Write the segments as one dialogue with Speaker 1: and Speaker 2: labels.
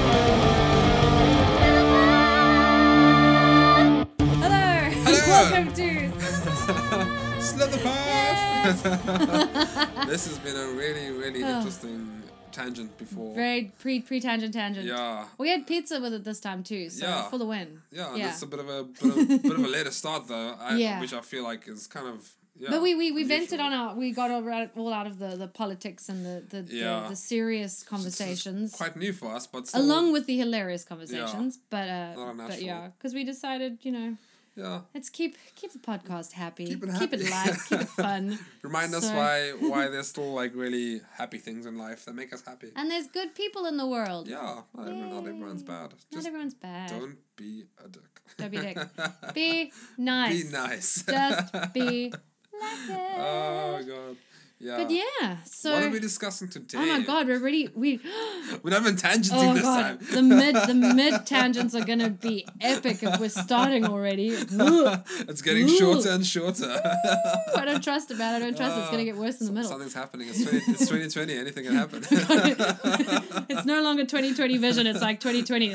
Speaker 1: Welcome to
Speaker 2: Slitherpuff! this has been a really, really
Speaker 1: Oh.
Speaker 2: interesting tangent before.
Speaker 1: very pre pre tangent tangent.
Speaker 2: yeah,
Speaker 1: We had pizza with it this time too, so
Speaker 2: Yeah.
Speaker 1: for the win.
Speaker 2: yeah, and
Speaker 1: Yeah.
Speaker 2: it's a bit of a bit of, bit of a later start though, I,
Speaker 1: Yeah.
Speaker 2: which I feel like is kind of yeah.
Speaker 1: But we, we, we
Speaker 2: unusual.
Speaker 1: vented on our we got all out, all out of the, the politics and the the,
Speaker 2: Yeah.
Speaker 1: the, the serious
Speaker 2: It's- it's
Speaker 1: conversations.
Speaker 2: Quite new for us, but still,
Speaker 1: Along with the hilarious conversations, but uh,
Speaker 2: Not a
Speaker 1: but
Speaker 2: natural.
Speaker 1: yeah, because we decided, you know,
Speaker 2: yeah.
Speaker 1: let's keep keep the podcast happy,
Speaker 2: Keep it
Speaker 1: keep it
Speaker 2: happy.
Speaker 1: light, keep it fun,
Speaker 2: Remind us
Speaker 1: So-
Speaker 2: why why there's still like really happy things in life that make us happy.
Speaker 1: and there's good people in the world.
Speaker 2: Yeah, not, everyone, not
Speaker 1: Uh, Yay.
Speaker 2: everyone's bad.
Speaker 1: Not
Speaker 2: Just
Speaker 1: everyone's bad.
Speaker 2: don't be a dick.
Speaker 1: Don't be a dick. Be nice.
Speaker 2: Be nice.
Speaker 1: Just be like it.
Speaker 2: Oh god. Yeah.
Speaker 1: but yeah, so
Speaker 2: Uh, what are we discussing today?
Speaker 1: oh my god, we're already we.
Speaker 2: We're not even tangenting
Speaker 1: Oh
Speaker 2: this
Speaker 1: god,
Speaker 2: time.
Speaker 1: the mid the mid tangents are gonna be epic if we're starting already. Ugh.
Speaker 2: it's getting
Speaker 1: Ooh.
Speaker 2: shorter and shorter.
Speaker 1: I don't trust about. it. I don't trust. it's gonna get worse in the middle.
Speaker 2: Something's happening. It's 20, it's 2020. Anything can happen.
Speaker 1: it's no longer 2020 vision. It's like 2020.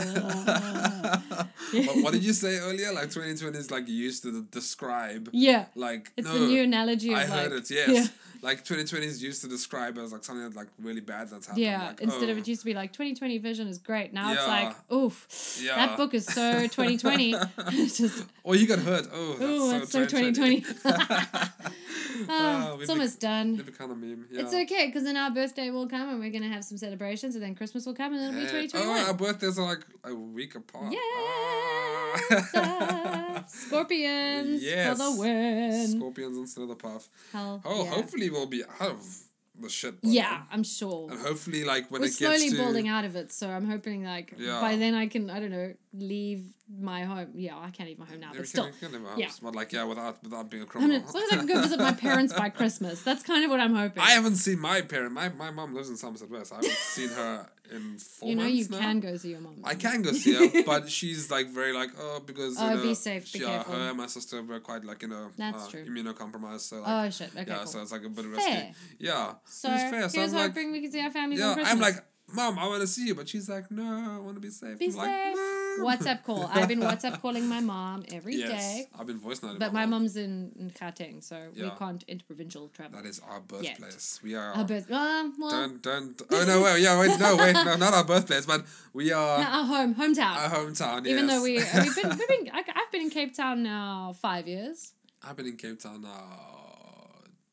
Speaker 2: what, what did you say earlier? Like 2020 is like used to describe.
Speaker 1: yeah,
Speaker 2: Like
Speaker 1: it's
Speaker 2: no,
Speaker 1: the new analogy. Of
Speaker 2: I
Speaker 1: like,
Speaker 2: heard it. Yes. Like 2020 is used to describe as like something that like really bad that's
Speaker 1: Yeah,
Speaker 2: happened.
Speaker 1: yeah.
Speaker 2: Like,
Speaker 1: instead of
Speaker 2: oh,
Speaker 1: it used to be like 2020 vision is great. Now it's
Speaker 2: Yeah.
Speaker 1: like, oof,
Speaker 2: Yeah.
Speaker 1: that book is so 2020. It's just
Speaker 2: Or you got hurt. Oh, that's
Speaker 1: ooh,
Speaker 2: so
Speaker 1: it's so 2020.
Speaker 2: 2020.
Speaker 1: Ah,
Speaker 2: Oh, we've
Speaker 1: it's
Speaker 2: bec-
Speaker 1: almost done.
Speaker 2: They become a meme. Yeah.
Speaker 1: It's okay because then our birthday will come and we're gonna have some celebrations, and then Christmas will come and then it'll be
Speaker 2: Hey,
Speaker 1: twenty twenty one.
Speaker 2: Oh, our birthdays are like a week apart.
Speaker 1: Yes,
Speaker 2: Ah.
Speaker 1: uh, scorpions
Speaker 2: Yes.
Speaker 1: for the win.
Speaker 2: Scorpions and Slitherpuff.
Speaker 1: Hell
Speaker 2: Oh,
Speaker 1: yeah.
Speaker 2: hopefully we'll be out of the shit. by
Speaker 1: Yeah,
Speaker 2: then.
Speaker 1: I'm sure.
Speaker 2: And hopefully, like when
Speaker 1: We're
Speaker 2: it gets
Speaker 1: slowly
Speaker 2: to
Speaker 1: building out of it, so I'm hoping like
Speaker 2: Yeah.
Speaker 1: by then I can I don't know leave my home. Yeah, I can't leave my home now,
Speaker 2: Yeah, we
Speaker 1: but still.
Speaker 2: can- we can live out.
Speaker 1: yeah.
Speaker 2: But like, yeah, without without being a
Speaker 1: I'm
Speaker 2: criminal.
Speaker 1: gonna, as long as I can go visit my parents by Christmas, that's kind of what I'm hoping.
Speaker 2: I haven't seen my parent. My my mom lives in Somerset West. I haven't seen her in four
Speaker 1: you know,
Speaker 2: months
Speaker 1: you
Speaker 2: now.
Speaker 1: can go see your mom.
Speaker 2: I can go see her, but she's like very like oh because
Speaker 1: Oh,
Speaker 2: you know,
Speaker 1: be safe, be
Speaker 2: yeah,
Speaker 1: careful.
Speaker 2: her and my sister were quite like you know
Speaker 1: That's
Speaker 2: uh,
Speaker 1: true.
Speaker 2: immunocompromised, so like
Speaker 1: oh shit! Okay,
Speaker 2: yeah,
Speaker 1: cool.
Speaker 2: so it's like a bit of risky.
Speaker 1: Fair.
Speaker 2: Yeah,
Speaker 1: So
Speaker 2: it was fair.
Speaker 1: here's
Speaker 2: So I'm like,
Speaker 1: hoping we can see our families on
Speaker 2: yeah,
Speaker 1: Christmas.
Speaker 2: I'm like, mom, I want to see you, but she's like, no, I want to be safe.
Speaker 1: be
Speaker 2: I'm
Speaker 1: safe.
Speaker 2: Like, "Mom."
Speaker 1: WhatsApp call. I've been WhatsApp calling my mom every
Speaker 2: yes,
Speaker 1: day,
Speaker 2: I've been voice noting.
Speaker 1: but my mom's in, in Gauteng, so we
Speaker 2: Yeah.
Speaker 1: can't interprovincial travel.
Speaker 2: That is our birthplace. We are.
Speaker 1: Our birth, um, well,
Speaker 2: Don't don't. Oh no! Wait, yeah, wait, no, wait, no, not our birthplace, but we are
Speaker 1: no, our home, hometown.
Speaker 2: our hometown.
Speaker 1: Even though we,
Speaker 2: uh,
Speaker 1: uh,
Speaker 2: yes.
Speaker 1: we've been, we've been I, have been in Cape Town now five years.
Speaker 2: I've been in Cape Town now.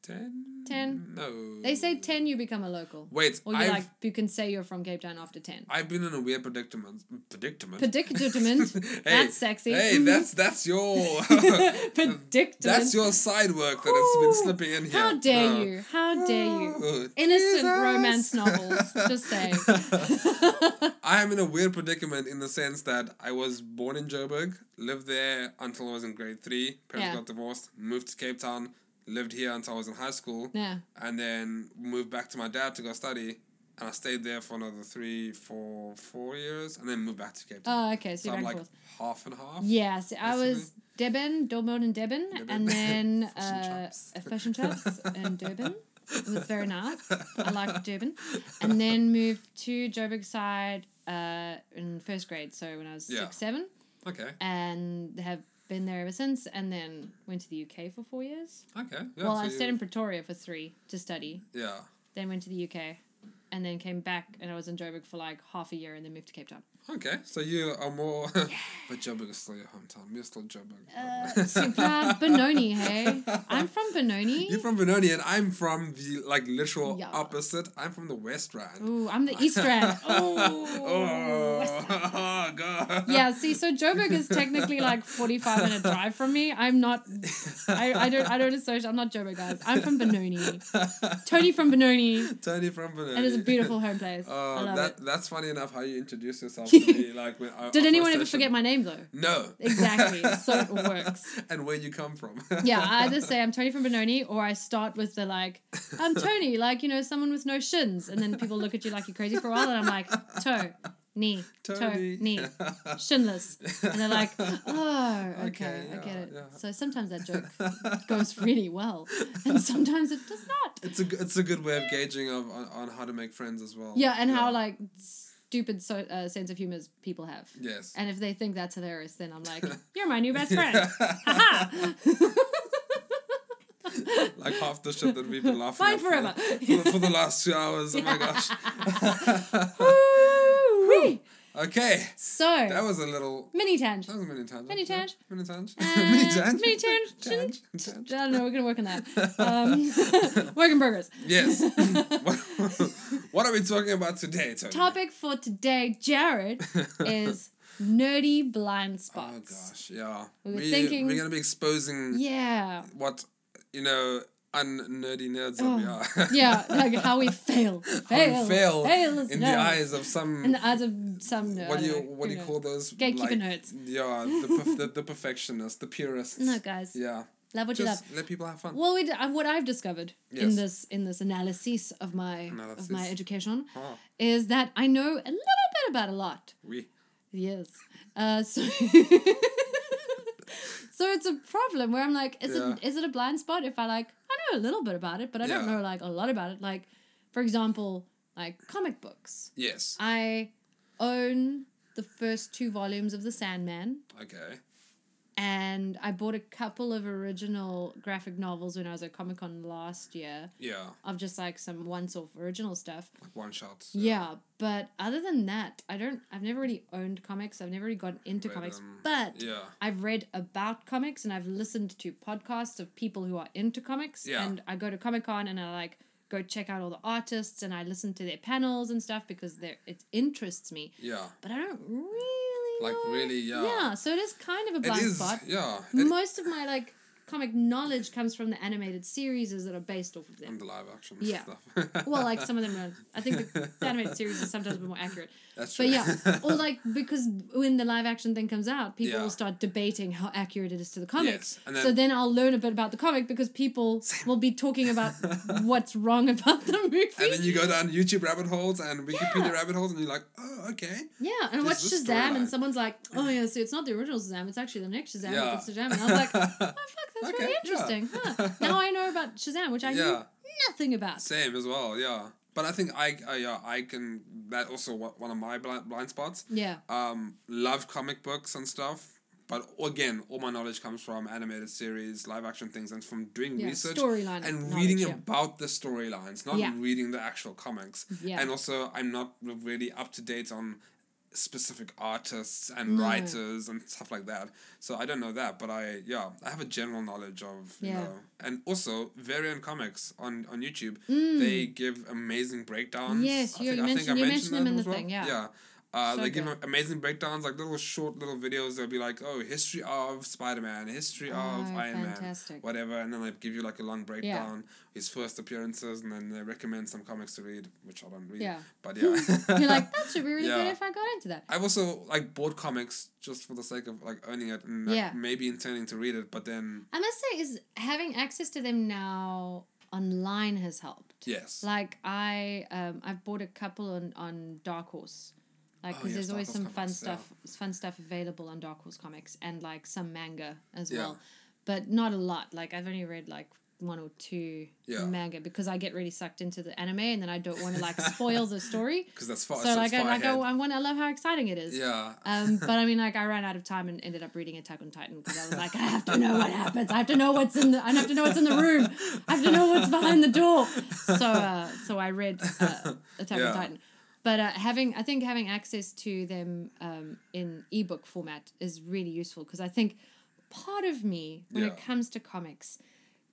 Speaker 2: Ten.
Speaker 1: Ten.
Speaker 2: No.
Speaker 1: They say ten, you become a local,
Speaker 2: Wait,
Speaker 1: or you
Speaker 2: Mm. I've
Speaker 1: like you can say you're from Cape Town after ten.
Speaker 2: I've been in a weird predicament. Predicament.
Speaker 1: Predicament.
Speaker 2: hey,
Speaker 1: That's sexy.
Speaker 2: Hey,
Speaker 1: Mhm.
Speaker 2: that's that's your
Speaker 1: Predicament.
Speaker 2: that's your side work that has been
Speaker 1: Ooh,
Speaker 2: slipping in here.
Speaker 1: How dare
Speaker 2: No.
Speaker 1: you? How dare you?
Speaker 2: Oh,
Speaker 1: Innocent
Speaker 2: Jesus.
Speaker 1: romance novels. Just saying.
Speaker 2: I am in a weird predicament in the sense that I was born in Joburg, lived there until I was in grade three. Parents
Speaker 1: Yeah.
Speaker 2: got divorced, moved to Cape Town, lived here until I was in high school,
Speaker 1: yeah.
Speaker 2: and then moved back to my dad to go study. And I stayed there for another three, four, four years, and then moved back to Cape Town.
Speaker 1: Oh, okay. So,
Speaker 2: so
Speaker 1: you're
Speaker 2: I'm
Speaker 1: back and
Speaker 2: like
Speaker 1: forth.
Speaker 2: half and half.
Speaker 1: Yes, I
Speaker 2: Basically.
Speaker 1: was Deben, Dortmund and Deben,
Speaker 2: Deben.
Speaker 1: and then
Speaker 2: Fashion
Speaker 1: uh,
Speaker 2: shops.
Speaker 1: a fashion shops in Durban. It was very nice. I liked Durban, and then moved to Joburg side uh, in first grade. So when I was
Speaker 2: Yeah.
Speaker 1: six, seven,
Speaker 2: Okay.
Speaker 1: and have been there ever since. And then went to the UK for four years.
Speaker 2: Okay. Yeah,
Speaker 1: well,
Speaker 2: so
Speaker 1: I
Speaker 2: you-
Speaker 1: stayed in Pretoria for three to study,
Speaker 2: Yeah.
Speaker 1: then went to the UK, and then came back. And I was in Joburg for like half a year, and then moved to Cape Town.
Speaker 2: Okay. So you are more. but Joburg is still your hometown. You're still Joburg.
Speaker 1: Uh, super Benoni, hey, I'm from Benoni.
Speaker 2: You're from Benoni, and I'm from the like literal
Speaker 1: Yeah.
Speaker 2: opposite. I'm from the West Rand.
Speaker 1: Ooh, I'm the East End.
Speaker 2: Oh,
Speaker 1: Oh.
Speaker 2: oh, god.
Speaker 1: Yeah, see, so Joburg is technically like 45 minute drive from me. I'm not, I, I don't, I don't associate, I'm not Joburg, guys. I'm from Benoni. Tony from Benoni,
Speaker 2: Tony from Benoni.
Speaker 1: and it's a beautiful home place. I
Speaker 2: Oh,
Speaker 1: love
Speaker 2: that
Speaker 1: it.
Speaker 2: that's funny enough how you introduce yourself to me. Like when I,
Speaker 1: Did anyone ever forget my name though?
Speaker 2: No.
Speaker 1: Exactly, so it works.
Speaker 2: and where you come from.
Speaker 1: Yeah, I either say I'm Tony from Benoni or I start with the like, I'm Tony, like, you know, someone with no shins. And then people look at you like you're crazy for a while, and I'm like, toe, knee, toe, knee. shinless. And they're like, oh, okay,
Speaker 2: Okay,
Speaker 1: I get
Speaker 2: yeah,
Speaker 1: it.
Speaker 2: yeah.
Speaker 1: So sometimes that joke goes really well, and sometimes it does not.
Speaker 2: It's a g- it's a good way of gauging of on, on how to make friends as well.
Speaker 1: Yeah, and how like s- stupid so, uh, sense of humor people have.
Speaker 2: Yes.
Speaker 1: And if they think that's hilarious, then I'm like, you're my new best friend. Haha.
Speaker 2: like half the shit that we've been laughing
Speaker 1: Mine
Speaker 2: at for
Speaker 1: forever.
Speaker 2: the- For, the, for the last two hours. Oh my gosh.
Speaker 1: Woo-wee.
Speaker 2: Okay.
Speaker 1: so,
Speaker 2: That was a little.
Speaker 1: mini
Speaker 2: That
Speaker 1: tangent.
Speaker 2: was a mini tangent.
Speaker 1: Mini tangent.
Speaker 2: Yeah. Mini tangent.
Speaker 1: Uh, mini
Speaker 2: Mini
Speaker 1: tangent.
Speaker 2: tangent.
Speaker 1: I
Speaker 2: Tangent.
Speaker 1: don't know, we're going to work on that. Um, work in progress.
Speaker 2: Yes. what, what are we talking about today, Tony?
Speaker 1: Topic for today, Jared, is nerdy blind
Speaker 2: Oh
Speaker 1: spots.
Speaker 2: gosh, yeah.
Speaker 1: We were
Speaker 2: we,
Speaker 1: thinking-
Speaker 2: We're gonna be exposing
Speaker 1: Yeah.
Speaker 2: what you know, unnerdy nerds that we
Speaker 1: Oh.
Speaker 2: are.
Speaker 1: Yeah, like how we fail.
Speaker 2: How
Speaker 1: Fail.
Speaker 2: we fail
Speaker 1: fail as
Speaker 2: in
Speaker 1: nerds.
Speaker 2: the eyes of some.
Speaker 1: In the eyes of some nerd.
Speaker 2: what do you
Speaker 1: I don't know,
Speaker 2: what do
Speaker 1: who
Speaker 2: you
Speaker 1: knows?
Speaker 2: call those?
Speaker 1: Gatekeeper
Speaker 2: like,
Speaker 1: nerds.
Speaker 2: Yeah, the, perf- the the perfectionists, the purists.
Speaker 1: No, guys.
Speaker 2: Yeah.
Speaker 1: Love what you love.
Speaker 2: Just let people have fun.
Speaker 1: Well, we d- uh, what I've discovered in
Speaker 2: Yes.
Speaker 1: this in this analysis of my of my
Speaker 2: Analysis.
Speaker 1: education
Speaker 2: Ah,
Speaker 1: is that I know a little bit about a lot.
Speaker 2: we.
Speaker 1: Yes. Uh, so so it's a problem where I'm like, is
Speaker 2: Yeah.
Speaker 1: it is it a blind spot if I like I know a little bit about it, but I don't
Speaker 2: Yeah.
Speaker 1: know like a lot about it. Like, for example, like comic books.
Speaker 2: Yes.
Speaker 1: I own the first two volumes of The Sandman.
Speaker 2: Okay.
Speaker 1: and I bought a couple of original graphic novels when I was at Comic Con last year
Speaker 2: Yeah.
Speaker 1: of just like some once off original stuff.
Speaker 2: Like one shot. Uh,
Speaker 1: Yeah, but other than that, I don't. I've never really owned comics. I've never really gotten into
Speaker 2: Read
Speaker 1: comics,
Speaker 2: them.
Speaker 1: but
Speaker 2: Yeah.
Speaker 1: I've read about comics and I've listened to podcasts of people who are into comics.
Speaker 2: Yeah.
Speaker 1: And I go to Comic Con and I like go check out all the artists and I listen to their panels and stuff because they're it interests me.
Speaker 2: Yeah.
Speaker 1: But I don't really
Speaker 2: Like
Speaker 1: know-
Speaker 2: really. Yeah.
Speaker 1: Yeah, so it is kind of a
Speaker 2: It
Speaker 1: blind
Speaker 2: is.
Speaker 1: spot
Speaker 2: Yeah. It,
Speaker 1: most of my like comic knowledge comes from the animated series that are based off of them.
Speaker 2: and the live action
Speaker 1: Yeah.
Speaker 2: stuff.
Speaker 1: Well, like some of them are. I think the, the animated series is sometimes a bit more accurate.
Speaker 2: That's
Speaker 1: But
Speaker 2: true.
Speaker 1: yeah, or like because when the live action thing comes out, people
Speaker 2: Yeah.
Speaker 1: will start debating how accurate it is to the comics.
Speaker 2: Yes, and then-
Speaker 1: so then I'll learn a bit about the comic because people will be talking about what's wrong about the movie.
Speaker 2: And then you go down YouTube rabbit holes and Wikipedia
Speaker 1: Yeah.
Speaker 2: rabbit holes, and you're like, oh, okay.
Speaker 1: Yeah, and I watched
Speaker 2: There's this
Speaker 1: Shazam, and
Speaker 2: storyline.
Speaker 1: someone's like, "Oh yeah, so it's not the original Shazam; it's actually the next Shazam."
Speaker 2: Yeah.
Speaker 1: It's Shazam, and I was like, "Oh fuck, that's
Speaker 2: Okay,
Speaker 1: really
Speaker 2: yeah.
Speaker 1: interesting." Huh. Now I know about Shazam, which I knew
Speaker 2: Yeah.
Speaker 1: nothing about.
Speaker 2: Same as well, yeah. But I think I, I, yeah, I can. That also wa- one of my blind, blind spots.
Speaker 1: Yeah,
Speaker 2: Um, love comic books and stuff, but again, all my knowledge comes from animated series, live action things, and from doing
Speaker 1: yeah.
Speaker 2: research
Speaker 1: Storyline
Speaker 2: and
Speaker 1: knowledge,
Speaker 2: reading
Speaker 1: yeah.
Speaker 2: about the storylines, not
Speaker 1: Yeah.
Speaker 2: reading the actual comics.
Speaker 1: Yeah.
Speaker 2: And also, I'm not really up to date on specific artists and
Speaker 1: No.
Speaker 2: writers and stuff like that. So I don't know that, but I yeah, I have a general knowledge of you
Speaker 1: Yeah.
Speaker 2: know, and also Variant Comics on on YouTube. They give amazing breakdowns.
Speaker 1: Mm. Yes, you mentioned- you mentioned them in
Speaker 2: as
Speaker 1: the thing, yeah.
Speaker 2: Yeah. Uh,
Speaker 1: So
Speaker 2: they give
Speaker 1: good.
Speaker 2: amazing breakdowns, like little short little videos. They'll be like, "Oh, history of Spider Man, history of
Speaker 1: Oh,
Speaker 2: Iron Man,
Speaker 1: fantastic.
Speaker 2: whatever," and then they give you like a long breakdown, his first appearances, and then they recommend some comics to read, which I don't read.
Speaker 1: Yeah.
Speaker 2: But yeah,
Speaker 1: You're like, that should be really good
Speaker 2: Yeah.
Speaker 1: if I got into that.
Speaker 2: I've also like bought comics just for the sake of like owning it and like,
Speaker 1: Yeah.
Speaker 2: maybe intending to read it, but then
Speaker 1: I must say, is having access to them now online has helped.
Speaker 2: yes,
Speaker 1: Like I, um, I've bought a couple on on Dark Horse, like
Speaker 2: Oh,
Speaker 1: because
Speaker 2: yes,
Speaker 1: there's
Speaker 2: Dark
Speaker 1: always
Speaker 2: Horse
Speaker 1: some fun
Speaker 2: comics, yeah.
Speaker 1: stuff, fun stuff available on Dark Horse comics and like some manga as
Speaker 2: Yeah.
Speaker 1: well, but not a lot. Like I've only read like one or two
Speaker 2: Yeah.
Speaker 1: manga because I get really sucked into the anime and then I don't want to like spoil the story.
Speaker 2: because that's far.
Speaker 1: so like
Speaker 2: far
Speaker 1: I like oh, I,
Speaker 2: ahead.
Speaker 1: I want I love how exciting it is.
Speaker 2: yeah,
Speaker 1: Um, but I mean, like, I ran out of time and ended up reading Attack on Titan because I was like, I have to know what happens. I have to know what's in the. I have to know what's in the room. I have to know what's behind the door. So, uh, so I read uh, Attack
Speaker 2: Yeah.
Speaker 1: on Titan. But uh, having, I think, having access to them um, in ebook format is really useful because I think part of me when it
Speaker 2: Yeah.
Speaker 1: comes to comics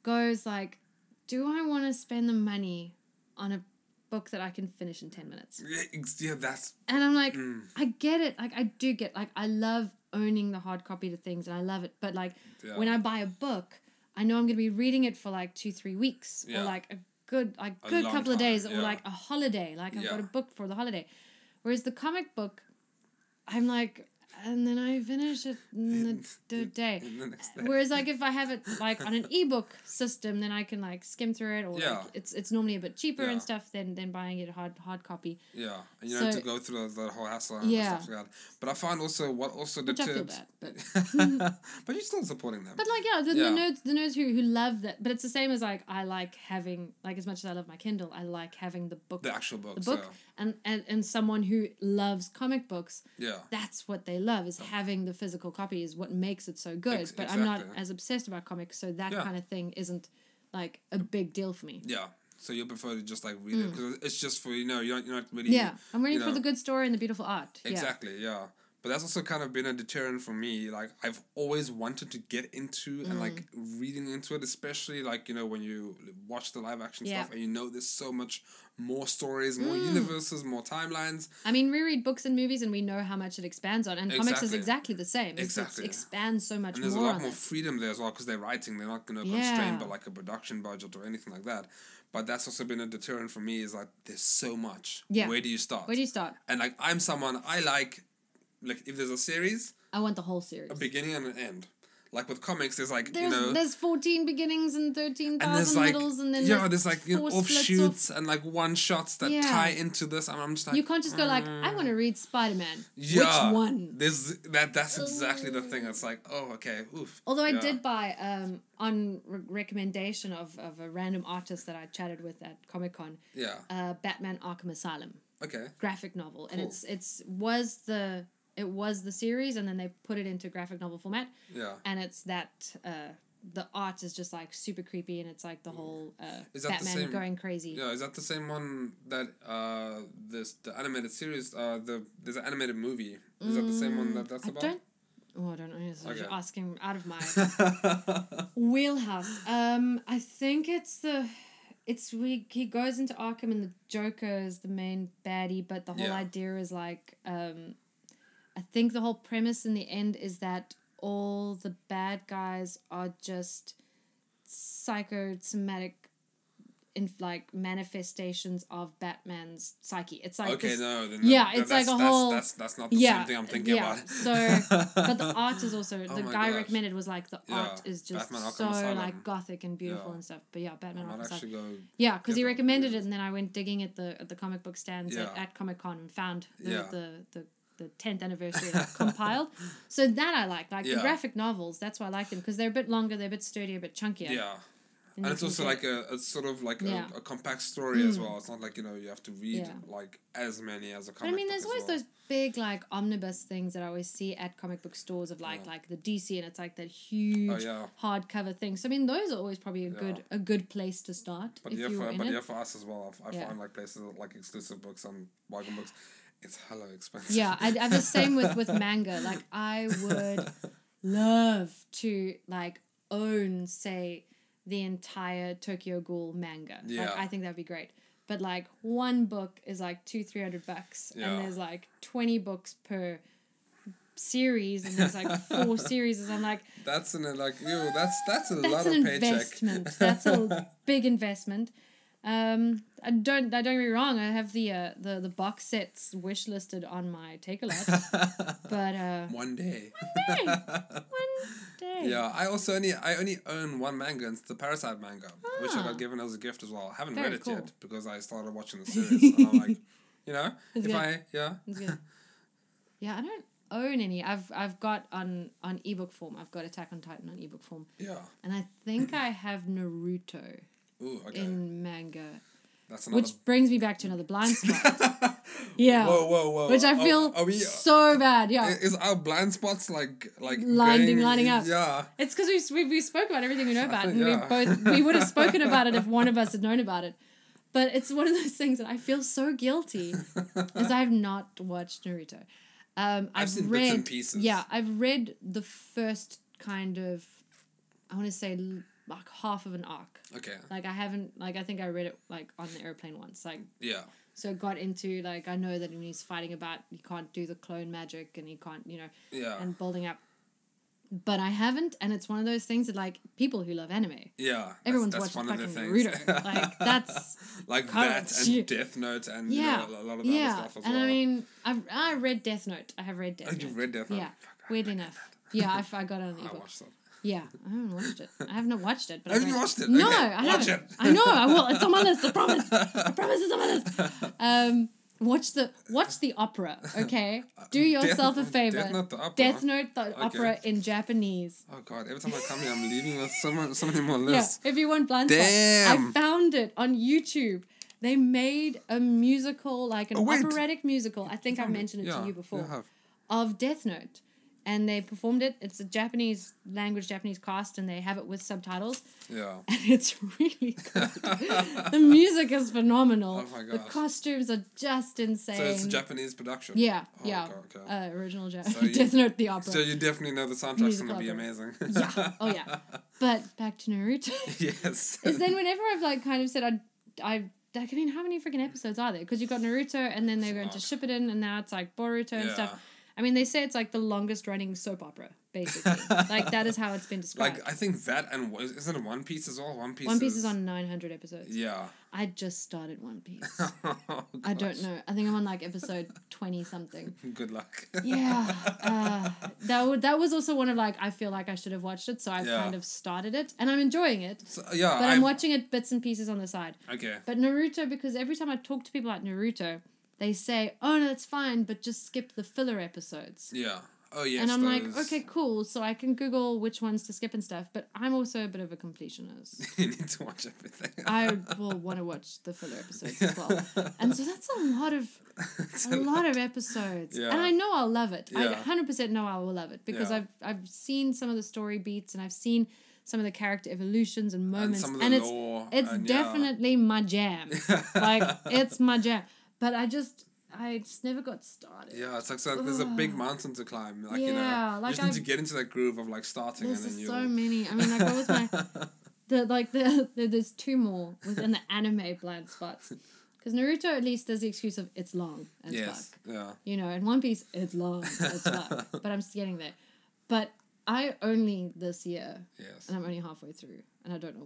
Speaker 1: goes like, do I want to spend the money on a book that I can finish in ten minutes?
Speaker 2: yeah, ex- yeah, that's
Speaker 1: And I'm like,
Speaker 2: Mm.
Speaker 1: I get it. Like, I do get, like, I love owning the hard copy to things and I love it. But, like,
Speaker 2: yeah.
Speaker 1: when I buy a book, I know I'm going to be reading it for like two, three weeks
Speaker 2: Yeah.
Speaker 1: or like a good, like
Speaker 2: A
Speaker 1: good
Speaker 2: long
Speaker 1: couple of
Speaker 2: time,
Speaker 1: days
Speaker 2: yeah.
Speaker 1: or like a holiday. Like, I've got
Speaker 2: Yeah.
Speaker 1: a book for the holiday. Whereas the comic book, I'm like, and then I finish it in the, the day.
Speaker 2: in the next day.
Speaker 1: Whereas like if I have it like on an ebook system, then I can like skim through it, or like,
Speaker 2: Yeah.
Speaker 1: it's it's normally a bit cheaper
Speaker 2: Yeah.
Speaker 1: and stuff than than buying it hard hard copy,
Speaker 2: Yeah, and you don't
Speaker 1: So-
Speaker 2: have to go through the, the whole hassle and
Speaker 1: Yeah.
Speaker 2: stuff like that. But I find also what also
Speaker 1: which I feel
Speaker 2: deterred.
Speaker 1: bad. But
Speaker 2: but you're still supporting them.
Speaker 1: but like yeah, the,
Speaker 2: Yeah.
Speaker 1: the nerds the nerds who who love that, but it's the same as like I like having like as much as I love my Kindle, I like having the book,
Speaker 2: the actual book.
Speaker 1: the book,
Speaker 2: So,
Speaker 1: and, and and someone who loves comic books.
Speaker 2: yeah.
Speaker 1: that's what they love is having the physical copy is what makes it so good.
Speaker 2: Ex-
Speaker 1: but I'm not
Speaker 2: exactly.
Speaker 1: as obsessed about comics, so that
Speaker 2: Yeah.
Speaker 1: kind of thing isn't like a big deal for me.
Speaker 2: Yeah. So you prefer to just like read it 'cause it because it's just for you know you're not, you're not really
Speaker 1: Mm. Yeah, I'm reading
Speaker 2: you
Speaker 1: for
Speaker 2: know.
Speaker 1: the good story and the beautiful art.
Speaker 2: exactly yeah. But that's also kind of been a deterrent for me. Like I've always wanted to get into and like
Speaker 1: Mm.
Speaker 2: reading into it, especially like you know when you watch the live action
Speaker 1: Yeah. Mm.
Speaker 2: stuff and you know there's so much more stories, more universes, more timelines.
Speaker 1: Yeah. I mean, we read books and movies, and we know how much it expands on, and comics is
Speaker 2: Exactly.
Speaker 1: exactly the same. It's- it's
Speaker 2: Exactly.
Speaker 1: expands so much
Speaker 2: And there's a
Speaker 1: more.
Speaker 2: lot
Speaker 1: on
Speaker 2: more
Speaker 1: it.
Speaker 2: freedom there as well because they're writing. They're not going to
Speaker 1: Yeah.
Speaker 2: constrain by like a production budget or anything like that. But that's also been a deterrent for me. Is like there's so much.
Speaker 1: Yeah.
Speaker 2: Where do you start?
Speaker 1: Where do you start?
Speaker 2: and like I'm someone I like, like if there's a series,
Speaker 1: I want the whole series.
Speaker 2: a beginning and an end. Like with comics, there's like
Speaker 1: there's,
Speaker 2: you know,
Speaker 1: there's 14 beginnings and 13,000
Speaker 2: and there's like
Speaker 1: middles, and then
Speaker 2: yeah, there's like you know
Speaker 1: four splits off.
Speaker 2: offshoots and like one shots that
Speaker 1: Yeah.
Speaker 2: tie into this. And I'm just like
Speaker 1: You can't just go like, I want to read Spider Man.
Speaker 2: Mm. yeah,
Speaker 1: Which one?
Speaker 2: There's that. That's exactly the thing. It's like oh okay, oof.
Speaker 1: Although I
Speaker 2: Yeah.
Speaker 1: did buy um, on re- recommendation of, of a random artist that I chatted with at Comic Con,
Speaker 2: Yeah.
Speaker 1: uh, Batman Arkham Asylum
Speaker 2: Okay.
Speaker 1: graphic novel, and
Speaker 2: Cool.
Speaker 1: it's it's was the it was the series, and then they put it into graphic novel format,
Speaker 2: Yeah.
Speaker 1: and it's that uh, the art is just like super creepy, and it's like the whole uh,
Speaker 2: Mm. Is that the
Speaker 1: Batman
Speaker 2: same-
Speaker 1: going crazy.
Speaker 2: Yeah, is that the same one that uh this the animated series uh the there's an animated movie is that the same one that that's
Speaker 1: Mm, I
Speaker 2: about?
Speaker 1: don't. Oh, I don't know. This is
Speaker 2: Okay.
Speaker 1: asking out of my wheelhouse. Um, I think it's the, it's we he goes into Arkham and the Joker is the main baddie, but the whole
Speaker 2: Yeah.
Speaker 1: idea is like, um, I think the whole premise in the end is that all the bad guys are just psychosomatic, in like manifestations of Batman's psyche. It's like
Speaker 2: okay,
Speaker 1: this-
Speaker 2: no, then
Speaker 1: yeah,
Speaker 2: that-
Speaker 1: it's like
Speaker 2: that's-
Speaker 1: a
Speaker 2: that's,
Speaker 1: whole-
Speaker 2: That's, that's not the same thing I'm thinking
Speaker 1: yeah.
Speaker 2: about.
Speaker 1: so, but the art is also the
Speaker 2: Oh my
Speaker 1: guy
Speaker 2: gosh.
Speaker 1: recommended was like the art
Speaker 2: Yeah,
Speaker 1: is just
Speaker 2: Batman Arkham
Speaker 1: so
Speaker 2: Asylum.
Speaker 1: like gothic and beautiful
Speaker 2: Yeah.
Speaker 1: and stuff. But yeah, Batman
Speaker 2: I
Speaker 1: Arkham
Speaker 2: might actually
Speaker 1: Asylum.
Speaker 2: go.
Speaker 1: Yeah, because
Speaker 2: get
Speaker 1: he
Speaker 2: that
Speaker 1: recommended
Speaker 2: one.
Speaker 1: it, and then I went digging at the at the comic book stands at,
Speaker 2: Yeah.
Speaker 1: at Comic Con and found the
Speaker 2: Yeah.
Speaker 1: the, the the tenth anniversary like, compiled. So that I like, like the
Speaker 2: Yeah.
Speaker 1: graphic novels. That's why I like them because they're a bit longer, they're a bit sturdier, a bit chunkier.
Speaker 2: Yeah.
Speaker 1: you
Speaker 2: And it's
Speaker 1: can
Speaker 2: also
Speaker 1: get
Speaker 2: like a, a sort of like
Speaker 1: Yeah. Mm.
Speaker 2: a, a compact story as well. It's not like you know you have to read
Speaker 1: Yeah.
Speaker 2: like as many as a
Speaker 1: But
Speaker 2: comic.
Speaker 1: I mean,
Speaker 2: book
Speaker 1: there's
Speaker 2: as
Speaker 1: always
Speaker 2: well.
Speaker 1: those big like omnibus things that I always see at comic book stores of like
Speaker 2: Yeah. Oh,
Speaker 1: like the DC, and it's like that huge
Speaker 2: yeah.
Speaker 1: hardcover thing. So I mean, those are always probably a
Speaker 2: Yeah.
Speaker 1: good a good place to start
Speaker 2: But
Speaker 1: if
Speaker 2: yeah,
Speaker 1: you were
Speaker 2: for
Speaker 1: in
Speaker 2: but
Speaker 1: it.
Speaker 2: yeah, for us as well. I, I
Speaker 1: Yeah.
Speaker 2: find like places that, like exclusive books on bargain books. It's hella expensive.
Speaker 1: Yeah, I, I have the same with with manga. Like I would love to like own say the entire Tokyo Ghoul manga.
Speaker 2: Yeah.
Speaker 1: Like, I think that'd be great. But like one book is like two three hundred bucks,
Speaker 2: Yeah.
Speaker 1: and there's like twenty books per series, and there's like four series. And I'm like,
Speaker 2: That's an like ew, that's that's a lot
Speaker 1: that's
Speaker 2: of
Speaker 1: an
Speaker 2: paycheck.
Speaker 1: investment. That's a big investment. Um, I don't. I don't get me wrong. I have the uh, the the box sets wish listed on my take a lot, but uh,
Speaker 2: One day.
Speaker 1: hey, one day.
Speaker 2: Yeah, I also only I only own one manga, and it's the Parasite manga, which I
Speaker 1: Ah.
Speaker 2: got given as a gift as well. I haven't
Speaker 1: Very
Speaker 2: read it
Speaker 1: cool.
Speaker 2: yet because I started watching the series, and I'm like, you know, if
Speaker 1: It's good.
Speaker 2: I yeah,
Speaker 1: It's good. Yeah, I don't own any. I've I've got on on ebook form. I've got Attack on Titan on ebook form,
Speaker 2: yeah,
Speaker 1: and I think I have Naruto
Speaker 2: ooh, okay,
Speaker 1: in manga,
Speaker 2: that's another.
Speaker 1: which brings me back to another blind spot. yeah.
Speaker 2: whoa, whoa, whoa!
Speaker 1: Which I
Speaker 2: Are-
Speaker 1: feel
Speaker 2: Are, we? uh,
Speaker 1: so bad. Yeah.
Speaker 2: Is our blind spots like like
Speaker 1: Lining- lining up.
Speaker 2: Yeah,
Speaker 1: It's because we, we, we spoke about everything we know about,
Speaker 2: think-
Speaker 1: and
Speaker 2: yeah.
Speaker 1: we both we would have spoken about it if one of us had known about it. But it's one of those things that I feel so guilty, as I've not watched Naruto. Um, I've,
Speaker 2: seen
Speaker 1: read
Speaker 2: bits and pieces.
Speaker 1: yeah, I've read the first kind of, I want to say l- like half of an arc.
Speaker 2: okay,
Speaker 1: Like I haven't like I think I read it like on the airplane once. Like
Speaker 2: yeah,
Speaker 1: so it got into like I know that when he's fighting about he can't do the clone magic and he can't you know
Speaker 2: yeah,
Speaker 1: and building up but I haven't, and it's one of those things that like people who love anime.
Speaker 2: Yeah, that's-
Speaker 1: Everyone's
Speaker 2: that's
Speaker 1: watching
Speaker 2: one of the
Speaker 1: fucking
Speaker 2: things.
Speaker 1: Naruto. Like that's
Speaker 2: like
Speaker 1: Current
Speaker 2: that and
Speaker 1: shit.
Speaker 2: Death Note and
Speaker 1: yeah,
Speaker 2: you know, a lot of other
Speaker 1: yeah.
Speaker 2: stuff as
Speaker 1: and
Speaker 2: well.
Speaker 1: I mean, I've I read Death Note. I have read Death.
Speaker 2: Oh, you've
Speaker 1: Note.
Speaker 2: read Death Note.
Speaker 1: Yeah,
Speaker 2: Fuck, I
Speaker 1: weird
Speaker 2: read
Speaker 1: enough. Yeah, I, f- I got it on the
Speaker 2: I
Speaker 1: ebook.
Speaker 2: watched that.
Speaker 1: Yeah, I haven't watched it. I have not watched it. But
Speaker 2: Haven't
Speaker 1: I
Speaker 2: you
Speaker 1: read-
Speaker 2: watched it?
Speaker 1: No,
Speaker 2: Okay,
Speaker 1: I
Speaker 2: watch
Speaker 1: haven't.
Speaker 2: it.
Speaker 1: I know. I will. It's on my list. I promise. I promise it's on my list. Um, watch the watch the opera. Okay, do yourself
Speaker 2: Uh, Death-
Speaker 1: a favor.
Speaker 2: Death Note the opera?
Speaker 1: Death Note the
Speaker 2: Okay.
Speaker 1: opera in Japanese.
Speaker 2: Oh god! Every time I come here, I'm leaving with so much, so many more lists.
Speaker 1: Yeah, if you want blind
Speaker 2: Damn.
Speaker 1: spot, I found it on YouTube. They made a musical, like an
Speaker 2: Oh, wait.
Speaker 1: operatic musical. I think I mentioned it
Speaker 2: Yeah,
Speaker 1: to you before
Speaker 2: have.
Speaker 1: of Death Note, and they performed it. It's a Japanese language, Japanese cast, and they have it with subtitles,
Speaker 2: Yeah.
Speaker 1: and it's really good. the music is phenomenal.
Speaker 2: Oh my
Speaker 1: The
Speaker 2: gosh.
Speaker 1: costumes are just insane.
Speaker 2: So it's a Japanese production.
Speaker 1: yeah,
Speaker 2: Oh,
Speaker 1: yeah.
Speaker 2: okay, okay.
Speaker 1: Uh, original Jap-
Speaker 2: So you-
Speaker 1: Death Note the opera.
Speaker 2: so you definitely know the soundtrack's
Speaker 1: Musical
Speaker 2: gonna be
Speaker 1: opera.
Speaker 2: amazing.
Speaker 1: yeah. Oh yeah. But back to Naruto.
Speaker 2: yes.
Speaker 1: Because then whenever I've like kind of said I, I like I mean how many freaking episodes are there? Because you've got Naruto and then they're going to Shippuden and now it's like Boruto and
Speaker 2: Yeah.
Speaker 1: stuff. I mean they say it's like the longest running soap opera basically. like that is how it's been described.
Speaker 2: Like I think that and what- isn't it One Piece as well? One Piece.
Speaker 1: One Piece is on nine hundred episodes.
Speaker 2: Yeah. Oh,
Speaker 1: I just started One Piece. I
Speaker 2: I
Speaker 1: don't know. I think I'm on like episode twenty something.
Speaker 2: Good luck.
Speaker 1: Yeah, uh, that w- that was also one of like I feel like I should have watched it, so I've
Speaker 2: Yeah.
Speaker 1: kind of started it, and I'm enjoying it.
Speaker 2: So, yeah.
Speaker 1: But I'm
Speaker 2: I've-
Speaker 1: watching it bits and pieces on the side.
Speaker 2: Okay.
Speaker 1: But Naruto, because every time I talk to people about Naruto, they say, "Oh no, it's fine, but just skip the filler episodes."
Speaker 2: Yeah. Oh yes.
Speaker 1: and I'm like,
Speaker 2: those-
Speaker 1: "Okay, cool." So I can Google which ones to skip and stuff. But I'm also a bit of a completionist.
Speaker 2: you need to watch everything.
Speaker 1: I will want to watch the filler episodes as well, and so that's a lot of
Speaker 2: It's
Speaker 1: a
Speaker 2: a
Speaker 1: lot of episodes.
Speaker 2: Yeah.
Speaker 1: And I know I'll love it. I
Speaker 2: Yeah.
Speaker 1: 100% know I will love it because
Speaker 2: Yeah.
Speaker 1: I've I've seen some of the story beats and I've seen some of the character evolutions and moments
Speaker 2: some
Speaker 1: and,
Speaker 2: of the
Speaker 1: it's
Speaker 2: lore
Speaker 1: it's
Speaker 2: and yeah.
Speaker 1: definitely my jam. like it's my jam. But I just I just never got started.
Speaker 2: Yeah, it's like so there's a big mountain to climb. Like you
Speaker 1: Yeah,
Speaker 2: know,
Speaker 1: like
Speaker 2: you just need
Speaker 1: I've-
Speaker 2: to get into that groove of like starting
Speaker 1: There's
Speaker 2: and then
Speaker 1: just
Speaker 2: you.
Speaker 1: so many. I mean, like, what was my the like the, the there's two more within the anime blind spots because Naruto at least there's the excuse of it's long as
Speaker 2: Yes.
Speaker 1: fuck.
Speaker 2: Yeah.
Speaker 1: you know, in One Piece, it's long, it's long, but I'm just getting there. But I only this year,
Speaker 2: Yes.
Speaker 1: and I'm only halfway through, and I don't know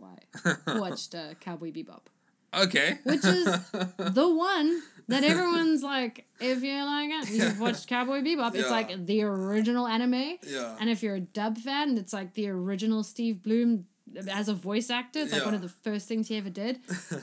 Speaker 1: why, watched uh, Cowboy Bebop,
Speaker 2: Okay.
Speaker 1: which is the one that everyone's like, if you like it, you've watched Cowboy Bebop.
Speaker 2: Yeah.
Speaker 1: It's like the original anime,
Speaker 2: Yeah.
Speaker 1: and if you're a dub fan, it's like the original Steve Bloom as a voice actor. It's like one
Speaker 2: Yeah.
Speaker 1: of the first things he ever did.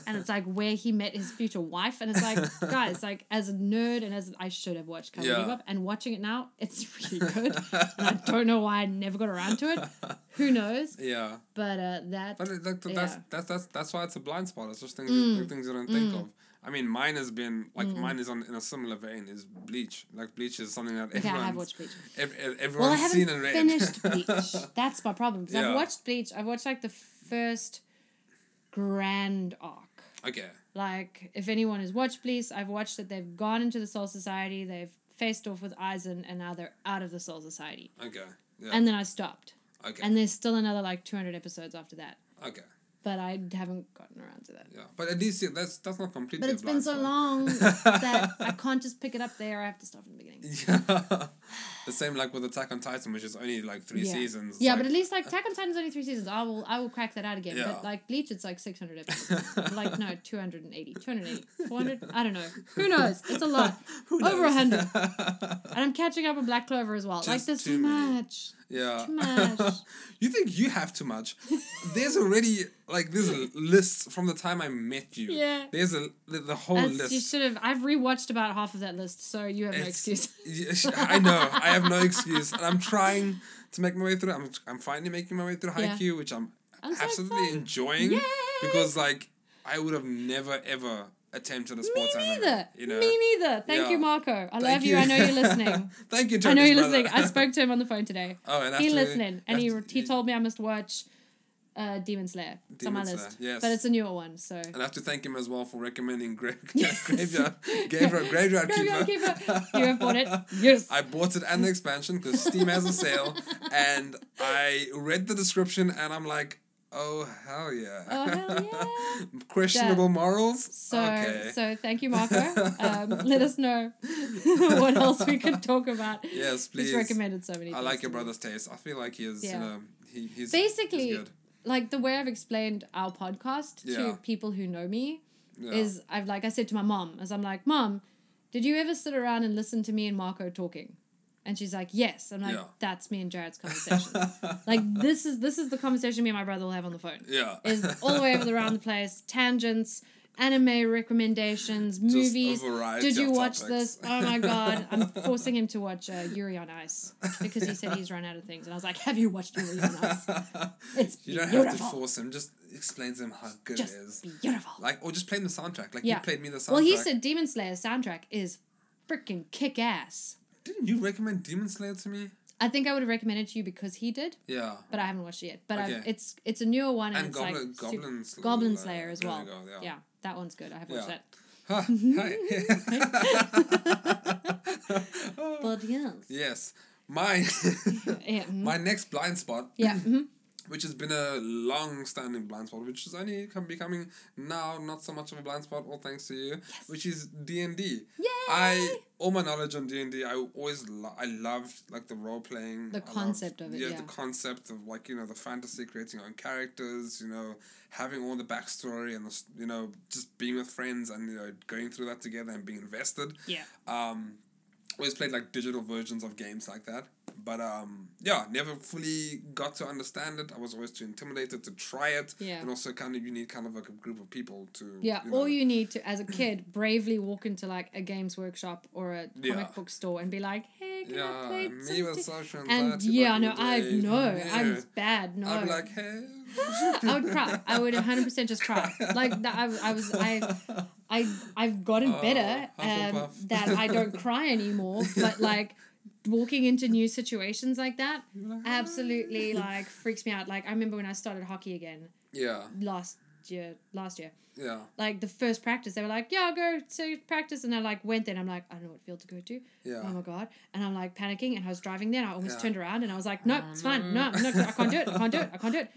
Speaker 1: And it's like where he met his future wife. And it's like, guys, like as a nerd and as I should have watched Cowboy
Speaker 2: Yeah.
Speaker 1: Bebop and watching it now, it's really good. and I don't know why I never got around to it. Who knows?
Speaker 2: yeah.
Speaker 1: But uh that
Speaker 2: But it, like, that's,
Speaker 1: Yeah. Mm,
Speaker 2: that's that's that's why it's a blind spot. It's just things things you don't think of. I mean, mine has been like mine is on in a similar vein is Bleach. Like Bleach is something that
Speaker 1: Okay, I
Speaker 2: everyone's,
Speaker 1: have watched Bleach.
Speaker 2: ev- ev-
Speaker 1: Well, I
Speaker 2: everyone's
Speaker 1: haven't
Speaker 2: seen and read.
Speaker 1: finished Bleach. That's my problem. 'cause
Speaker 2: Yeah.
Speaker 1: I've watched Bleach. I've watched like the first grand arc.
Speaker 2: okay.
Speaker 1: Like, if anyone has watched Bleach, I've watched that they've gone into the Soul Society, they've faced off with Aizen, and now they're out of the Soul Society.
Speaker 2: Okay. Yeah.
Speaker 1: And then I stopped.
Speaker 2: okay.
Speaker 1: And there's still another like 200 episodes after that.
Speaker 2: okay.
Speaker 1: But I haven't gotten around to that.
Speaker 2: Yeah. But at least yeah, that's that's not completely.
Speaker 1: But it's
Speaker 2: a
Speaker 1: been
Speaker 2: blind
Speaker 1: so
Speaker 2: spot.
Speaker 1: long that I can't just pick it up there. I have to start from the beginning.
Speaker 2: Yeah. the same like with Attack on Titan, which is only like three
Speaker 1: yeah.
Speaker 2: seasons.
Speaker 1: Yeah,
Speaker 2: Like, uh,
Speaker 1: but at least like Attack on Titan's only three seasons. I will I will crack that out again.
Speaker 2: Yeah.
Speaker 1: But like Bleach, it's like six hundred episodes. like no, 280, 280, 400? I don't know. Who knows? It's a lot. Over a hundred. and I'm catching up on Black Clover as well. like
Speaker 2: Just
Speaker 1: there's so
Speaker 2: too many.
Speaker 1: much.
Speaker 2: yeah.
Speaker 1: Too much.
Speaker 2: you think you have too much? There's already like there's a list from the time I met you.
Speaker 1: Yeah.
Speaker 2: There's a the, the whole
Speaker 1: That's-
Speaker 2: list.
Speaker 1: you should have. I've rewatched about half of that list, so you have no
Speaker 2: It's-
Speaker 1: excuse.
Speaker 2: Yes, I know. I have no excuse, and I'm trying to make my way through. I'm I'm finally making my way through
Speaker 1: Yeah.
Speaker 2: Haikyuu, which I'm,
Speaker 1: I'm so
Speaker 2: absolutely
Speaker 1: excited.
Speaker 2: enjoying
Speaker 1: Yay!
Speaker 2: because like I would have never ever attempted a sports
Speaker 1: Me
Speaker 2: anime.
Speaker 1: neither.
Speaker 2: You know.
Speaker 1: Me neither. Thank
Speaker 2: Yeah.
Speaker 1: you, Marco. I
Speaker 2: Thank
Speaker 1: love you. I know you're listening.
Speaker 2: Thank you,
Speaker 1: I know
Speaker 2: Turkish
Speaker 1: you're
Speaker 2: brother.
Speaker 1: listening. I spoke to him on the phone today.
Speaker 2: Oh, and
Speaker 1: he
Speaker 2: after-
Speaker 1: listening, and he
Speaker 2: after-
Speaker 1: he told me I must watch, uh, Demon Slayer. It's on my
Speaker 2: Demon Slayer,
Speaker 1: list.
Speaker 2: yes.
Speaker 1: But it's a newer one, so.
Speaker 2: And I have to thank him as well for recommending Gra-
Speaker 1: Yes.
Speaker 2: Graveyard, Graveyard, Graveyard Keeper.
Speaker 1: Graveyard Keeper. You have bought it. Yes.
Speaker 2: I bought it and the expansion because Steam has a sale, and I read the description and I'm like, Oh hell yeah!
Speaker 1: Oh, hell yeah.
Speaker 2: Questionable morals.
Speaker 1: So, so thank you, Marco. Um, let us know what else we could talk about.
Speaker 2: yes, please.
Speaker 1: He's recommended so many.
Speaker 2: I
Speaker 1: things
Speaker 2: like
Speaker 1: to
Speaker 2: your
Speaker 1: me.
Speaker 2: brother's taste. I feel like he is.
Speaker 1: Yeah.
Speaker 2: You know, he, he's
Speaker 1: Basically,
Speaker 2: he's good.
Speaker 1: Like the way I've explained our podcast
Speaker 2: Yeah.
Speaker 1: to people who know me
Speaker 2: Yeah.
Speaker 1: is I've like I said to my mom as I'm like, Mom, did you ever sit around and listen to me and Marco talking? And she's like, Yes. I'm like,
Speaker 2: Yeah.
Speaker 1: That's me and Jared's conversation. like this is this is the conversation me and my brother will have on the phone.
Speaker 2: yeah.
Speaker 1: Is all the way over the round the place, tangents, anime recommendations,
Speaker 2: Just a
Speaker 1: movies.
Speaker 2: variety
Speaker 1: Did you
Speaker 2: of
Speaker 1: watch
Speaker 2: topics.
Speaker 1: this? Oh my god! I'm forcing him to watch uh, Yuri on Ice because he said he's run out of things, and I was like, "Have you watched Yuri on Ice? It's
Speaker 2: you don't
Speaker 1: beautiful.
Speaker 2: have to force him. Just explain to him how good it is.
Speaker 1: Just beautiful."
Speaker 2: Like, or just play him the soundtrack. Like
Speaker 1: Yeah.
Speaker 2: you played me the soundtrack.
Speaker 1: well, he said Demon Slayer soundtrack is freaking kick ass.
Speaker 2: Didn't you recommend Demon Slayer to me?
Speaker 1: I think I would have recommended to you because he did,
Speaker 2: Yeah.
Speaker 1: but I haven't watched it yet. But I've,
Speaker 2: Okay.
Speaker 1: it's it's a newer one, and,
Speaker 2: And
Speaker 1: it's
Speaker 2: Goblin,
Speaker 1: like super-
Speaker 2: Goblin Slayer.
Speaker 1: Goblin Slayer as
Speaker 2: There
Speaker 1: well.
Speaker 2: you go,
Speaker 1: yeah.
Speaker 2: yeah.
Speaker 1: that one's good. I have watched
Speaker 2: Yeah.
Speaker 1: that.
Speaker 2: Huh, hi.
Speaker 1: But yes,
Speaker 2: yes. My
Speaker 1: yeah, mhm.
Speaker 2: my next blind spot,
Speaker 1: yeah. mhm.
Speaker 2: which has been a long standing blind spot, which is only come becoming now not so much of a blind spot, all thanks to you, which is D and D.
Speaker 1: Yay!
Speaker 2: I all my knowledge on D and D, I always lo- I loved like the role playing,
Speaker 1: The
Speaker 2: I loved-
Speaker 1: concept of it, yeah.
Speaker 2: the concept of like you know the fantasy, creating your own characters, you know, having all the backstory and the, s- you know just being with friends and you know going through that together and being invested.
Speaker 1: yeah.
Speaker 2: Um, always played like digital versions of games like that, but um, yeah, never fully got to understand it. I was always too intimidated to try it,
Speaker 1: Yeah.
Speaker 2: and also kind of you need kind of like a group of people to
Speaker 1: Yeah,
Speaker 2: you
Speaker 1: all
Speaker 2: know-
Speaker 1: you need to, as a kid, bravely walk into like a games workshop or a comic
Speaker 2: Yeah.
Speaker 1: book store and be like, "Hey, can I
Speaker 2: yeah,
Speaker 1: play
Speaker 2: me
Speaker 1: something?"
Speaker 2: with social anxiety.
Speaker 1: And yeah,
Speaker 2: back in
Speaker 1: no,
Speaker 2: the
Speaker 1: I
Speaker 2: day.
Speaker 1: know
Speaker 2: Yeah.
Speaker 1: I'm bad. No,
Speaker 2: I'm like, hey.
Speaker 1: I would cry. I would 100 percent just cry. Like that, I, I was I. I, I've gotten
Speaker 2: Oh,
Speaker 1: better um,
Speaker 2: Hufflepuff.
Speaker 1: that I don't cry anymore, but like walking into new situations like that
Speaker 2: You're like,
Speaker 1: absolutely like freaks me out. Like I remember when I started hockey again
Speaker 2: Yeah,
Speaker 1: last year, last year,
Speaker 2: yeah.
Speaker 1: like the first practice, they were like, "Yeah, I'll go to practice," and I like went there. And I'm like, I don't know what field to go to.
Speaker 2: Yeah.
Speaker 1: Oh my god! And I'm like panicking, and I was driving there, and I almost
Speaker 2: Yeah.
Speaker 1: turned around, and I was like, "No,
Speaker 2: Oh,
Speaker 1: it's fine. No,
Speaker 2: no.
Speaker 1: I'm not, I can't do it. I can't do it. I can't do it."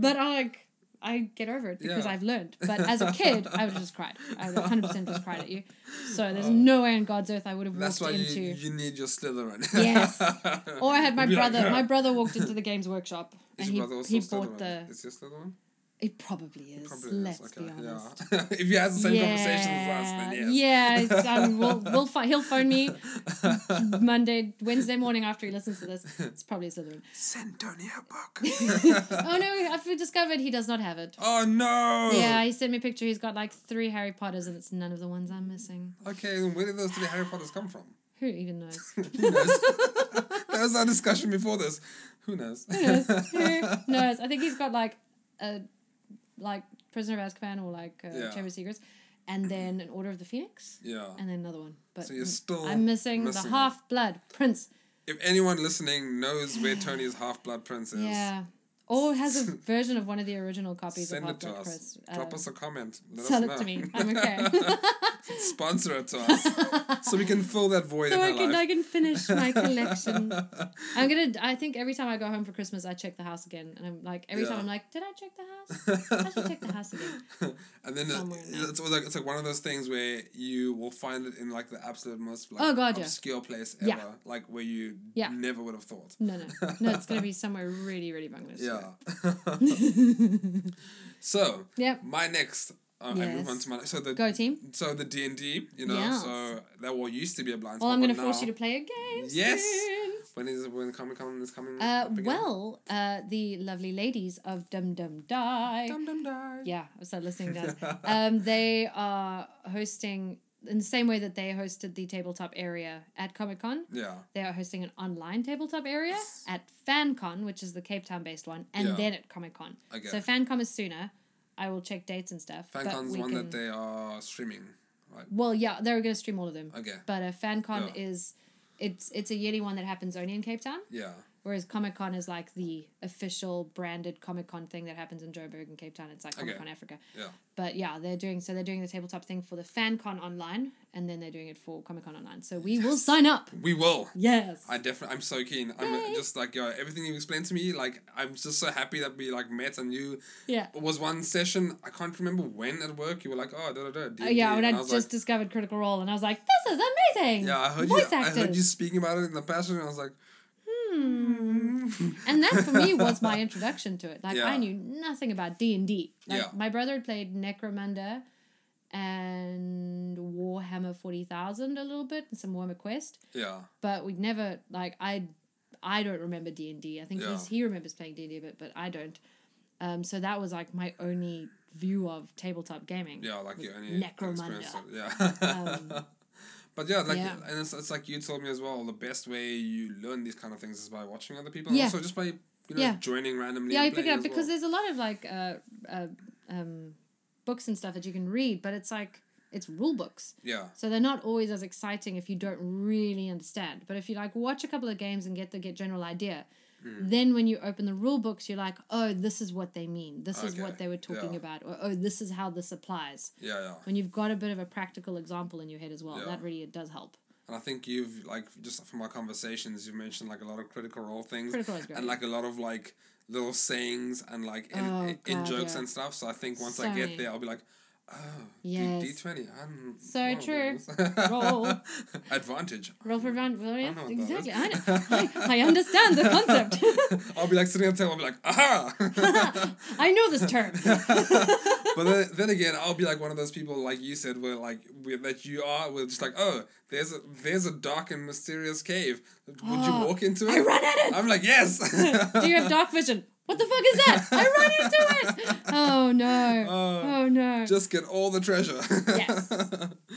Speaker 1: But I like I get over it because
Speaker 2: Yeah.
Speaker 1: I've learned. But as a kid, I would have just cried. I would 100 percent just cried at you. So there's no way on God's earth I would have
Speaker 2: Oh. That's why
Speaker 1: walked
Speaker 2: you,
Speaker 1: into.
Speaker 2: you need your Slytherin.
Speaker 1: Yes. Or I had my
Speaker 2: You'd be like,
Speaker 1: brother.
Speaker 2: "Huh."
Speaker 1: my brother walked into the games workshop,
Speaker 2: Is
Speaker 1: and
Speaker 2: your
Speaker 1: he
Speaker 2: brother also
Speaker 1: he
Speaker 2: Slytherin?
Speaker 1: bought the.
Speaker 2: Is your Slytherin?
Speaker 1: It probably is.
Speaker 2: Probably
Speaker 1: let's
Speaker 2: is.
Speaker 1: be
Speaker 2: Okay.
Speaker 1: honest.
Speaker 2: Yeah. if you had the same conversation as us, then yes.
Speaker 1: Yeah, it's, um, we'll, we'll fi- he'll phone me Monday, Wednesday morning after he listens to this. It's probably Slytherin.
Speaker 2: Send Tony a book.
Speaker 1: Oh no, I've discovered he does not have it.
Speaker 2: oh no.
Speaker 1: Yeah, he sent me a picture. He's got like three Harry Potters, and it's none of the ones I'm missing.
Speaker 2: Okay, then where did those three Harry Potters come from?
Speaker 1: Who even knows?
Speaker 2: Who knows? that was our discussion before this. Who knows?
Speaker 1: Who knows? Who knows? I think he's got like a like Prisoner of Azkaban or like uh,
Speaker 2: Yeah.
Speaker 1: Chamber of Secrets, and then an Order of the Phoenix,
Speaker 2: yeah.
Speaker 1: and then another one. But
Speaker 2: So you're still
Speaker 1: I'm missing,
Speaker 2: missing
Speaker 1: the Half Blood Prince.
Speaker 2: If anyone listening knows where Tony's half blood prince is,
Speaker 1: Yeah. Or has a version of one of the original copies
Speaker 2: send
Speaker 1: of
Speaker 2: it
Speaker 1: Hot
Speaker 2: to
Speaker 1: Blood
Speaker 2: us.
Speaker 1: Press.
Speaker 2: Drop
Speaker 1: Um,
Speaker 2: us a comment. Let
Speaker 1: sell
Speaker 2: us know.
Speaker 1: it to me. I'm okay.
Speaker 2: Sponsor it to us, so we can fill that void
Speaker 1: so
Speaker 2: in
Speaker 1: I
Speaker 2: our
Speaker 1: can I
Speaker 2: life.
Speaker 1: can finish my collection. I'm gonna. I think every time I go home for Christmas, I check the house again, and I'm like, every time
Speaker 2: Yeah.
Speaker 1: I'm like, did I check the house? I should check the house again.
Speaker 2: and then
Speaker 1: somewhere
Speaker 2: it's, it's always like it's like one of those things where you will find it in like the absolute most like
Speaker 1: Oh, God, yeah.
Speaker 2: obscure place ever,
Speaker 1: Yeah.
Speaker 2: like where you
Speaker 1: Yeah.
Speaker 2: never would have thought.
Speaker 1: No, no, no. It's gonna be somewhere really, really bungled.
Speaker 2: Yeah. so
Speaker 1: Yep.
Speaker 2: my next, uh, I move on
Speaker 1: Yes.
Speaker 2: to my so the
Speaker 1: Go team.
Speaker 2: so the D and D, you know,
Speaker 1: Yes.
Speaker 2: so that what used to be a blind spot.
Speaker 1: Well, I'm
Speaker 2: but
Speaker 1: gonna force
Speaker 2: now-
Speaker 1: you to play a game.
Speaker 2: Yes.
Speaker 1: soon.
Speaker 2: When is when Comic Con is coming?
Speaker 1: Uh,
Speaker 2: up again?
Speaker 1: well, uh, the lovely ladies of Dum Dum Die.
Speaker 2: Dum dum die.
Speaker 1: Yeah, I started listening to that. um, they are hosting in the same way that they hosted the tabletop area at Comic Con.
Speaker 2: Yeah.
Speaker 1: They are hosting an online tabletop area at FanCon, which is the Cape Town based one, and
Speaker 2: Yeah.
Speaker 1: then at Comic Con.
Speaker 2: Okay.
Speaker 1: So FanCon is sooner. I will check dates and stuff. but
Speaker 2: FanCon's
Speaker 1: we
Speaker 2: one
Speaker 1: can-
Speaker 2: that they are streaming, right?
Speaker 1: Well, yeah, they're going to stream all of them.
Speaker 2: Okay.
Speaker 1: But uh, FanCon
Speaker 2: Yeah.
Speaker 1: is it's it's a yearly one that happens only in Cape Town.
Speaker 2: Yeah.
Speaker 1: Whereas Comic Con is like the official branded Comic Con thing that happens in Joburg and Cape Town. It's like
Speaker 2: Okay.
Speaker 1: Comic Con Africa.
Speaker 2: Yeah.
Speaker 1: But yeah, they're doing so they're doing the tabletop thing for the Fan Con online, and then they're doing it for Comic Con online. So we will sign up.
Speaker 2: We will.
Speaker 1: Yes.
Speaker 2: I definitely. I'm so keen. I'm uh,
Speaker 1: Yay.
Speaker 2: just like yo. Everything you explained to me, like I'm just so happy that we like met and you.
Speaker 1: yeah.
Speaker 2: It was one session. I can't remember when at work you were like, oh, da da da.
Speaker 1: Oh, yeah, when I,
Speaker 2: was
Speaker 1: just
Speaker 2: like,
Speaker 1: discovered Critical Role, and I was like, "This is amazing!"
Speaker 2: yeah, I heard
Speaker 1: voice
Speaker 2: you.
Speaker 1: actors.
Speaker 2: I heard you speaking about it in the past, and I was like,
Speaker 1: Hmm.
Speaker 2: mm.
Speaker 1: and that for me was my introduction to it. Like
Speaker 2: Yeah.
Speaker 1: I knew nothing about D and D. Like
Speaker 2: Yeah.
Speaker 1: my brother had played Necromunda and Warhammer Forty Thousand a little bit and some Warhammer Quest,
Speaker 2: yeah,
Speaker 1: but we'd never like I, I don't remember D and D. I think
Speaker 2: Yeah.
Speaker 1: he's, he remembers playing D and D, but but I don't. Um, so that was like my only view of tabletop gaming.
Speaker 2: yeah, like you only
Speaker 1: Necromunda. Um,
Speaker 2: experienced it. Yeah. But yeah, like,
Speaker 1: Yeah.
Speaker 2: and it's, it's like you told me as well. The best way you learn these kind of things is by watching other people,
Speaker 1: Yeah.
Speaker 2: and also just by you know
Speaker 1: Yeah.
Speaker 2: joining randomly.
Speaker 1: Yeah,
Speaker 2: and
Speaker 1: you pick it up
Speaker 2: playing as
Speaker 1: because
Speaker 2: well.
Speaker 1: there's a lot of like uh, uh, um, books and stuff that you can read, but it's like it's rule books,
Speaker 2: yeah,
Speaker 1: so they're not always as exciting if you don't really understand. But if you like watch a couple of games and get the get general idea,
Speaker 2: Mm.
Speaker 1: then when you open the rule books, you're like, oh, this is what they mean. This is
Speaker 2: Okay,
Speaker 1: what they were talking
Speaker 2: yeah.
Speaker 1: about, or oh, this is how this applies.
Speaker 2: yeah, yeah.
Speaker 1: When you've got a bit of a practical example in your head as well,
Speaker 2: Yeah.
Speaker 1: that really does help.
Speaker 2: And I think you've like just from our conversations, you've mentioned like a lot of critical role things,
Speaker 1: Critical Role is great.
Speaker 2: and like a lot of like little sayings and like in,
Speaker 1: Oh,
Speaker 2: in,
Speaker 1: God,
Speaker 2: jokes
Speaker 1: yeah.
Speaker 2: and stuff. So I think once
Speaker 1: So
Speaker 2: I get
Speaker 1: many.
Speaker 2: there, I'll be like, oh,
Speaker 1: Yes.
Speaker 2: D twenty, I'm
Speaker 1: So
Speaker 2: one of
Speaker 1: true.
Speaker 2: those."
Speaker 1: Roll.
Speaker 2: advantage.
Speaker 1: Roll for round,
Speaker 2: I know what that is.
Speaker 1: exactly. I, know. I, I understand the concept.
Speaker 2: I'll be like sitting at the table. I'll be like, aha.
Speaker 1: I know this term.
Speaker 2: but then, then again, I'll be like one of those people, like you said, where like where, that you are, we're just like, oh, there's a there's a dark and mysterious cave. Would
Speaker 1: Oh,
Speaker 2: you walk into it?
Speaker 1: I run at it.
Speaker 2: I'm like, yes.
Speaker 1: Do you have dark vision? What the fuck is that? I run into it. Oh no.
Speaker 2: Oh,
Speaker 1: oh no.
Speaker 2: Just get all the treasure.
Speaker 1: Yes.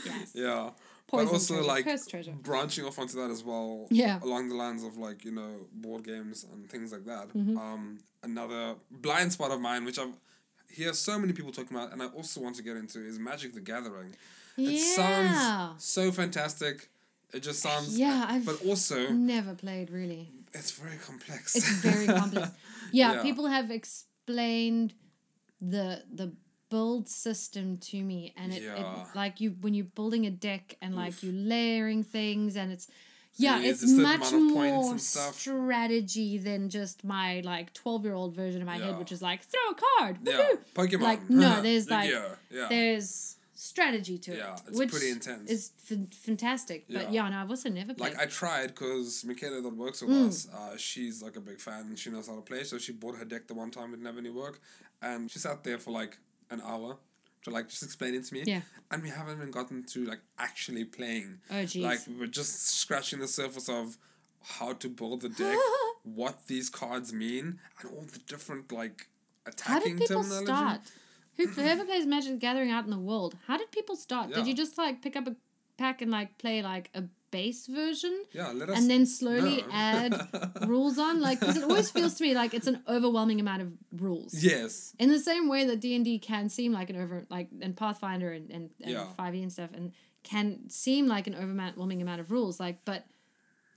Speaker 1: yes.
Speaker 2: yeah.
Speaker 1: Poison
Speaker 2: but also
Speaker 1: treasure,
Speaker 2: like
Speaker 1: cursed treasure.
Speaker 2: branching off onto that as well.
Speaker 1: Yeah.
Speaker 2: Along the lines of like you know board games and things like that.
Speaker 1: Mm-hmm.
Speaker 2: Um, another blind spot of mine, which I've hear so many people talking about, and I also want to get into is Magic the Gathering. It
Speaker 1: Yeah.
Speaker 2: sounds so fantastic. It just sounds.
Speaker 1: Yeah, I've-
Speaker 2: But also,
Speaker 1: Never played really.
Speaker 2: it's very complex.
Speaker 1: It's very complex. Yeah,
Speaker 2: Yeah.
Speaker 1: people have explained the the build system to me and it,
Speaker 2: Yeah.
Speaker 1: it like you when you're building a deck and like
Speaker 2: Oof.
Speaker 1: you layering things and it's yeah,
Speaker 2: you need
Speaker 1: it's
Speaker 2: a certain
Speaker 1: much
Speaker 2: amount of points
Speaker 1: more
Speaker 2: and stuff.
Speaker 1: strategy than just my like twelve year old version of my
Speaker 2: Yeah.
Speaker 1: head, which is like throw a card.
Speaker 2: yeah.
Speaker 1: woohoo.
Speaker 2: Pokemon.
Speaker 1: Like, no, there's, like,
Speaker 2: Yu-Gi-Oh! Yeah.
Speaker 1: There's strategy to
Speaker 2: Yeah,
Speaker 1: it.
Speaker 2: it's
Speaker 1: which
Speaker 2: pretty intense.
Speaker 1: It's f- fantastic, but
Speaker 2: Yeah.
Speaker 1: yeah, no, I've also never played.
Speaker 2: Like I tried because Michaela that works with
Speaker 1: Mm.
Speaker 2: us, uh, she's like a big fan and she knows how to play. So she bought her deck the one time it didn't have any work, and she sat there for like an hour to like just explain it to me.
Speaker 1: Yeah.
Speaker 2: And we haven't even gotten to like actually playing.
Speaker 1: Oh, jeez.
Speaker 2: Like we're just scratching the surface of how to build the deck, what these cards mean, and all the different like
Speaker 1: How did
Speaker 2: attacking
Speaker 1: people
Speaker 2: terminology.
Speaker 1: start? Who, whoever plays Magic the Gathering out in the world, how did people start?
Speaker 2: Yeah.
Speaker 1: Did you just like pick up a pack and like play like a base version?
Speaker 2: Yeah, let us
Speaker 1: And then slowly
Speaker 2: know.
Speaker 1: add rules on, like because it always feels to me like it's an overwhelming amount of rules.
Speaker 2: Yes.
Speaker 1: In the same way that D and D can seem like an over like and Pathfinder and and
Speaker 2: Yeah.
Speaker 1: Five E and stuff and can seem like an overwhelming amount of rules, like but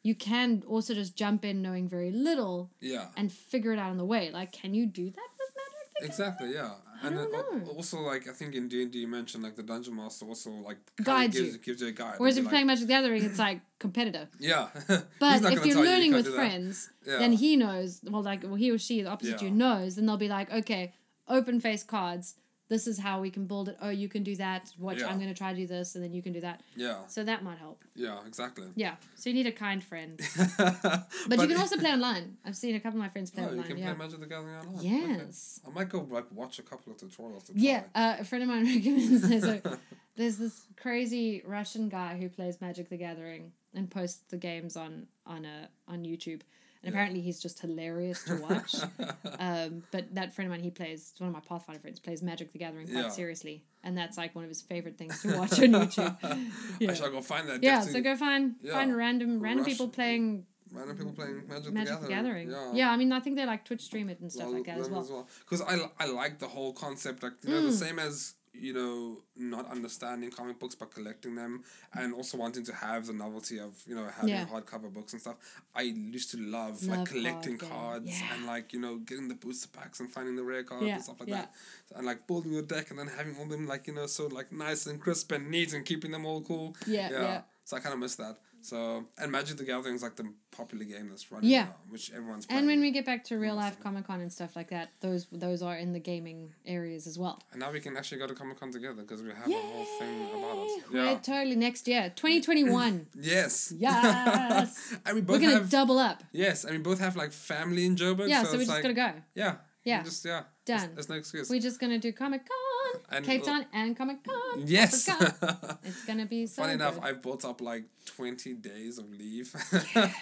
Speaker 1: you can also just jump in knowing very little
Speaker 2: Yeah.
Speaker 1: and figure it out on the way. Like, can you do that with Magic? the
Speaker 2: Exactly, yeah. and
Speaker 1: don't
Speaker 2: then al-
Speaker 1: know.
Speaker 2: also like I think in D and D you mentioned like the dungeon master also like kinda
Speaker 1: Guides
Speaker 2: gives,
Speaker 1: you.
Speaker 2: gives you a guide.
Speaker 1: Whereas if
Speaker 2: and
Speaker 1: you're
Speaker 2: be
Speaker 1: playing Magic the Gathering, it's like competitive.
Speaker 2: like, yeah,
Speaker 1: But
Speaker 2: He's
Speaker 1: if
Speaker 2: not gonna
Speaker 1: you're
Speaker 2: tell you, you
Speaker 1: learning
Speaker 2: can't
Speaker 1: with
Speaker 2: do that.
Speaker 1: friends,
Speaker 2: Yeah.
Speaker 1: then he knows. Well, like well, he or she, the opposite
Speaker 2: Yeah.
Speaker 1: you knows, and they'll be like, okay, open face cards. This is how we can build it. Oh, you can do that. Watch,
Speaker 2: Yeah.
Speaker 1: I'm going to try to do this, and then you can do that.
Speaker 2: yeah,
Speaker 1: So that might help.
Speaker 2: yeah, exactly.
Speaker 1: Yeah. So you need a kind friend.
Speaker 2: but,
Speaker 1: But, you can also play online. I've seen a couple of my friends play
Speaker 2: oh, you
Speaker 1: online.
Speaker 2: can
Speaker 1: yeah.
Speaker 2: play Magic the Gathering online. okay.
Speaker 1: yes.
Speaker 2: I might go like watch a couple of tutorials. To
Speaker 1: Yeah,
Speaker 2: try.
Speaker 1: uh, a friend of mine recommends this. So there's this crazy Russian guy who plays Magic the Gathering and posts the games on on a on YouTube. And apparently he's just hilarious to watch. um, but that friend of mine, he plays one of my Pathfinder friends plays Magic the Gathering quite
Speaker 2: Yeah.
Speaker 1: seriously, and that's like one of his favorite things to watch on YouTube.
Speaker 2: I
Speaker 1: Yeah,
Speaker 2: shall go find that.
Speaker 1: yeah
Speaker 2: just to-
Speaker 1: so go find
Speaker 2: Yeah.
Speaker 1: find random random
Speaker 2: Rush-
Speaker 1: people playing
Speaker 2: Random people playing Magic,
Speaker 1: Magic the Gathering.
Speaker 2: Yeah.
Speaker 1: yeah, I mean I think they like Twitch stream it and stuff
Speaker 2: Well,
Speaker 1: like that as Mm.
Speaker 2: them
Speaker 1: well.
Speaker 2: Because I, I like the whole concept, like you know, the same as you know, not understanding comic books but collecting them and also wanting to have the novelty of, you know, having
Speaker 1: Yeah.
Speaker 2: hardcover books and stuff. I used to love,
Speaker 1: Love
Speaker 2: like collecting
Speaker 1: card game.
Speaker 2: cards
Speaker 1: Yeah.
Speaker 2: and like, you know, getting the booster packs and finding the rare cards
Speaker 1: Yeah,
Speaker 2: and stuff like
Speaker 1: yeah.
Speaker 2: that. And like building your deck and then having all them like, you know, so like nice and crisp and neat and keeping them all cool.
Speaker 1: Yeah, yeah.
Speaker 2: So I kind of miss that. So and Magic the Gathering is like the popular game that's running
Speaker 1: Yeah.
Speaker 2: now, which everyone's playing.
Speaker 1: And when we get back to real life Comic Con and stuff like that, those those are in the gaming areas as well.
Speaker 2: And now we can actually go to Comic Con together because we have
Speaker 1: Yay!
Speaker 2: a whole thing about us.
Speaker 1: We're
Speaker 2: Yeah.
Speaker 1: totally next year, twenty twenty one.
Speaker 2: Yes.
Speaker 1: Yes.
Speaker 2: and we
Speaker 1: We're
Speaker 2: both
Speaker 1: gonna
Speaker 2: have
Speaker 1: double up.
Speaker 2: yes, and we both have like family in Joburg.
Speaker 1: Yeah,
Speaker 2: so,
Speaker 1: so, we're
Speaker 2: it's
Speaker 1: just
Speaker 2: like,
Speaker 1: gonna go.
Speaker 2: Yeah.
Speaker 1: Yeah.
Speaker 2: you Just yeah.
Speaker 1: Done.
Speaker 2: There's no excuse.
Speaker 1: We're just gonna do Comic Con,
Speaker 2: And-
Speaker 1: Cape Town, and Comic Con.
Speaker 2: yes.
Speaker 1: Africa. it's gonna be so.
Speaker 2: Funny enough,
Speaker 1: good.
Speaker 2: I've built up like twenty days of leave.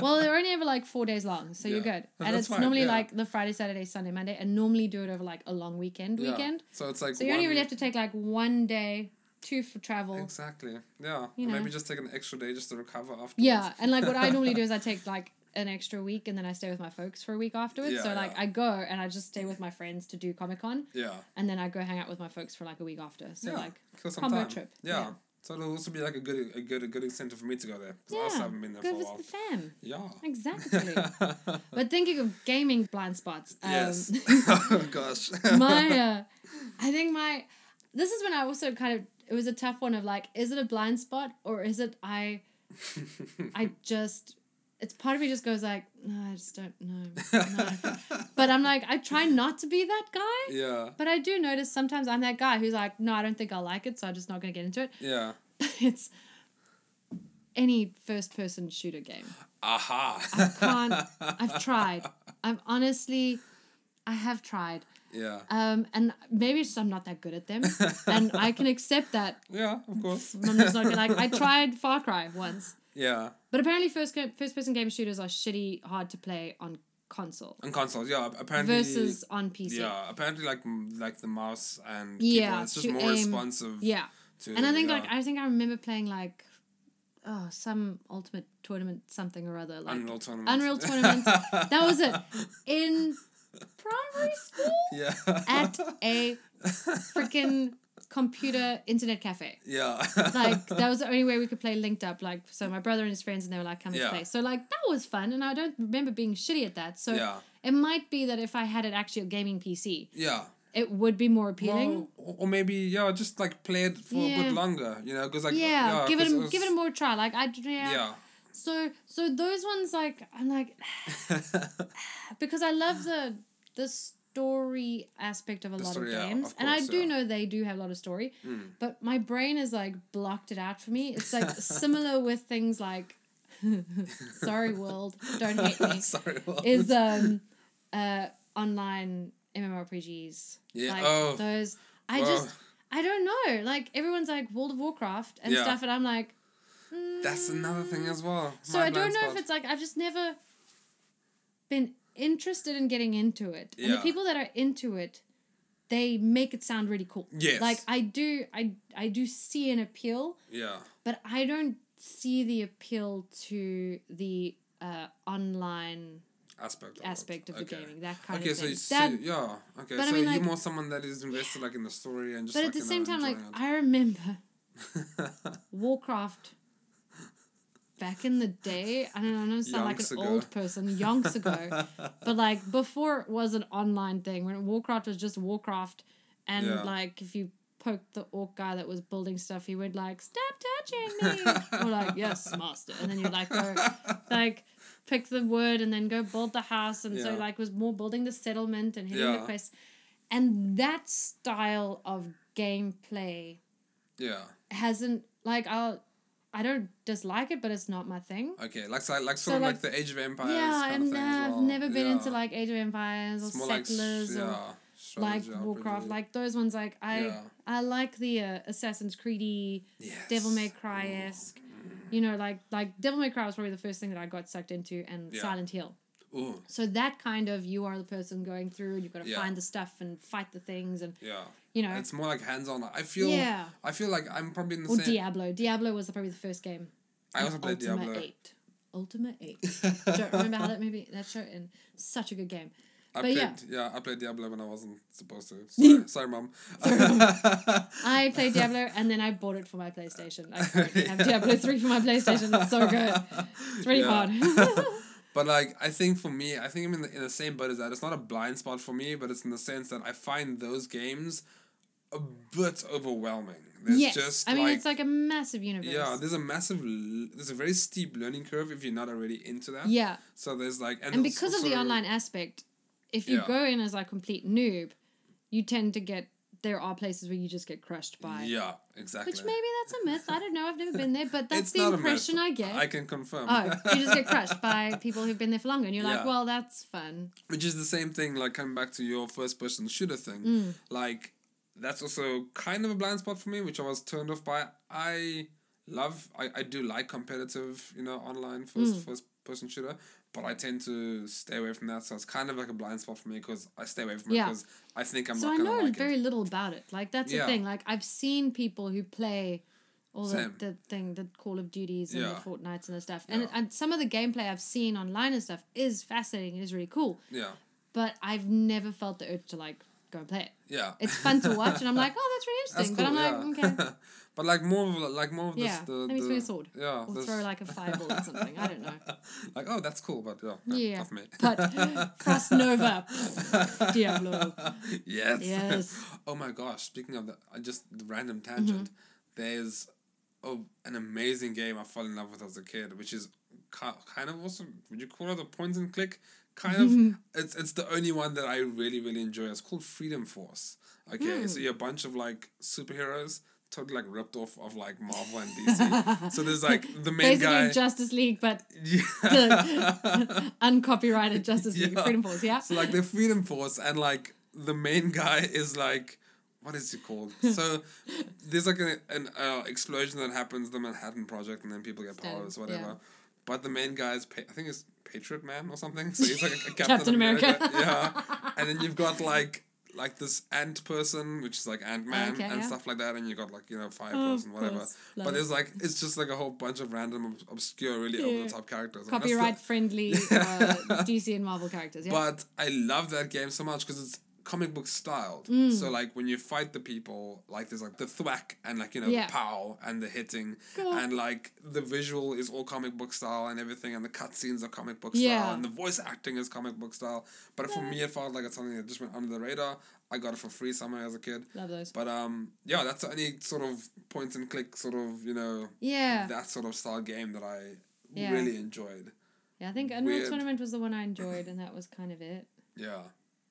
Speaker 1: well, they're only ever like four days long, so you're
Speaker 2: Yeah.
Speaker 1: good.
Speaker 2: No,
Speaker 1: And
Speaker 2: that's
Speaker 1: it's
Speaker 2: fine,
Speaker 1: normally
Speaker 2: yeah.
Speaker 1: like the Friday, Saturday, Sunday, Monday, and normally do it over like a long weekend.
Speaker 2: Yeah.
Speaker 1: Weekend.
Speaker 2: So it's like
Speaker 1: So you only
Speaker 2: one-
Speaker 1: really have to take like one day, two for travel.
Speaker 2: Exactly. Yeah.
Speaker 1: You
Speaker 2: Or
Speaker 1: know.
Speaker 2: Maybe just take an extra day just to recover after.
Speaker 1: Yeah, and like what I normally do is I take like an extra week and then I stay with my folks for a week afterwards.
Speaker 2: Yeah,
Speaker 1: so like
Speaker 2: yeah.
Speaker 1: I go and I just stay with my friends to do Comic Con,
Speaker 2: Yeah.
Speaker 1: and then I go hang out with my folks for like a week after. So
Speaker 2: yeah.
Speaker 1: like
Speaker 2: Kill some
Speaker 1: combo
Speaker 2: time.
Speaker 1: trip,
Speaker 2: Yeah.
Speaker 1: yeah.
Speaker 2: So it'll also be like a good a good a good incentive for me to go there. Because I also
Speaker 1: yeah,
Speaker 2: haven't been there
Speaker 1: go
Speaker 2: for a
Speaker 1: visit
Speaker 2: while.
Speaker 1: the fam.
Speaker 2: Yeah.
Speaker 1: Exactly. but thinking of gaming blind spots. Um,
Speaker 2: yes. oh gosh.
Speaker 1: my uh, I think my this is when I also kind of it was a tough one of like is it a blind spot or is it I I just it's part of me just goes like no I just don't know no." but I'm like I try not to be that guy
Speaker 2: yeah.
Speaker 1: but I do notice sometimes I'm that guy who's like no I don't think I'll like it so I'm just not gonna get into it
Speaker 2: Yeah.
Speaker 1: but it's any first person shooter game
Speaker 2: Aha.
Speaker 1: can't I've tried I'm honestly I have tried
Speaker 2: yeah.
Speaker 1: um, and maybe it's just I'm not that good at them, and I can accept that.
Speaker 2: Yeah, of course.
Speaker 1: I'm just not gonna, like I tried Far Cry once,
Speaker 2: Yeah.
Speaker 1: but apparently first ga- first person game shooters are shitty, hard to play on console
Speaker 2: And consoles, yeah. Apparently
Speaker 1: versus on PC. Yeah,
Speaker 2: Yeah, apparently like m- like the mouse and
Speaker 1: Yeah,
Speaker 2: keyboard, it's just
Speaker 1: to
Speaker 2: more
Speaker 1: aim.
Speaker 2: responsive to
Speaker 1: and I think
Speaker 2: yeah.
Speaker 1: like I think I remember playing like oh some ultimate tournament something or other like
Speaker 2: Unreal Tournament.
Speaker 1: Unreal Tournament. that was it in primary school
Speaker 2: Yeah.
Speaker 1: at a freaking computer internet cafe.
Speaker 2: yeah.
Speaker 1: like that was the only way we could play linked up like so my brother and his friends and they were like come and
Speaker 2: Yeah.
Speaker 1: play so like that was fun and i don't remember being shitty at that so
Speaker 2: Yeah.
Speaker 1: it might be that if i had an actual gaming pc
Speaker 2: Yeah.
Speaker 1: it would be more appealing
Speaker 2: Well, or or maybe yeah, just like play it for a
Speaker 1: Yeah.
Speaker 2: bit longer, you know, because like
Speaker 1: yeah, give it
Speaker 2: 'cause
Speaker 1: a, give it a more try like i yeah.
Speaker 2: yeah,
Speaker 1: so so those ones like i'm like because i love the the story aspect of a
Speaker 2: The
Speaker 1: lot of
Speaker 2: story, yeah,
Speaker 1: games
Speaker 2: of
Speaker 1: and i
Speaker 2: course,
Speaker 1: do
Speaker 2: yeah. Hmm.
Speaker 1: know they do have a lot of story but my brain has like blocked it out for me it's like similar with things like sorry world don't hate me
Speaker 2: Sorry. what?
Speaker 1: is um uh online mmorpgs
Speaker 2: Yeah,
Speaker 1: like
Speaker 2: oh.
Speaker 1: those i just i don't know like everyone's like world of warcraft and
Speaker 2: Yeah.
Speaker 1: stuff and i'm like mm.
Speaker 2: That's another thing as well.
Speaker 1: so
Speaker 2: my
Speaker 1: I don't
Speaker 2: blind
Speaker 1: know if
Speaker 2: spot.
Speaker 1: it's like I've just never been interested in getting into it. And the
Speaker 2: Yeah.
Speaker 1: people that are into it, they make it sound really cool.
Speaker 2: Yes.
Speaker 1: Like I do I I do see an appeal,
Speaker 2: yeah,
Speaker 1: but I don't see the appeal to the uh, online
Speaker 2: aspect of it.
Speaker 1: aspect of the
Speaker 2: Okay.
Speaker 1: gaming, that kind
Speaker 2: okay,
Speaker 1: of
Speaker 2: so
Speaker 1: thing.
Speaker 2: you see,
Speaker 1: That-
Speaker 2: yeah, okay,
Speaker 1: but I
Speaker 2: so
Speaker 1: mean, like-
Speaker 2: you're more someone that is invested like in the story and just.
Speaker 1: but
Speaker 2: like,
Speaker 1: at the
Speaker 2: you know,
Speaker 1: same time, like
Speaker 2: enjoying it.
Speaker 1: I remember Warcraft back in the day. I don't know, I don't sound like
Speaker 2: Yonks
Speaker 1: an
Speaker 2: ago.
Speaker 1: old person, yonks ago. but like before it was an online thing, when Warcraft was just Warcraft and
Speaker 2: Yeah.
Speaker 1: like if you poked the orc guy that was building stuff, he would like, Stop touching me Or like, Yes, master and then you'd like "Oh." go like pick the wood and then go build the house and so
Speaker 2: Yeah.
Speaker 1: like was more building the settlement and hitting the
Speaker 2: Yeah.
Speaker 1: quest. And that style of gameplay
Speaker 2: yeah,
Speaker 1: hasn't like I'll I don't dislike it, but it's not my thing.
Speaker 2: okay, like so, like
Speaker 1: So,
Speaker 2: sort of like,
Speaker 1: like-
Speaker 2: the Age of Empires.
Speaker 1: yeah,
Speaker 2: kind
Speaker 1: I've,
Speaker 2: of thing as
Speaker 1: nev-
Speaker 2: well.
Speaker 1: never been into
Speaker 2: Yeah.
Speaker 1: like Age of Empires or
Speaker 2: It's more like s-
Speaker 1: Settlers or
Speaker 2: yeah,
Speaker 1: like
Speaker 2: strategy
Speaker 1: Warcraft,
Speaker 2: RPG.
Speaker 1: like those ones. Like I
Speaker 2: Yeah.
Speaker 1: I like the uh, Assassin's Creedy,
Speaker 2: Yes.
Speaker 1: Devil May Cry esque.
Speaker 2: Mm.
Speaker 1: You know, like like Devil May Cry was probably the first thing that I got sucked into, and
Speaker 2: Yeah.
Speaker 1: Silent Hill.
Speaker 2: Ooh,
Speaker 1: So that kind of you are the person going through, and you've got to
Speaker 2: Yeah.
Speaker 1: find the stuff and fight the things, and
Speaker 2: yeah.
Speaker 1: you know,
Speaker 2: It's more like hands-on. I feel.
Speaker 1: Yeah.
Speaker 2: I feel like I'm probably in the
Speaker 1: or
Speaker 2: same.
Speaker 1: Diablo. Diablo was probably the first game.
Speaker 2: I also played
Speaker 1: Ultima
Speaker 2: Diablo.
Speaker 1: Eight. Ultima Eight. Don't remember how that movie that show in such a good game. But
Speaker 2: I played,
Speaker 1: yeah.
Speaker 2: yeah. I played Diablo when I wasn't supposed to. Sorry, sorry mum.
Speaker 1: I played Diablo and then I bought it for my PlayStation. I currently have Diablo 3 for my PlayStation. It's so good. It's really
Speaker 2: Yeah.
Speaker 1: hard.
Speaker 2: But like, I think for me, I think I'm in the, in the same boat as that. It's not a blind spot for me, but it's in the sense that I find those games a bit overwhelming. There's
Speaker 1: yes.
Speaker 2: just
Speaker 1: I mean,
Speaker 2: like,
Speaker 1: it's like a massive universe.
Speaker 2: yeah, there's a massive, l- there's a very steep learning curve if you're not already into that.
Speaker 1: yeah.
Speaker 2: So there's like,
Speaker 1: and
Speaker 2: there's
Speaker 1: because of the
Speaker 2: also-
Speaker 1: online aspect, if you
Speaker 2: Yeah.
Speaker 1: go in as like complete noob, you tend to get there are places where you just get crushed by.
Speaker 2: yeah, exactly.
Speaker 1: Which maybe that's a myth. I don't know. I've never been there, but that's
Speaker 2: It's
Speaker 1: the
Speaker 2: not a
Speaker 1: impression
Speaker 2: myth.
Speaker 1: I get.
Speaker 2: I can confirm.
Speaker 1: oh, you just get crushed by people who've been there for longer, and you're like,
Speaker 2: Yeah.
Speaker 1: well, that's fun.
Speaker 2: Which is the same thing, like coming back to your first person shooter thing.
Speaker 1: Mm.
Speaker 2: Like, that's also kind of a blind spot for me, which I was turned off by. I love, I, I do like competitive, you know, online first,
Speaker 1: Mm.
Speaker 2: first person shooter, but I tend to stay away from that. So it's kind of like a blind spot for me because I stay away from it
Speaker 1: Yeah.
Speaker 2: because I think I'm
Speaker 1: So I
Speaker 2: not going
Speaker 1: know
Speaker 2: to like
Speaker 1: very
Speaker 2: it.
Speaker 1: little about it. Like that's the
Speaker 2: Yeah.
Speaker 1: thing. Like I've seen people who play all the,
Speaker 2: Same.
Speaker 1: the thing, the Call of Duties and
Speaker 2: Yeah.
Speaker 1: the Fortnites and the stuff. And
Speaker 2: Yeah.
Speaker 1: and some of the gameplay I've seen online and stuff is fascinating. It is really cool.
Speaker 2: Yeah.
Speaker 1: But I've never felt the urge to like go and play it.
Speaker 2: Yeah.
Speaker 1: It's fun to watch, and I'm like, oh, that's really interesting. but I'm like, okay.
Speaker 2: but like more of like more of this
Speaker 1: Yeah,
Speaker 2: the,
Speaker 1: let me swing a
Speaker 2: the-
Speaker 1: sword.
Speaker 2: Yeah.
Speaker 1: Or
Speaker 2: this-
Speaker 1: throw like a fireball or something. I don't know.
Speaker 2: like, oh that's cool, but yeah. no,
Speaker 1: Yeah.
Speaker 2: not for me.
Speaker 1: But Frost Nova, Diablo.
Speaker 2: Yes.
Speaker 1: Yes. Mm-hmm.
Speaker 2: oh my gosh! Speaking of the uh, just the random tangent, there's oh an amazing game I fell in love with as a kid, which is ki- kind of also would you call it a point and click? Kind of. It's it's the only one that I really really enjoy. It's called Freedom Force. Okay,
Speaker 1: Hmm.
Speaker 2: so you're a bunch of like superheroes. Totally like ripped off of like Marvel and DC. so there's like the main
Speaker 1: Basically
Speaker 2: guy.
Speaker 1: Justice League, but
Speaker 2: Yeah.
Speaker 1: uncopyrighted Justice League.
Speaker 2: Yeah.
Speaker 1: Freedom Force, yeah.
Speaker 2: So like the Freedom Force and like the main guy is like what is he called? So there's like an, an uh, explosion that happens, the Manhattan Project, and then people get
Speaker 1: Standard,
Speaker 2: powers,
Speaker 1: yeah.
Speaker 2: whatever. But the main guy is pa- I think it's Patriot Man or something. So he's like a, a Captain,
Speaker 1: Captain America.
Speaker 2: America. yeah, and then you've got like like this ant person, which is like Ant Man
Speaker 1: Okay,
Speaker 2: and
Speaker 1: yeah.
Speaker 2: stuff like that, and you got like you know fire
Speaker 1: Oh, of
Speaker 2: person, whatever.
Speaker 1: course. Love
Speaker 2: But
Speaker 1: it.
Speaker 2: there's like it's just like a whole bunch of random ob- obscure, really
Speaker 1: Yeah.
Speaker 2: over the top characters. And that's the-
Speaker 1: Copyright friendly uh, DC and Marvel characters, yeah.
Speaker 2: but I love that game so much because it's comic book styled.
Speaker 1: Mm.
Speaker 2: So like when you fight the people, like there's like the thwack and like you know
Speaker 1: Yeah.
Speaker 2: the pow and the hitting
Speaker 1: Cool.
Speaker 2: and like the visual is all comic book style and everything and the cutscenes are comic book
Speaker 1: Yeah.
Speaker 2: style and the voice acting is comic book style. But for me, it felt like it's something that just went under the radar. I got it for free somewhere as a kid.
Speaker 1: Love those.
Speaker 2: But um, yeah, that's the only sort of point and click sort of you know
Speaker 1: yeah.
Speaker 2: that sort of style game that I
Speaker 1: Yeah.
Speaker 2: really enjoyed.
Speaker 1: yeah, I think Unreal
Speaker 2: weird.
Speaker 1: Tournament was the one I enjoyed, and that was kind of it.
Speaker 2: Yeah,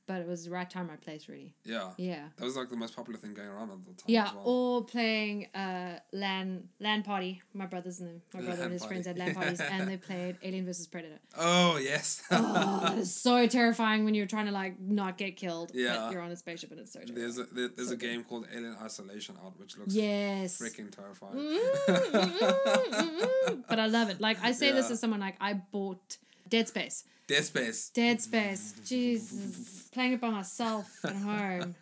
Speaker 1: But it was the right time, right place, really.
Speaker 2: yeah.
Speaker 1: Yeah.
Speaker 2: That was like the most popular thing going around at the time.
Speaker 1: Yeah,
Speaker 2: as well.
Speaker 1: or playing uh LAN LAN party. My brothers and them, my brother
Speaker 2: LAN
Speaker 1: and his friends had
Speaker 2: party.
Speaker 1: LAN parties, and they played Alien versus Predator.
Speaker 2: Oh yes.
Speaker 1: Oh, that is so terrifying when you're trying to like not get killed.
Speaker 2: Yeah.
Speaker 1: but you're on a spaceship and it's so terrifying.
Speaker 2: there's a there, there's
Speaker 1: So
Speaker 2: a
Speaker 1: good.
Speaker 2: game called Alien Isolation out, which looks
Speaker 1: Yes. Mm-hmm,
Speaker 2: freaking terrifying.
Speaker 1: Mm-mm-mm-mm. Mm-hmm, but I love it. Like I say this
Speaker 2: Yeah.
Speaker 1: as someone like I bought Dead Space.
Speaker 2: Dead Space.
Speaker 1: Dead Space. Jesus. Playing it by myself at home.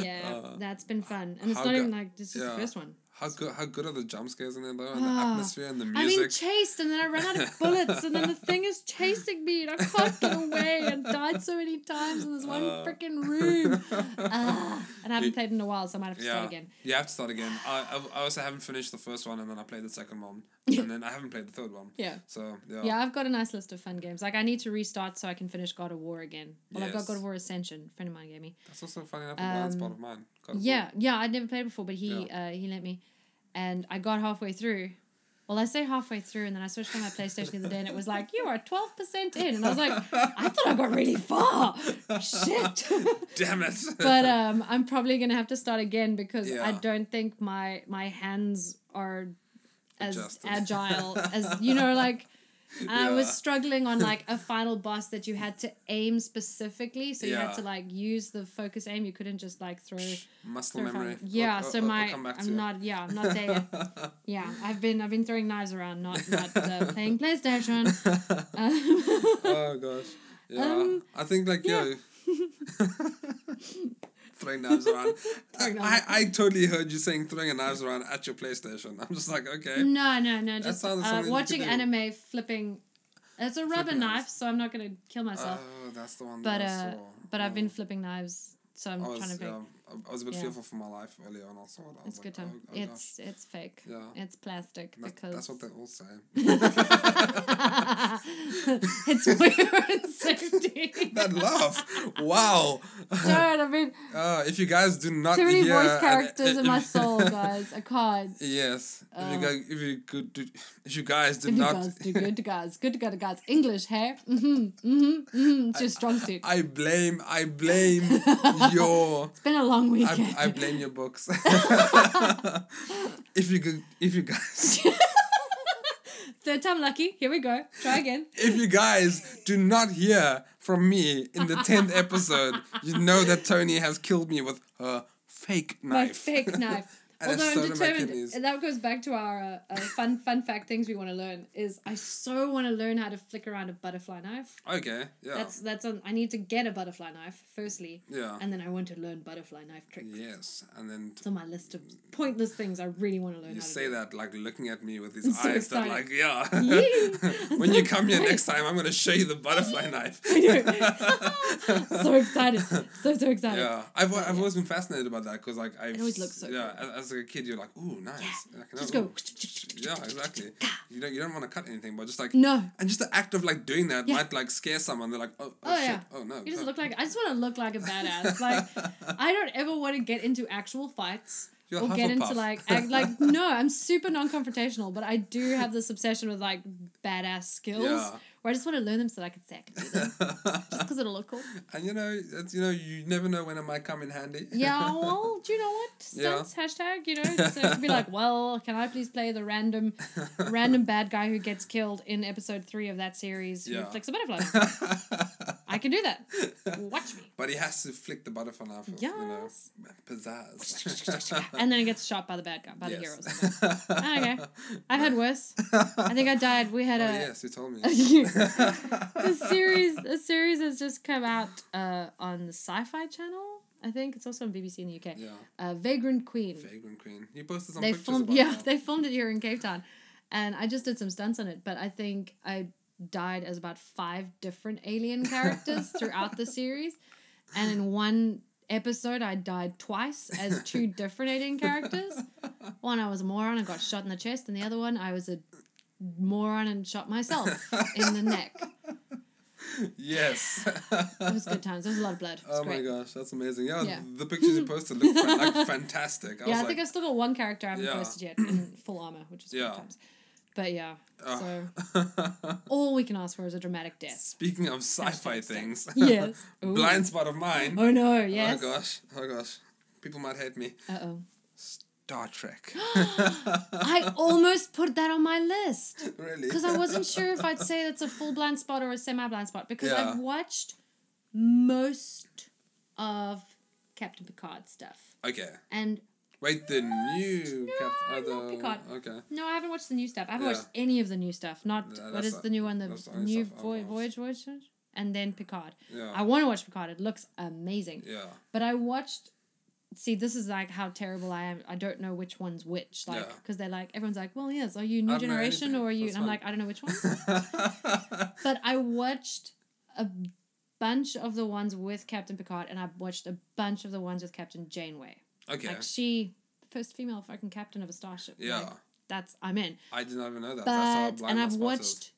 Speaker 1: Yeah,
Speaker 2: Uh,
Speaker 1: that's been fun. And it's
Speaker 2: how
Speaker 1: not
Speaker 2: go-
Speaker 1: even like this is
Speaker 2: yeah.
Speaker 1: the first one.
Speaker 2: How good how good are the jump scares in there though, and the
Speaker 1: Ah.
Speaker 2: atmosphere and the
Speaker 1: I'm being
Speaker 2: music.
Speaker 1: chased and then I ran out of bullets and then the thing is chasing me and I can't get away and died so many times in this one
Speaker 2: Uh.
Speaker 1: freaking room. Ah, and I haven't
Speaker 2: You-
Speaker 1: played in a while, so I might have to
Speaker 2: yeah,
Speaker 1: start again.
Speaker 2: you have to start again. I, I I also haven't finished the first one, and then I played the second one, and then I haven't played the third one.
Speaker 1: Yeah.
Speaker 2: So yeah.
Speaker 1: Yeah, I've got a nice list of fun games. Like I need to restart so I can finish God of War again. Well, I've got
Speaker 2: Yes.
Speaker 1: God of War Ascension. A friend of mine gave me.
Speaker 2: That's also funny enough a blind
Speaker 1: Um,
Speaker 2: spot of mine. God of
Speaker 1: Yeah, yeah, I'd never played it before, but he uh, he lent me, and I got halfway through. Well, I say halfway through, and then I switched on my PlayStation the other day, and it was like, "You are twelve percent in," and I was like, "I thought I got really far, shit."
Speaker 2: War. Damn it.
Speaker 1: but um, I'm probably gonna have to start again because I
Speaker 2: Yeah.
Speaker 1: don't think my my hands are as
Speaker 2: Adjusted.
Speaker 1: agile as you know, like. I was
Speaker 2: Yeah.
Speaker 1: struggling on like a final boss that you had to aim specifically, so you had
Speaker 2: Yeah.
Speaker 1: to like use the focus aim. You couldn't just like throw
Speaker 2: Muscle
Speaker 1: Terrifying.
Speaker 2: memory.
Speaker 1: Yeah,
Speaker 2: I'll- I'll-
Speaker 1: so
Speaker 2: I'll
Speaker 1: my
Speaker 2: come back to
Speaker 1: I'm
Speaker 2: you.
Speaker 1: not yeah, I'm not there yet. yeah, I've been I've been throwing knives around, not not uh, playing PlayStation. Um,
Speaker 2: oh gosh. Yeah.
Speaker 1: Um,
Speaker 2: I think like
Speaker 1: yeah.
Speaker 2: yo throwing knives around.
Speaker 1: Throwing
Speaker 2: I, I totally heard you saying throwing a knives around at your PlayStation. I'm just like, okay.
Speaker 1: Mm, no, no, no, just
Speaker 2: sounds
Speaker 1: uh,
Speaker 2: like something you
Speaker 1: watching
Speaker 2: could do.
Speaker 1: anime flipping It's a rubber
Speaker 2: Flipping knives.
Speaker 1: knife, so I'm not gonna kill myself.
Speaker 2: Oh, that's the one.
Speaker 1: but
Speaker 2: that I
Speaker 1: uh,
Speaker 2: saw.
Speaker 1: but I've been
Speaker 2: Yeah.
Speaker 1: flipping knives, so I'm
Speaker 2: I
Speaker 1: trying to pick.
Speaker 2: was, um, I- I was a bit
Speaker 1: Yeah.
Speaker 2: fearful for my life earlier on. I saw it. I was
Speaker 1: it's
Speaker 2: like,
Speaker 1: good time.
Speaker 2: Oh, oh gosh.
Speaker 1: it's it's fake.
Speaker 2: Yeah.
Speaker 1: It's plastic
Speaker 2: That-
Speaker 1: because
Speaker 2: that's what they all say.
Speaker 1: it's wear and safety.
Speaker 2: that laugh. Wow.
Speaker 1: Jared, I mean,
Speaker 2: Uh, if you guys do not
Speaker 1: too many
Speaker 2: hear
Speaker 1: voice
Speaker 2: an-
Speaker 1: characters in my
Speaker 2: if-
Speaker 1: soul, guys. I can't.
Speaker 2: Yes. if
Speaker 1: Oh.
Speaker 2: you guys, if you could, do, if you guys did
Speaker 1: if you
Speaker 2: not,
Speaker 1: guys do good, guys, good, good, guys. English, hey? Mm-hmm, mm-hmm, mm-hmm. It's your strong suit.
Speaker 2: I blame, I blame your,
Speaker 1: It's been a long weekend.
Speaker 2: I, I blame your books. if you could, if you guys,
Speaker 1: Third time lucky. Here we go. Try again.
Speaker 2: if you guys do not hear from me in the tenth episode, you know that Tony has killed me with her fake
Speaker 1: My
Speaker 2: knife.
Speaker 1: fake knife.
Speaker 2: And it's
Speaker 1: Although I'm
Speaker 2: sewn in my
Speaker 1: determined,
Speaker 2: kidneys.
Speaker 1: and that goes back to our uh, uh, fun fun fact things we want to learn. Is I so want to learn how to flick around a butterfly knife.
Speaker 2: Okay. Yeah.
Speaker 1: That's that's on. I need to get a butterfly knife firstly,
Speaker 2: yeah.
Speaker 1: and then I want to learn butterfly knife tricks.
Speaker 2: yes, and then.
Speaker 1: It's on my list of pointless things I really want to learn.
Speaker 2: You
Speaker 1: how to
Speaker 2: say
Speaker 1: do.
Speaker 2: that like looking at me with these
Speaker 1: I'm so
Speaker 2: eyes that
Speaker 1: excited.
Speaker 2: like yeah.
Speaker 1: Yeah.
Speaker 2: when
Speaker 1: So
Speaker 2: you come here
Speaker 1: excited.
Speaker 2: next time, I'm gonna show you the butterfly knife.
Speaker 1: know. so excited, so so excited.
Speaker 2: Yeah, I've,
Speaker 1: So,
Speaker 2: I've
Speaker 1: yeah.
Speaker 2: always been fascinated about that because like I
Speaker 1: always looks so
Speaker 2: yeah as, as a kid you're like ooh nice
Speaker 1: Yeah,
Speaker 2: Like,
Speaker 1: Just
Speaker 2: no,
Speaker 1: go.
Speaker 2: ooh. yeah exactly you don't you don't want to cut anything but just like
Speaker 1: No,
Speaker 2: and just the act of like doing that
Speaker 1: Yeah.
Speaker 2: might like scare someone they're like oh oh,
Speaker 1: Oh,
Speaker 2: shit
Speaker 1: yeah.
Speaker 2: oh no
Speaker 1: you just
Speaker 2: oh."
Speaker 1: look like I just want to look like a badass. Like I don't ever want to get into actual fights
Speaker 2: You're
Speaker 1: or get into
Speaker 2: Hufflepuff.
Speaker 1: like act, like no, I'm super non-confrontational, but I do have this obsession with like badass skills
Speaker 2: Yeah.
Speaker 1: where I just want to learn them so that I can say I can do them just because it'll look cool.
Speaker 2: and you know it's, you know you never know when it might come in handy
Speaker 1: Yeah, well, do you know what?
Speaker 2: Yeah.
Speaker 1: Stunts hashtag, you know, so it could be like, well, can I please play the random, random bad guy who gets killed in episode three of that series
Speaker 2: Yeah.
Speaker 1: who flicks a butterfly? knife? I can do that. Watch me.
Speaker 2: but he has to flick the butterfly knife with, you know
Speaker 1: Yes.
Speaker 2: pizzazz
Speaker 1: And then he gets shot by the bad guy, by the heroes.
Speaker 2: okay.
Speaker 1: I've had worse. I think I died. We had
Speaker 2: Oh
Speaker 1: a
Speaker 2: yes, you told me.
Speaker 1: a series. A series has just come out uh, on the Sci-Fi Channel. I think it's also on BBC in the UK.
Speaker 2: Yeah,
Speaker 1: Uh, Vagrant Queen.
Speaker 2: Vagrant Queen. You posted some
Speaker 1: they
Speaker 2: pictures
Speaker 1: filmed.
Speaker 2: about
Speaker 1: Yeah,
Speaker 2: that.
Speaker 1: they filmed it here in Cape Town, and I just did some stunts on it. But I think I died as about five different alien characters throughout the series, and in one episode I died twice as two different alien characters. One I was a moron and got shot in the chest, and the other one I was a moron and shot myself in the neck.
Speaker 2: Yes.
Speaker 1: It was good times. There was a lot of blood. It was
Speaker 2: oh
Speaker 1: great.
Speaker 2: my gosh, that's amazing. Yeah,
Speaker 1: Yeah.
Speaker 2: the pictures you posted look fan- like fantastic.
Speaker 1: yeah,
Speaker 2: I
Speaker 1: I
Speaker 2: was
Speaker 1: think
Speaker 2: like,
Speaker 1: I've still got one character I haven't
Speaker 2: Yeah.
Speaker 1: posted yet in full armor, which is
Speaker 2: Yeah.
Speaker 1: good times. But yeah,
Speaker 2: Ah.
Speaker 1: so all we can ask for is a dramatic death.
Speaker 2: speaking of sci-fi
Speaker 1: Hashtag sex.
Speaker 2: things,
Speaker 1: Yes. Ooh.
Speaker 2: blind spot of mine.
Speaker 1: Oh no! Yes.
Speaker 2: Oh gosh, oh gosh, people might hate me.
Speaker 1: Uh oh.
Speaker 2: Star Trek.
Speaker 1: I almost put that on my list
Speaker 2: really?
Speaker 1: because I wasn't sure if I'd say that's a full blind spot or a semi blind spot because
Speaker 2: Yeah.
Speaker 1: I've watched most of Captain Picard stuff
Speaker 2: Okay,
Speaker 1: and
Speaker 2: wait. The new
Speaker 1: No,
Speaker 2: Captain.
Speaker 1: not Picard.
Speaker 2: Okay.
Speaker 1: No, I haven't watched the new stuff. I haven't
Speaker 2: Yeah.
Speaker 1: watched any of the new stuff. Not
Speaker 2: Yeah,
Speaker 1: what
Speaker 2: that's
Speaker 1: is
Speaker 2: the-
Speaker 1: the new one? The
Speaker 2: that's the only
Speaker 1: new
Speaker 2: stuff I've
Speaker 1: Voy-
Speaker 2: watched.
Speaker 1: Voyage, Voyage, Voyage? and then Picard.
Speaker 2: Yeah.
Speaker 1: I want to watch Picard. It looks amazing.
Speaker 2: yeah.
Speaker 1: But I watched. See, this is like how terrible I am. I don't know which one's which. Like,
Speaker 2: Yeah.
Speaker 1: because they're like, everyone's like, well, yes, are you New
Speaker 2: I don't know
Speaker 1: Generation
Speaker 2: anything.
Speaker 1: or are you?
Speaker 2: That's
Speaker 1: and I'm
Speaker 2: fine.
Speaker 1: like, I don't know which one. but I watched a bunch of the ones with Captain Picard and I watched a bunch of the ones with Captain Janeway.
Speaker 2: okay.
Speaker 1: Like, she, first female fucking captain of a starship.
Speaker 2: yeah.
Speaker 1: Like, that's, I'm in
Speaker 2: I did not even know that. that's how
Speaker 1: but
Speaker 2: blind
Speaker 1: and
Speaker 2: my
Speaker 1: I've
Speaker 2: spot is.
Speaker 1: watched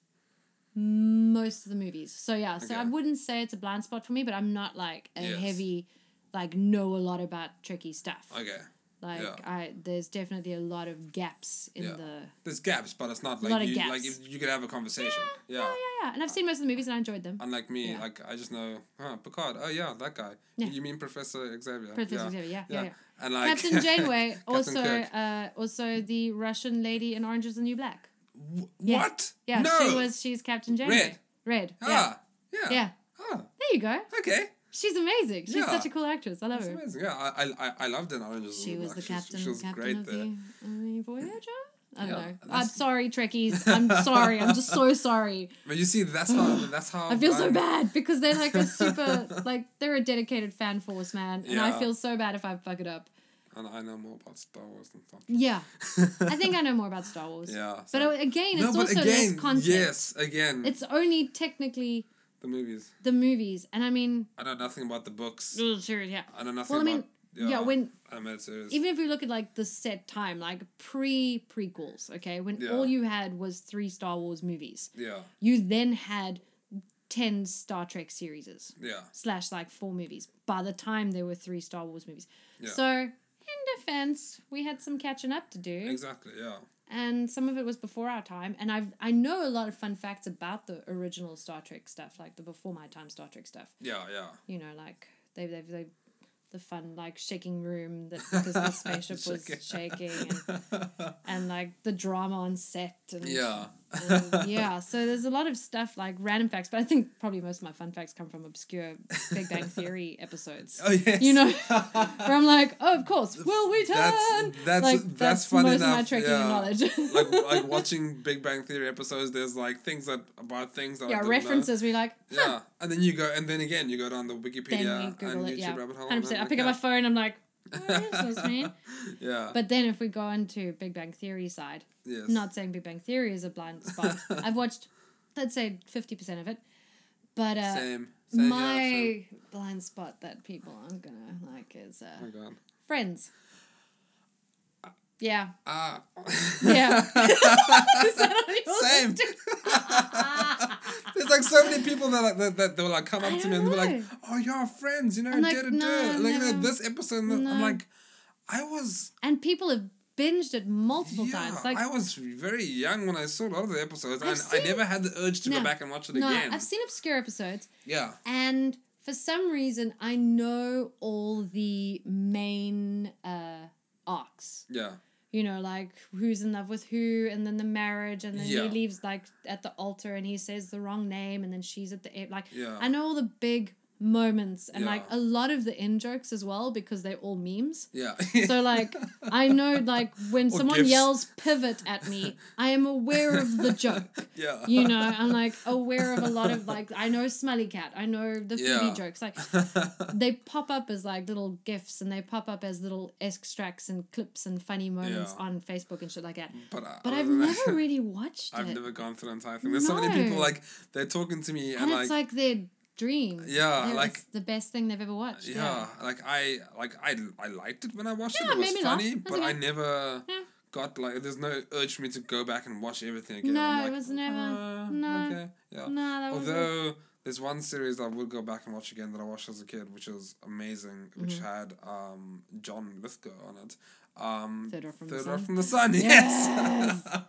Speaker 1: most of the movies. So yeah, so I
Speaker 2: Okay.
Speaker 1: wouldn't say it's a blind spot for me, but I'm not like a
Speaker 2: Yes.
Speaker 1: heavy like know a lot about tricky stuff.
Speaker 2: Okay.
Speaker 1: Like
Speaker 2: yeah.
Speaker 1: I there's definitely a lot of gaps in
Speaker 2: Yeah.
Speaker 1: the
Speaker 2: There's gaps, but it's not
Speaker 1: A lot
Speaker 2: like
Speaker 1: of
Speaker 2: you
Speaker 1: gaps.
Speaker 2: like if you could have a conversation. Yeah.
Speaker 1: Oh yeah, yeah. And I've seen most of the movies and I enjoyed them.
Speaker 2: Unlike me,
Speaker 1: Yeah.
Speaker 2: like I just know, huh, Picard. Oh yeah, that guy.
Speaker 1: Yeah.
Speaker 2: You mean Professor Xavier?
Speaker 1: Professor
Speaker 2: yeah.
Speaker 1: Xavier, yeah, yeah, yeah.
Speaker 2: And like
Speaker 1: Captain Janeway,
Speaker 2: Captain
Speaker 1: also
Speaker 2: Kirk.
Speaker 1: uh also the Russian lady in Orange is the New Black.
Speaker 2: W-
Speaker 1: Yeah.
Speaker 2: What?
Speaker 1: Yeah,
Speaker 2: no.
Speaker 1: she was she's Captain Janeway. Red. Yeah.
Speaker 2: Ah, yeah.
Speaker 1: yeah.
Speaker 2: Ah,
Speaker 1: There you go.
Speaker 2: okay.
Speaker 1: She's amazing. She's
Speaker 2: Yeah.
Speaker 1: such a cool actress. I love
Speaker 2: That's
Speaker 1: her.
Speaker 2: amazing. Yeah, I I- I, I loved in Orange is
Speaker 1: She
Speaker 2: New
Speaker 1: was
Speaker 2: Black.
Speaker 1: the
Speaker 2: She
Speaker 1: captain,
Speaker 2: She was
Speaker 1: captain
Speaker 2: great
Speaker 1: of
Speaker 2: there.
Speaker 1: the, of the Voyager. I don't
Speaker 2: Yeah,
Speaker 1: know. I'm
Speaker 2: that's-
Speaker 1: sorry, Trekkies. I'm sorry. I'm just so sorry.
Speaker 2: But you see, that's how that's how
Speaker 1: I feel so
Speaker 2: blind-
Speaker 1: bad because they're like a super, like they're a dedicated fan force, man, and I
Speaker 2: Yeah.
Speaker 1: feel so bad if I fuck it up.
Speaker 2: And I know more about Star Wars than something.
Speaker 1: Yeah. I think I know more about Star Wars.
Speaker 2: Yeah.
Speaker 1: But
Speaker 2: so-
Speaker 1: uh, again, it's
Speaker 2: no, but
Speaker 1: also
Speaker 2: again,
Speaker 1: less content.
Speaker 2: yes, again,
Speaker 1: It's only technically
Speaker 2: the movies.
Speaker 1: the movies. And I mean,
Speaker 2: I know nothing about the books.
Speaker 1: ugh, sure, yeah.
Speaker 2: I know
Speaker 1: Mm.
Speaker 2: nothing
Speaker 1: Well, I mean,
Speaker 2: about
Speaker 1: yeah, when
Speaker 2: animated series.
Speaker 1: even if we look at like the set time, like pre prequels, okay, when
Speaker 2: Yeah.
Speaker 1: all you had was three Star Wars movies,
Speaker 2: yeah,
Speaker 1: you then had 10 Star Trek series
Speaker 2: yeah,
Speaker 1: slash like four movies by the time there were three Star Wars movies.
Speaker 2: Yeah.
Speaker 1: So, in defense, we had some catching up to do,
Speaker 2: exactly, yeah,
Speaker 1: and some of it was before our time. And I've I know a lot of fun facts about the original Star Trek stuff, like the before my time Star Trek stuff.
Speaker 2: yeah, yeah.
Speaker 1: You know, like they they they the fun like shaking room that because the spaceship was shaking and, and like the drama on set and
Speaker 2: Yeah.
Speaker 1: and, Um, uh, yeah, so there's a lot of stuff like random facts, but I think probably most of my fun facts come from obscure Big Bang Theory episodes.
Speaker 2: Oh yes.
Speaker 1: You know, where I'm like, oh, of course, Will Wheaton.
Speaker 2: That's that's
Speaker 1: like,
Speaker 2: that's, funny
Speaker 1: most
Speaker 2: enough.
Speaker 1: of my trekking
Speaker 2: yeah.
Speaker 1: knowledge.
Speaker 2: like like watching Big Bang Theory episodes. There's like things that about things that I
Speaker 1: yeah,
Speaker 2: didn't
Speaker 1: references. We like,
Speaker 2: Know. Yeah, and then you go and then again you go down the Wikipedia
Speaker 1: then we
Speaker 2: and
Speaker 1: Google
Speaker 2: YouTube
Speaker 1: it. Yeah,
Speaker 2: rabbit hole.
Speaker 1: hundred percent. I pick up my phone. I'm like, what is this man?
Speaker 2: yeah.
Speaker 1: But then if we go into Big Bang Theory side,
Speaker 2: yes.
Speaker 1: I'm not saying Big Bang Theory is a blind spot. I've watched, let's say, fifty percent of it, but uh,
Speaker 2: same. same yeah,
Speaker 1: my
Speaker 2: same.
Speaker 1: blind spot that people aren't gonna like is uh,
Speaker 2: Oh my god.
Speaker 1: friends. Yeah.
Speaker 2: Ah.
Speaker 1: Yeah. Is that on your
Speaker 2: Same.
Speaker 1: list?
Speaker 2: There's like so many people that, like, that that they will like come up
Speaker 1: I
Speaker 2: to me and
Speaker 1: don't
Speaker 2: they're like,
Speaker 1: know.
Speaker 2: "Oh, you're friends," you know,
Speaker 1: I'm like,
Speaker 2: da da
Speaker 1: "No,
Speaker 2: da. Like you know,
Speaker 1: no,
Speaker 2: this episode,
Speaker 1: no."
Speaker 2: I'm like, I was
Speaker 1: And people have binged it multiple
Speaker 2: yeah,
Speaker 1: times. Like
Speaker 2: I was very young when I saw a lot of the episodes,
Speaker 1: I've
Speaker 2: and
Speaker 1: seen-
Speaker 2: I never had the urge to
Speaker 1: No,
Speaker 2: go back and watch it
Speaker 1: no,
Speaker 2: again.
Speaker 1: I've seen obscure episodes,
Speaker 2: yeah,
Speaker 1: and for some reason, I know all the main uh, arcs.
Speaker 2: yeah,
Speaker 1: you know, like who's in love with who, and then the marriage, and then
Speaker 2: Yeah.
Speaker 1: he leaves like at the altar, and he says the wrong name, and then she's at the a- like.
Speaker 2: Yeah.
Speaker 1: I know all the big moments, and like
Speaker 2: Yeah.
Speaker 1: a lot of the in jokes as well because they're all memes.
Speaker 2: yeah.
Speaker 1: So like I know like when
Speaker 2: Or
Speaker 1: someone
Speaker 2: gifs.
Speaker 1: yells pivot at me, I am aware of the joke.
Speaker 2: yeah,
Speaker 1: You know, I'm like aware of a lot of like I know Smelly Cat, I know the Phoebe
Speaker 2: Yeah.
Speaker 1: jokes. Like they pop up as like little gifs and they pop up as little extracts and clips and funny moments
Speaker 2: Yeah.
Speaker 1: on Facebook and shit like that.
Speaker 2: but, I,
Speaker 1: But
Speaker 2: I
Speaker 1: I've
Speaker 2: don't know.
Speaker 1: never really watched
Speaker 2: I've
Speaker 1: it.
Speaker 2: never gone through the entire thing. There's so many
Speaker 1: No.
Speaker 2: people like they're talking to me
Speaker 1: and
Speaker 2: and,
Speaker 1: it's
Speaker 2: like,
Speaker 1: like their dream.
Speaker 2: Yeah,
Speaker 1: They're-
Speaker 2: like-
Speaker 1: it's the best thing they've ever watched.
Speaker 2: yeah, like I like I I liked it when I watched
Speaker 1: Yeah,
Speaker 2: it.
Speaker 1: it
Speaker 2: It was
Speaker 1: made me laugh.
Speaker 2: funny,
Speaker 1: That's
Speaker 2: but I
Speaker 1: okay.
Speaker 2: never
Speaker 1: Yeah.
Speaker 2: got like there's no urge for me to go back and watch everything again.
Speaker 1: No,
Speaker 2: I'm
Speaker 1: it
Speaker 2: like,
Speaker 1: was never-
Speaker 2: "Ah,
Speaker 1: no.
Speaker 2: Okay. Yeah.
Speaker 1: Nah, that was it.
Speaker 2: Although there's one series that I would go back and watch again that I watched as a kid, which was amazing, which
Speaker 1: Mm-hmm.
Speaker 2: had um, John Lithgow on it. Um,
Speaker 1: Third Rock from the
Speaker 2: Third
Speaker 1: Sun.
Speaker 2: Rock from the Sun. Yes.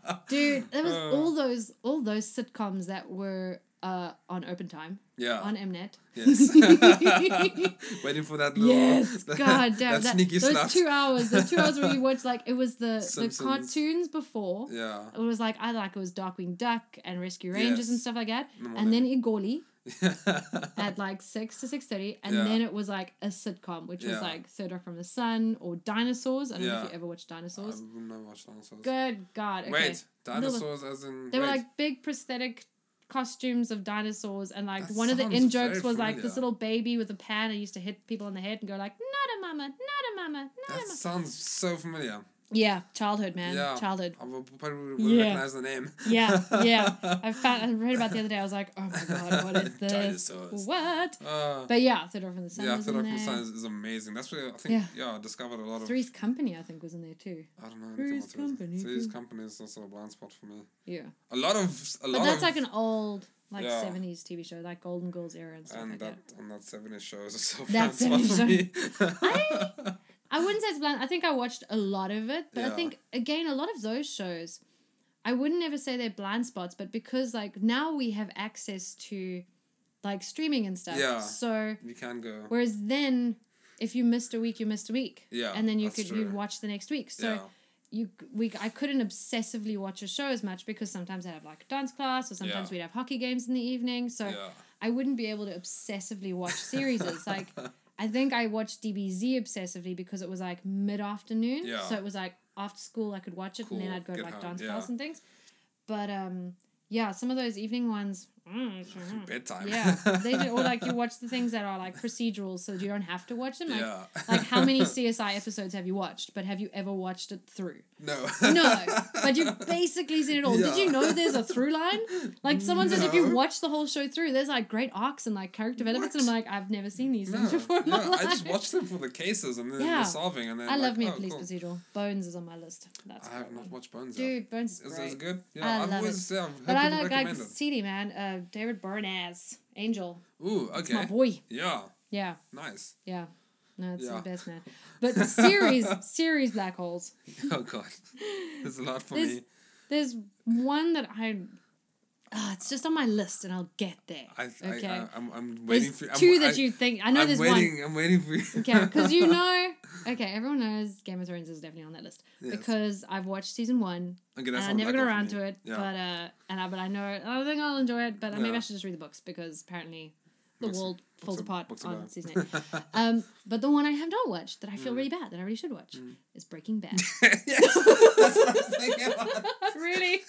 Speaker 1: Dude, there was
Speaker 2: Uh.
Speaker 1: all those all those sitcoms that were uh, on open time
Speaker 2: yeah.
Speaker 1: on Mnet.
Speaker 2: Uh, yes. Waiting for that little.
Speaker 1: Yes,
Speaker 2: that-
Speaker 1: god damn
Speaker 2: that,
Speaker 1: that,
Speaker 2: sneaky
Speaker 1: those
Speaker 2: slut.
Speaker 1: two hours, those two hours where you watched like it was the the
Speaker 2: Simpsons.
Speaker 1: cartoons before.
Speaker 2: Yeah.
Speaker 1: It was like I like it was Darkwing Duck and Rescue Rangers and
Speaker 2: Yes.
Speaker 1: stuff like that,
Speaker 2: In the
Speaker 1: and then Igoli at like six to six thirty, and
Speaker 2: Yeah.
Speaker 1: then it was like a sitcom, which was
Speaker 2: Yeah.
Speaker 1: like Third Rock from the Sun or Dinosaurs. I don't know if
Speaker 2: Yeah.
Speaker 1: you ever watched
Speaker 2: I
Speaker 1: Dinosaurs.
Speaker 2: would not watch dinosaurs.
Speaker 1: Good God! Okay.
Speaker 2: Wait,
Speaker 1: Little-
Speaker 2: dinosaurs as in.
Speaker 1: They
Speaker 2: wait,
Speaker 1: were like big prosthetic costumes of dinosaurs, and like
Speaker 2: That
Speaker 1: one of the
Speaker 2: sounds
Speaker 1: in jokes
Speaker 2: very
Speaker 1: was like this
Speaker 2: familiar.
Speaker 1: little baby with a pan. I used to hit people on the head and go like, "Not a mama, not a mama, not
Speaker 2: That
Speaker 1: a mama."
Speaker 2: sounds so familiar.
Speaker 1: Yeah, childhood man,
Speaker 2: Yeah.
Speaker 1: childhood.
Speaker 2: I would probably would
Speaker 1: Yeah.
Speaker 2: recognize the name.
Speaker 1: Yeah, yeah. I found I read about it the other day. I was like, oh my god, what is this?
Speaker 2: Dinosaurs.
Speaker 1: What?
Speaker 2: Uh,
Speaker 1: But yeah, Theodore from the Sun
Speaker 2: yeah,
Speaker 1: was
Speaker 2: Third Rock
Speaker 1: in
Speaker 2: from the
Speaker 1: there.
Speaker 2: Sun is, is amazing. That's where I think
Speaker 1: Yeah.
Speaker 2: yeah, I discovered a lot of
Speaker 1: Three's Company, I think, was in there too.
Speaker 2: I don't know.
Speaker 1: Three's
Speaker 2: anything about Three's
Speaker 1: Company,
Speaker 2: company. Three's
Speaker 1: yeah.
Speaker 2: company is also a blind spot for me.
Speaker 1: Yeah,
Speaker 2: A lot of a
Speaker 1: but
Speaker 2: lot
Speaker 1: that's
Speaker 2: of
Speaker 1: like an old, like
Speaker 2: Yeah.
Speaker 1: seventies TV show, like Golden Girls era and stuff
Speaker 2: and
Speaker 1: like
Speaker 2: that
Speaker 1: that.
Speaker 2: and that seventies shows is so
Speaker 1: That
Speaker 2: blind spot for
Speaker 1: 70s
Speaker 2: me.
Speaker 1: I wouldn't say it's bland. I think I watched a lot of it, but I
Speaker 2: Yeah.
Speaker 1: think again a lot of those shows, I wouldn't ever say they're blind spots, but because like now we have access to, like streaming and stuff.
Speaker 2: Yeah.
Speaker 1: So
Speaker 2: you can go.
Speaker 1: whereas then, if you missed a week, you missed a week.
Speaker 2: Yeah,
Speaker 1: And then you
Speaker 2: that's
Speaker 1: could
Speaker 2: true.
Speaker 1: you watch the next week. So.
Speaker 2: yeah.
Speaker 1: you we I couldn't obsessively watch a show as much because sometimes I'd have like a dance class or sometimes
Speaker 2: Yeah.
Speaker 1: we'd have hockey games in the evening. So
Speaker 2: Yeah.
Speaker 1: I wouldn't be able to obsessively watch series. like mm, I think I watched DBZ obsessively because it was like mid afternoon.
Speaker 2: Yeah.
Speaker 1: So it was like after school I could watch it and then
Speaker 2: Cool,
Speaker 1: I'd go to
Speaker 2: get
Speaker 1: like
Speaker 2: home,
Speaker 1: dance
Speaker 2: yeah.
Speaker 1: class and things. But um yeah, some of those evening ones
Speaker 2: bedtime.
Speaker 1: Yeah, they do, or like you watch the things that are like procedural, so you don't have to watch them. Like,
Speaker 2: Yeah.
Speaker 1: like how many CSI episodes have you watched? But have you ever watched it through?
Speaker 2: No.
Speaker 1: No, but you've basically seen it all. Did you
Speaker 2: Yeah.
Speaker 1: know there's a through line? Like someone says, if you
Speaker 2: No.
Speaker 1: watch the whole show through, there's like great arcs and like character developments, and I'm like, I've never seen these
Speaker 2: No,
Speaker 1: things before in my
Speaker 2: no,
Speaker 1: life.
Speaker 2: I just watch them for the cases and then
Speaker 1: Yeah.
Speaker 2: they're solving and then
Speaker 1: I
Speaker 2: like,
Speaker 1: love me a
Speaker 2: oh,
Speaker 1: police
Speaker 2: cool.
Speaker 1: procedural. Bones is on my list. That's
Speaker 2: I
Speaker 1: a
Speaker 2: have
Speaker 1: great
Speaker 2: not
Speaker 1: one.
Speaker 2: watched Bones. yet.
Speaker 1: Dude, Bones is
Speaker 2: Is,
Speaker 1: great.
Speaker 2: is it good? Yeah,
Speaker 1: I
Speaker 2: have
Speaker 1: love
Speaker 2: always
Speaker 1: it.
Speaker 2: said I've heard
Speaker 1: But I
Speaker 2: people
Speaker 1: like like
Speaker 2: recommend it.
Speaker 1: CD man, uh, David Byrne's Angel.
Speaker 2: Ooh,
Speaker 1: It's my
Speaker 2: okay.
Speaker 1: boy.
Speaker 2: Yeah,
Speaker 1: Yeah,
Speaker 2: nice.
Speaker 1: yeah. No, it's
Speaker 2: Yeah.
Speaker 1: the best man. But series, series black holes.
Speaker 2: Oh god, there's a lot for
Speaker 1: There's-
Speaker 2: me.
Speaker 1: There's one that I, ah, it's just on my list, and I'll get there.
Speaker 2: I,
Speaker 1: okay.
Speaker 2: I, I I'm, I'm waiting
Speaker 1: there's
Speaker 2: for.
Speaker 1: 2
Speaker 2: I'm,
Speaker 1: that
Speaker 2: I,
Speaker 1: you think. I know
Speaker 2: I'm
Speaker 1: there's
Speaker 2: waiting,
Speaker 1: one.
Speaker 2: I'm waiting for you.
Speaker 1: Okay, because you know. Okay, everyone knows Game of Thrones is definitely on that list
Speaker 2: Yes.
Speaker 1: because I've watched season one
Speaker 2: Okay,
Speaker 1: and
Speaker 2: that's
Speaker 1: I
Speaker 2: not
Speaker 1: never
Speaker 2: that
Speaker 1: got
Speaker 2: one for
Speaker 1: around
Speaker 2: me.
Speaker 1: to it.
Speaker 2: Yeah.
Speaker 1: But uh, and I but I know I don't think I'll enjoy it. But uh, maybe
Speaker 2: Yeah.
Speaker 1: I should just read the books because apparently the
Speaker 2: Books-
Speaker 1: world falls
Speaker 2: are-
Speaker 1: apart
Speaker 2: books are
Speaker 1: on
Speaker 2: bad.
Speaker 1: season eight. um, but the one I have not watched that I feel really
Speaker 2: Mm.
Speaker 1: bad that I really should watch is Breaking Bad.
Speaker 2: yes, that's what I was thinking. About.
Speaker 1: really,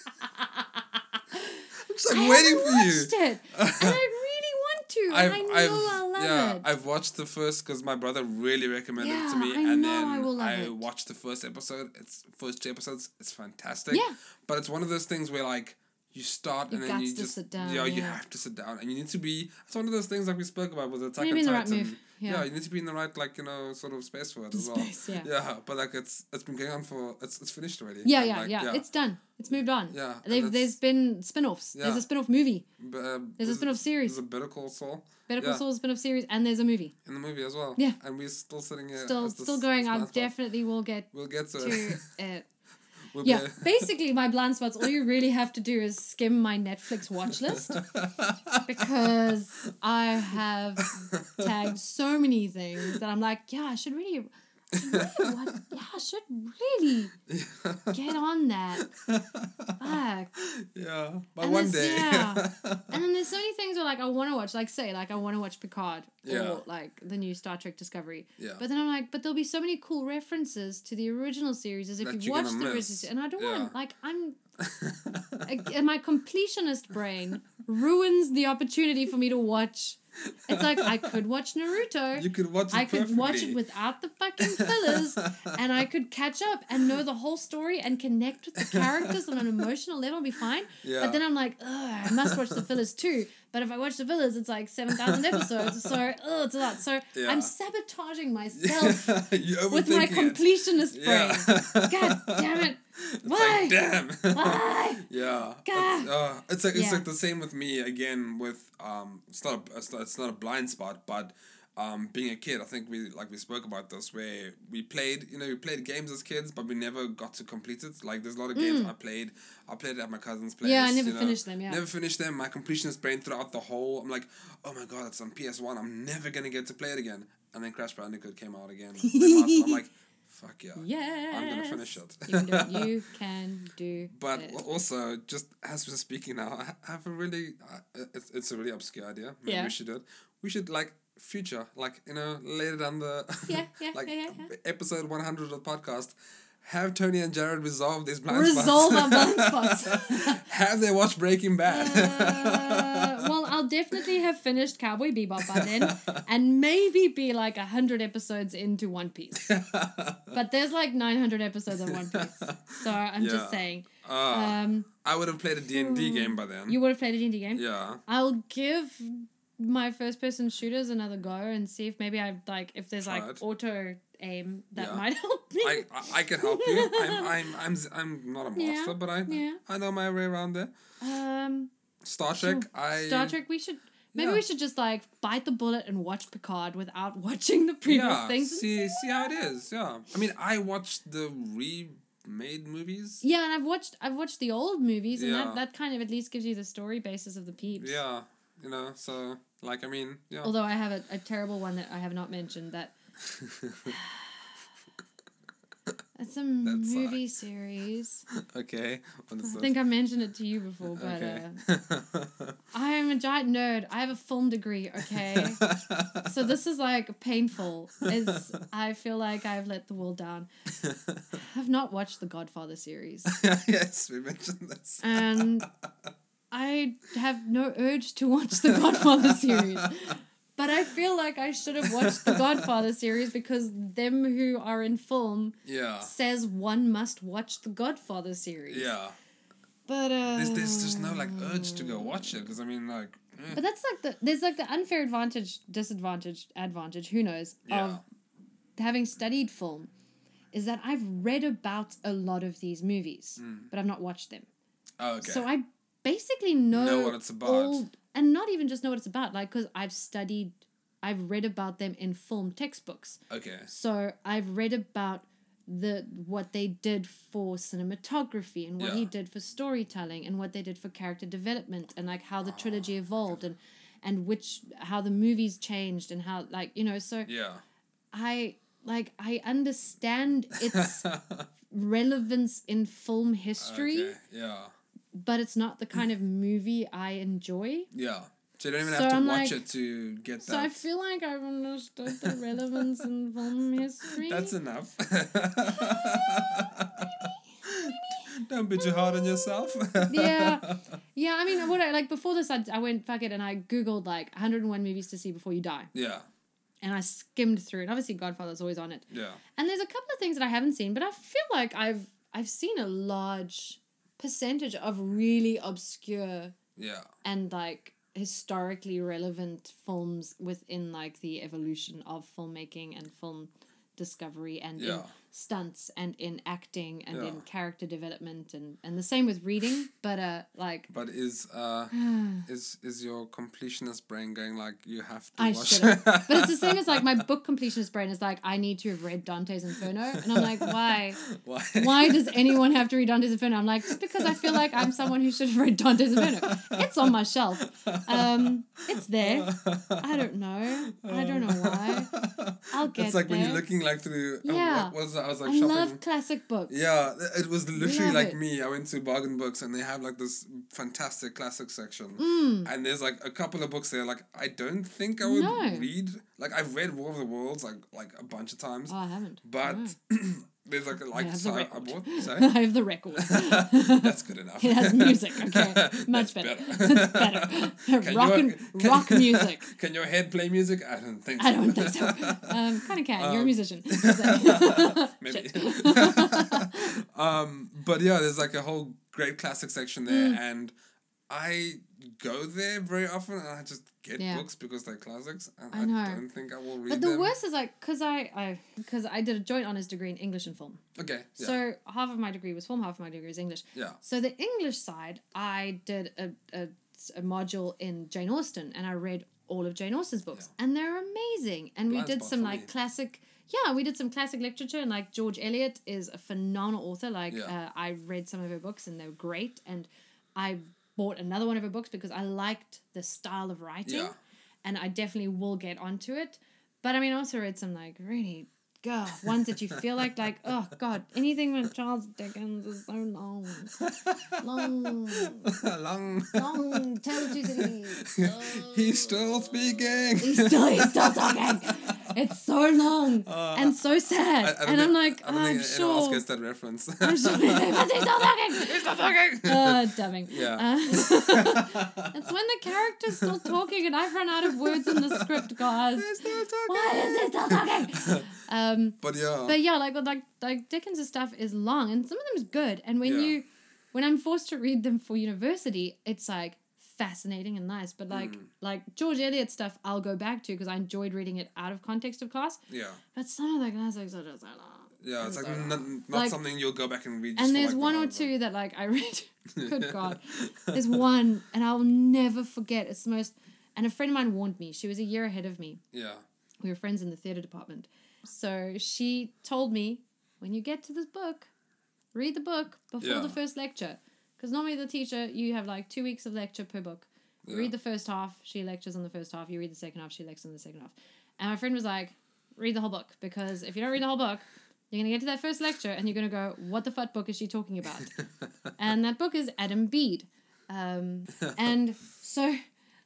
Speaker 2: I'm just like
Speaker 1: I
Speaker 2: waiting
Speaker 1: haven't
Speaker 2: for you.
Speaker 1: watched it, and I really want to.
Speaker 2: I've,
Speaker 1: and I know
Speaker 2: I've,
Speaker 1: I'll love
Speaker 2: yeah,
Speaker 1: it.
Speaker 2: I've watched the first because my brother really recommended it
Speaker 1: Yeah,
Speaker 2: to me,
Speaker 1: I
Speaker 2: and
Speaker 1: know
Speaker 2: then
Speaker 1: I will love
Speaker 2: I
Speaker 1: it.
Speaker 2: watched the first episode. It's first two episodes. It's fantastic.
Speaker 1: Yeah.
Speaker 2: but it's one of those things where like you start
Speaker 1: You
Speaker 2: and then
Speaker 1: gots
Speaker 2: you
Speaker 1: to
Speaker 2: just
Speaker 1: sit down,
Speaker 2: yeah, you
Speaker 1: yeah.
Speaker 2: have to sit down, and you need to be. It's one of those things like we spoke about with Attack
Speaker 1: need to
Speaker 2: on
Speaker 1: be in
Speaker 2: Titan.
Speaker 1: the right mood,
Speaker 2: Yeah.
Speaker 1: yeah.
Speaker 2: you need to be in the right like you know sort of space for it as well.
Speaker 1: Space, yeah.
Speaker 2: yeah, but like it's it's been going on for it's it's finished already.
Speaker 1: Yeah,
Speaker 2: And,
Speaker 1: yeah,
Speaker 2: like,
Speaker 1: yeah, It's done. It's moved on.
Speaker 2: Yeah, and
Speaker 1: They've,
Speaker 2: it's-
Speaker 1: there's been spin offs. There's
Speaker 2: Yeah.
Speaker 1: a spin off movie.
Speaker 2: But, uh,
Speaker 1: There's a spin-off series.
Speaker 2: There's a Better Call Saul
Speaker 1: Better Call
Speaker 2: Yeah.
Speaker 1: Saul spin off series, and there's a movie.
Speaker 2: in the movie as well.
Speaker 1: Yeah.
Speaker 2: and we're still sitting here.
Speaker 1: Still
Speaker 2: as this-
Speaker 1: still going.
Speaker 2: this
Speaker 1: I
Speaker 2: blind spot.
Speaker 1: definitely will get
Speaker 2: We'll get to
Speaker 1: to
Speaker 2: it.
Speaker 1: it.
Speaker 2: We'll
Speaker 1: Yeah,
Speaker 2: be-
Speaker 1: basically, my blind spots, all you really have to do is skim my Netflix watch list because I have tagged so many things that I'm like, yeah, I should really. I should really watch- yeah, I should really get on that. Fuck.
Speaker 2: yeah, but
Speaker 1: And
Speaker 2: one
Speaker 1: it's-
Speaker 2: day.
Speaker 1: yeah. And then there's so many things where like I want to watch, like say, like I want to watch Picard
Speaker 2: Yeah.
Speaker 1: or like the new Star Trek Discovery.
Speaker 2: Yeah.
Speaker 1: But then I'm like, but there'll be so many cool references to the original series as if
Speaker 2: That
Speaker 1: you've
Speaker 2: you're gonna
Speaker 1: watched the original,
Speaker 2: miss.
Speaker 1: se- and I don't want
Speaker 2: Yeah.
Speaker 1: like I'm, and my completionist brain ruins the opportunity for me to watch. It's like I could watch Naruto.
Speaker 2: you could watch it
Speaker 1: I could watch it
Speaker 2: perfectly.
Speaker 1: without the fucking fillers, and I could catch up and know the whole story and connect with the characters on an emotional level and be fine.
Speaker 2: Yeah.
Speaker 1: But then I'm like, ugh, I must watch the fillers too. But if I watch the fillers, it's like seven thousand episodes, so ugh, it's a lot. So
Speaker 2: Yeah.
Speaker 1: I'm sabotaging myself
Speaker 2: you
Speaker 1: with my
Speaker 2: overthinking it.
Speaker 1: completionist
Speaker 2: Yeah.
Speaker 1: brain. God damn it!
Speaker 2: It's like,
Speaker 1: Why?
Speaker 2: damn.
Speaker 1: Why?
Speaker 2: Yeah,
Speaker 1: God.
Speaker 2: it's, uh, it's like it's
Speaker 1: Yeah.
Speaker 2: like the same with me again. With um, it's not a, it's not, it's not a blind spot, but um, being a kid, I think we like we spoke about this where we played, you know, we played games as kids, but we never got to complete it. Like there's a lot of games I played, I played at my cousin's place.
Speaker 1: Mm. Yeah, I never
Speaker 2: you know,
Speaker 1: finished them, yeah.
Speaker 2: never finished them. My completionist brain throughout the whole, I'm like, oh my god, it's on PS One. I'm never gonna get to play it again. And then Crash Bandicoot came out again. and I'm like, fuck yeah,
Speaker 1: Yes.
Speaker 2: I'm gonna finish it.
Speaker 1: You can do it. You can do
Speaker 2: But
Speaker 1: it.
Speaker 2: also, just as we're speaking now, I have a really, uh, it's, it's a really obscure idea. Maybe
Speaker 1: Yeah.
Speaker 2: we should do it. We should like future, like you know, later down the,
Speaker 1: Yeah, yeah,
Speaker 2: like
Speaker 1: yeah, yeah, yeah.
Speaker 2: episode one hundred of the podcast, have Tony and Jared resolve these blind
Speaker 1: Resolve our
Speaker 2: spots.
Speaker 1: blind spots.
Speaker 2: have they watched Breaking Bad?
Speaker 1: Uh, well, I'll definitely have finished Cowboy Bebop by then, and maybe be like hundred episodes into One Piece. But there's like nine hundred episodes of One Piece, so I'm
Speaker 2: Yeah.
Speaker 1: just saying.
Speaker 2: Ah,
Speaker 1: Um,
Speaker 2: I would have played a D and D game by then.
Speaker 1: hmm. you would have played a D&D game.
Speaker 2: yeah,
Speaker 1: I'll give my first person shooters another go and see if maybe I like if there's like
Speaker 2: Tried.
Speaker 1: auto aim that
Speaker 2: Yeah.
Speaker 1: might help me.
Speaker 2: I, I I can help you. I'm I'm I'm z- I'm not a
Speaker 1: Yeah,
Speaker 2: master, but I
Speaker 1: yeah.
Speaker 2: I know my way around there.
Speaker 1: um,
Speaker 2: Star Trek, I
Speaker 1: Star Trek. We should maybe
Speaker 2: Yeah.
Speaker 1: we should just like bite the bullet and watch Picard without watching the previous things. and
Speaker 2: See, see how it is. Yeah, I mean, I watched the remade movies.
Speaker 1: Yeah, and I've watched I've watched the old movies, and
Speaker 2: Yeah.
Speaker 1: that, that kind of at least gives you the story basis of the peeps.
Speaker 2: Yeah, you know, so like, I mean, yeah.
Speaker 1: Although I have a, a terrible one that I have not mentioned that. It's a movie series.
Speaker 2: okay.
Speaker 1: I think I mentioned it to you before, but uh, I am a giant nerd. I have a film degree, okay? so this is like painful. Is I feel like I've let the world down. I've not watched the Godfather series.
Speaker 2: yes, we mentioned this.
Speaker 1: and I have no urge to watch the Godfather series. But I feel like I should have watched the Godfather series because them who are in film
Speaker 2: Yeah.
Speaker 1: says one must watch the Godfather series.
Speaker 2: Yeah.
Speaker 1: But uh,
Speaker 2: There's, there's just no like urge to go watch it because I mean like eh,
Speaker 1: But that's like the there's like the unfair advantage, disadvantage, advantage, who knows,
Speaker 2: Yeah.
Speaker 1: of having studied film is that I've read about a lot of these movies, but I've not watched them.
Speaker 2: oh, Hmm. okay.
Speaker 1: So I basically know,
Speaker 2: Know what it's about.
Speaker 1: and not even just know what it's about, like because I've studied, I've read about them in film textbooks.
Speaker 2: okay.
Speaker 1: So I've read about the what they did for cinematography and what he
Speaker 2: Yeah.
Speaker 1: did for storytelling and what they did for character development and like how the trilogy evolved and and which how the movies changed and how like you know so
Speaker 2: Yeah.
Speaker 1: I like I understand its relevance in film history
Speaker 2: Okay. Yeah.
Speaker 1: but it's not the kind of movie I enjoy.
Speaker 2: Yeah. So you don't even
Speaker 1: So
Speaker 2: have to
Speaker 1: I'm
Speaker 2: watch
Speaker 1: like-
Speaker 2: it to get
Speaker 1: So I
Speaker 2: that.
Speaker 1: feel like I've understood the relevance in film history.
Speaker 2: That's enough. don't be too hard on yourself.
Speaker 1: yeah, yeah. I mean, what I like before this, I, I went fuck it, and I googled like 101 movies to see before you die,
Speaker 2: yeah.
Speaker 1: and I skimmed through it. Obviously, Godfather's always on it,
Speaker 2: Yeah.
Speaker 1: and there's a couple of things that I haven't seen, but I feel like I've I've seen a large percentage of really obscure
Speaker 2: Yeah.
Speaker 1: and like historically relevant films within like the evolution of filmmaking and film discovery and in
Speaker 2: Yeah.
Speaker 1: stunts and in acting and in
Speaker 2: Yeah.
Speaker 1: character development and and the same with reading but uh like
Speaker 2: But is uh is is your completionist brain going like you have to
Speaker 1: I
Speaker 2: watch?
Speaker 1: should have. But it's the same as like my book completionist brain is like, I need to have read Dante's Inferno. And I'm like, why?
Speaker 2: Why?
Speaker 1: Why does anyone have to read Dante's Inferno? I'm like, just because I feel like I'm someone who should have read Dante's Inferno. It's on my shelf. Um, it's there. I don't know. I don't know why. I'll get
Speaker 2: It's like
Speaker 1: there.
Speaker 2: when you're looking like through. uh,
Speaker 1: Yeah.
Speaker 2: what was it? I was like
Speaker 1: I
Speaker 2: shopping.
Speaker 1: love classic books.
Speaker 2: Yeah, th- it was literally
Speaker 1: Love
Speaker 2: like
Speaker 1: it.
Speaker 2: me. I went to Bargain Books and they have like this fantastic classic section.
Speaker 1: Mm.
Speaker 2: And there's like a couple of books there. Like I don't think I would
Speaker 1: No.
Speaker 2: read. Like I've read War of the Worlds like like a bunch of times,
Speaker 1: Oh, I haven't.
Speaker 2: but
Speaker 1: No.
Speaker 2: there's like
Speaker 1: I
Speaker 2: like
Speaker 1: have
Speaker 2: so
Speaker 1: the
Speaker 2: I
Speaker 1: record.
Speaker 2: bought.
Speaker 1: I
Speaker 2: Sorry,
Speaker 1: have the record.
Speaker 2: that's good enough.
Speaker 1: It has music. Okay, much
Speaker 2: That's
Speaker 1: better.
Speaker 2: better.
Speaker 1: That's better.
Speaker 2: Can
Speaker 1: rock
Speaker 2: you-
Speaker 1: and rock music.
Speaker 2: Can your head play music? I don't think.
Speaker 1: I don't think so. Um, kind of can. You're a
Speaker 2: Um,
Speaker 1: musician. Shit.
Speaker 2: Maybe. um, but yeah, there's like a whole great classic section
Speaker 1: Mm.
Speaker 2: there, and I go there very often, and I just get
Speaker 1: Yeah.
Speaker 2: books because they're classics, and
Speaker 1: I
Speaker 2: I,
Speaker 1: know.
Speaker 2: don't think I will read
Speaker 1: But the
Speaker 2: them.
Speaker 1: worst is like, cause I, I, cause I did a joint honors degree in English and film.
Speaker 2: okay, yeah,
Speaker 1: So half of my degree was film, half of my degree was English.
Speaker 2: yeah,
Speaker 1: So the English side, I did a, a, a module in Jane Austen, and I read all of Jane Austen's books, and they're amazing. And
Speaker 2: Blind
Speaker 1: we did
Speaker 2: spot
Speaker 1: some
Speaker 2: for
Speaker 1: like
Speaker 2: me.
Speaker 1: classic, yeah, we did some classic literature, and like George Eliot is a phenomenal author. Like
Speaker 2: Yeah.
Speaker 1: uh, I read some of her books, and they were great. And I bought another one of her books because I liked the style of writing,
Speaker 2: Yeah.
Speaker 1: and I definitely will get onto it. But I mean, I also read some like really. God, ones that you feel like, like, oh God, anything with Charles Dickens is so long long,
Speaker 2: long.
Speaker 1: long television.
Speaker 2: He's still speaking.
Speaker 1: Oh. He's still, he's still talking. It's so long
Speaker 2: Uh,
Speaker 1: and so sad.
Speaker 2: I- I don't
Speaker 1: and I'm
Speaker 2: think-
Speaker 1: like,
Speaker 2: I don't
Speaker 1: I'm
Speaker 2: think anyone else
Speaker 1: sure.
Speaker 2: gets that reference.
Speaker 1: I'm sure. but he's still talking.
Speaker 2: He's not talking.
Speaker 1: Uh, dumbing.
Speaker 2: Yeah.
Speaker 1: Uh, it's when the character's still talking and I've run out of words in the script, guys.
Speaker 2: He's still talking.
Speaker 1: Why is he still talking? Um,
Speaker 2: But yeah,
Speaker 1: but yeah, like like like Dickens' stuff is long, and some of them is good. And when
Speaker 2: Yeah.
Speaker 1: you, when I'm forced to read them for university, it's like fascinating and nice. But like
Speaker 2: Hmm.
Speaker 1: like George Eliot stuff, I'll go back to because I enjoyed reading it out of context of class.
Speaker 2: yeah,
Speaker 1: But some of the classics are just so long.
Speaker 2: yeah. It's
Speaker 1: I'm
Speaker 2: like
Speaker 1: sorry.
Speaker 2: n- n- not
Speaker 1: Like-
Speaker 2: something you'll go back and read. just
Speaker 1: And
Speaker 2: for,
Speaker 1: there's
Speaker 2: like, the
Speaker 1: one
Speaker 2: hell
Speaker 1: or
Speaker 2: of it.
Speaker 1: two that like I read. Good God, there's one, and I'll never forget. It's the most. And a friend of mine warned me. She was a year ahead of me.
Speaker 2: Yeah.
Speaker 1: we were friends in the theater department. So she told me, when you get to this book, read the book before
Speaker 2: Yeah.
Speaker 1: the first lecture. Because normally the teacher, you have like two weeks of lecture per book. You
Speaker 2: Yeah.
Speaker 1: read the first half, she lectures on the first half. You read the second half, she lectures on the second half. And my friend was like, read the whole book. Because if you don't read the whole book, you're going to get to that first lecture and you're going to go, what the fuck book is she talking about? and that book is Adam Bede. Um, and so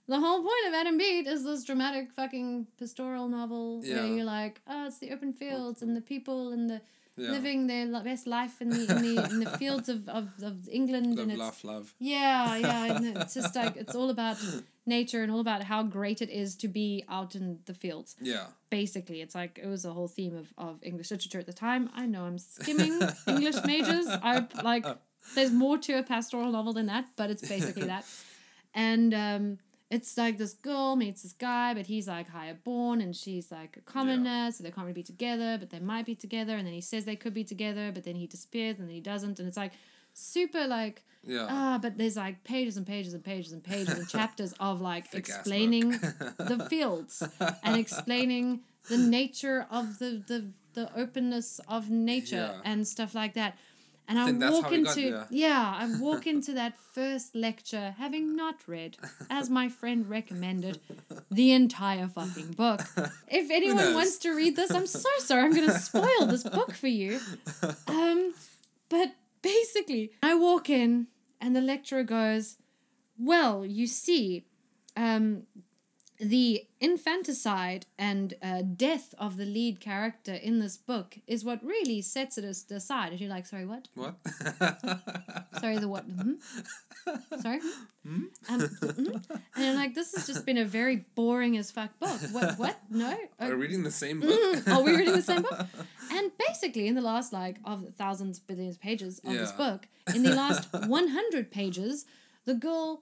Speaker 1: the whole point of Adam Bede is this dramatic fucking pastoral novel
Speaker 2: Yeah.
Speaker 1: where you're like, oh, it's the open fields and the people and the
Speaker 2: Yeah.
Speaker 1: living their li- best life in the in the, in the fields of, of, of England
Speaker 2: Live,
Speaker 1: and it's
Speaker 2: laugh, love.
Speaker 1: yeah, yeah. and it's just like it's all about nature and all about how great it is to be out in the fields.
Speaker 2: Yeah.
Speaker 1: Basically, it's like it was a whole theme of, of English literature at the time. I know I'm skimming English majors. I like there's more to a pastoral novel than that, but it's basically that. And um, it's like this girl meets this guy, but he's like higher born and she's like a commoner, so they can't really be together, but they might be together. And then he says they could be together, but then he disappears and then he doesn't. And it's like super like
Speaker 2: Yeah.
Speaker 1: Ah, but there's like pages and pages and pages and pages and chapters of like
Speaker 2: Thick-ass
Speaker 1: explaining
Speaker 2: book.
Speaker 1: the fields and explaining the nature of the the, the openness of nature
Speaker 2: Yeah.
Speaker 1: and stuff like that. And I,
Speaker 2: think that's
Speaker 1: walk
Speaker 2: how we got
Speaker 1: into
Speaker 2: there.
Speaker 1: yeah, I walk into that first lecture having not read, as my friend recommended, the entire fucking book. If anyone
Speaker 2: knows?
Speaker 1: wants to read this, I'm so sorry. I'm going to spoil this book for you. Um, but basically, I walk in and the lecturer goes, Well, you see, um, the infanticide and uh, death of the lead character in this book is what really sets it as- aside. And you're like, Sorry, what?
Speaker 2: What?
Speaker 1: Sorry, the what? Hmm? Sorry? Um, hmm? And I'm like, This has just been a very boring as fuck book. What? What? No?
Speaker 2: We're
Speaker 1: Okay.
Speaker 2: reading the same book.
Speaker 1: Are we reading the same book? And basically, in the last like of the thousands, billions pages of this
Speaker 2: Yeah.
Speaker 1: book, in the last one hundred pages, the girl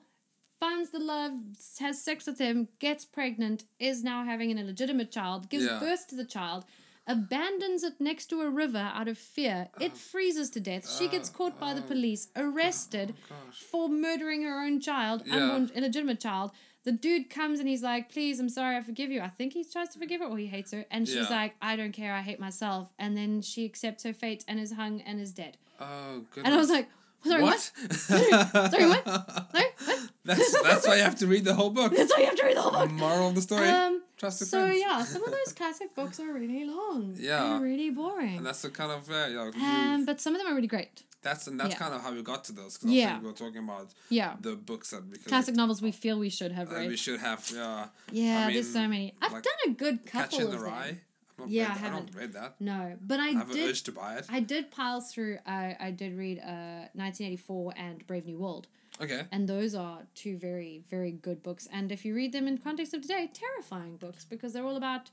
Speaker 1: finds the love, has sex with him, gets pregnant, is now having an illegitimate child, gives
Speaker 2: Yeah.
Speaker 1: birth to the child. Abandons it next to a river out of fear. It freezes to death. She gets caught by the
Speaker 2: oh,
Speaker 1: police, arrested
Speaker 2: Gosh.
Speaker 1: for murdering her own child,
Speaker 2: Yeah.
Speaker 1: unborn illegitimate child. The dude comes and he's like, "Please, I'm sorry, I forgive you." I think he tries to forgive her, or he hates her, and she's
Speaker 2: Yeah.
Speaker 1: like, "I don't care, I hate myself." And then she accepts her fate and is hung and is dead.
Speaker 2: Oh, goodness.
Speaker 1: And I was like, "Sorry, what? Sorry, what? Sorry, what?
Speaker 2: that's, that's why you have to read the whole book.
Speaker 1: That's why you have to read the whole book."
Speaker 2: Moral of the story.
Speaker 1: Um,
Speaker 2: Trust your
Speaker 1: so
Speaker 2: friends.
Speaker 1: yeah, some of those classic books are really long.
Speaker 2: Yeah.
Speaker 1: and really boring.
Speaker 2: And that's the kind of uh, yeah,
Speaker 1: um, but some of them are really great.
Speaker 2: that's and that's
Speaker 1: yeah.
Speaker 2: kind of how we got to those. Cause I
Speaker 1: Yeah.
Speaker 2: think we were talking about
Speaker 1: Yeah,
Speaker 2: the books that we collect,
Speaker 1: classic novels we feel we should have
Speaker 2: that we
Speaker 1: read.
Speaker 2: should have. Yeah,
Speaker 1: Yeah,
Speaker 2: I
Speaker 1: there's so
Speaker 2: mean,
Speaker 1: many. I've
Speaker 2: like,
Speaker 1: done a good couple
Speaker 2: Catch in
Speaker 1: of
Speaker 2: the
Speaker 1: them.
Speaker 2: Rye. I've not
Speaker 1: Yeah,
Speaker 2: read
Speaker 1: I
Speaker 2: that. I,
Speaker 1: haven't.
Speaker 2: don't read that.
Speaker 1: No, but I,
Speaker 2: I have an
Speaker 1: did.
Speaker 2: urge to buy it.
Speaker 1: I did pile through. I I did read uh, 1984 and Brave New World,
Speaker 2: Okay.
Speaker 1: and those are two very very good books. And if you read them in context of today, terrifying books because they're all about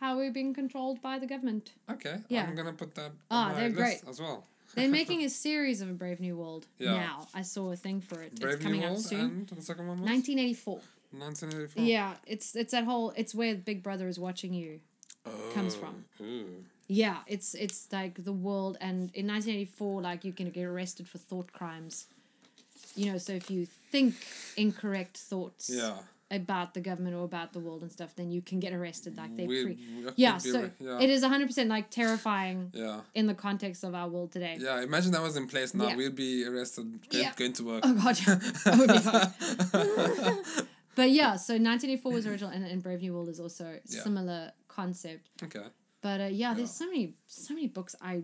Speaker 1: how we're being controlled by the government.
Speaker 2: Okay.
Speaker 1: Yeah.
Speaker 2: I'm gonna put that on
Speaker 1: Ah,
Speaker 2: my
Speaker 1: they're
Speaker 2: list
Speaker 1: great.
Speaker 2: as well.
Speaker 1: They're making a series of a Brave New World
Speaker 2: Yeah.
Speaker 1: now. I saw a thing for it.
Speaker 2: Brave
Speaker 1: it's coming
Speaker 2: New World
Speaker 1: out soon.
Speaker 2: and Oh. the second one was
Speaker 1: 1984.
Speaker 2: 1984.
Speaker 1: Yeah, it's it's that whole. It's where Big Brother is watching you. comes from.
Speaker 2: Oh, ooh.
Speaker 1: Yeah, it's it's like the world, and in 1984, like you can get arrested for thought crimes. You know, so if you think incorrect thoughts
Speaker 2: Yeah.
Speaker 1: about the government or about the world and stuff, then you can get arrested. Like they,
Speaker 2: We-
Speaker 1: pre-
Speaker 2: we could
Speaker 1: yeah.
Speaker 2: be
Speaker 1: So
Speaker 2: re- yeah.
Speaker 1: it is 100 percent like terrifying
Speaker 2: Yeah.
Speaker 1: in the context of our world today.
Speaker 2: Yeah, imagine that was in place now.
Speaker 1: Yeah.
Speaker 2: We'd be arrested, go-
Speaker 1: Yeah.
Speaker 2: going to work.
Speaker 1: Oh god, yeah. That would be fun. but yeah, so 1984 was original, and, and Brave New World is also
Speaker 2: Yeah.
Speaker 1: similar concept.
Speaker 2: Okay.
Speaker 1: But uh, yeah, there's so many, so many books. I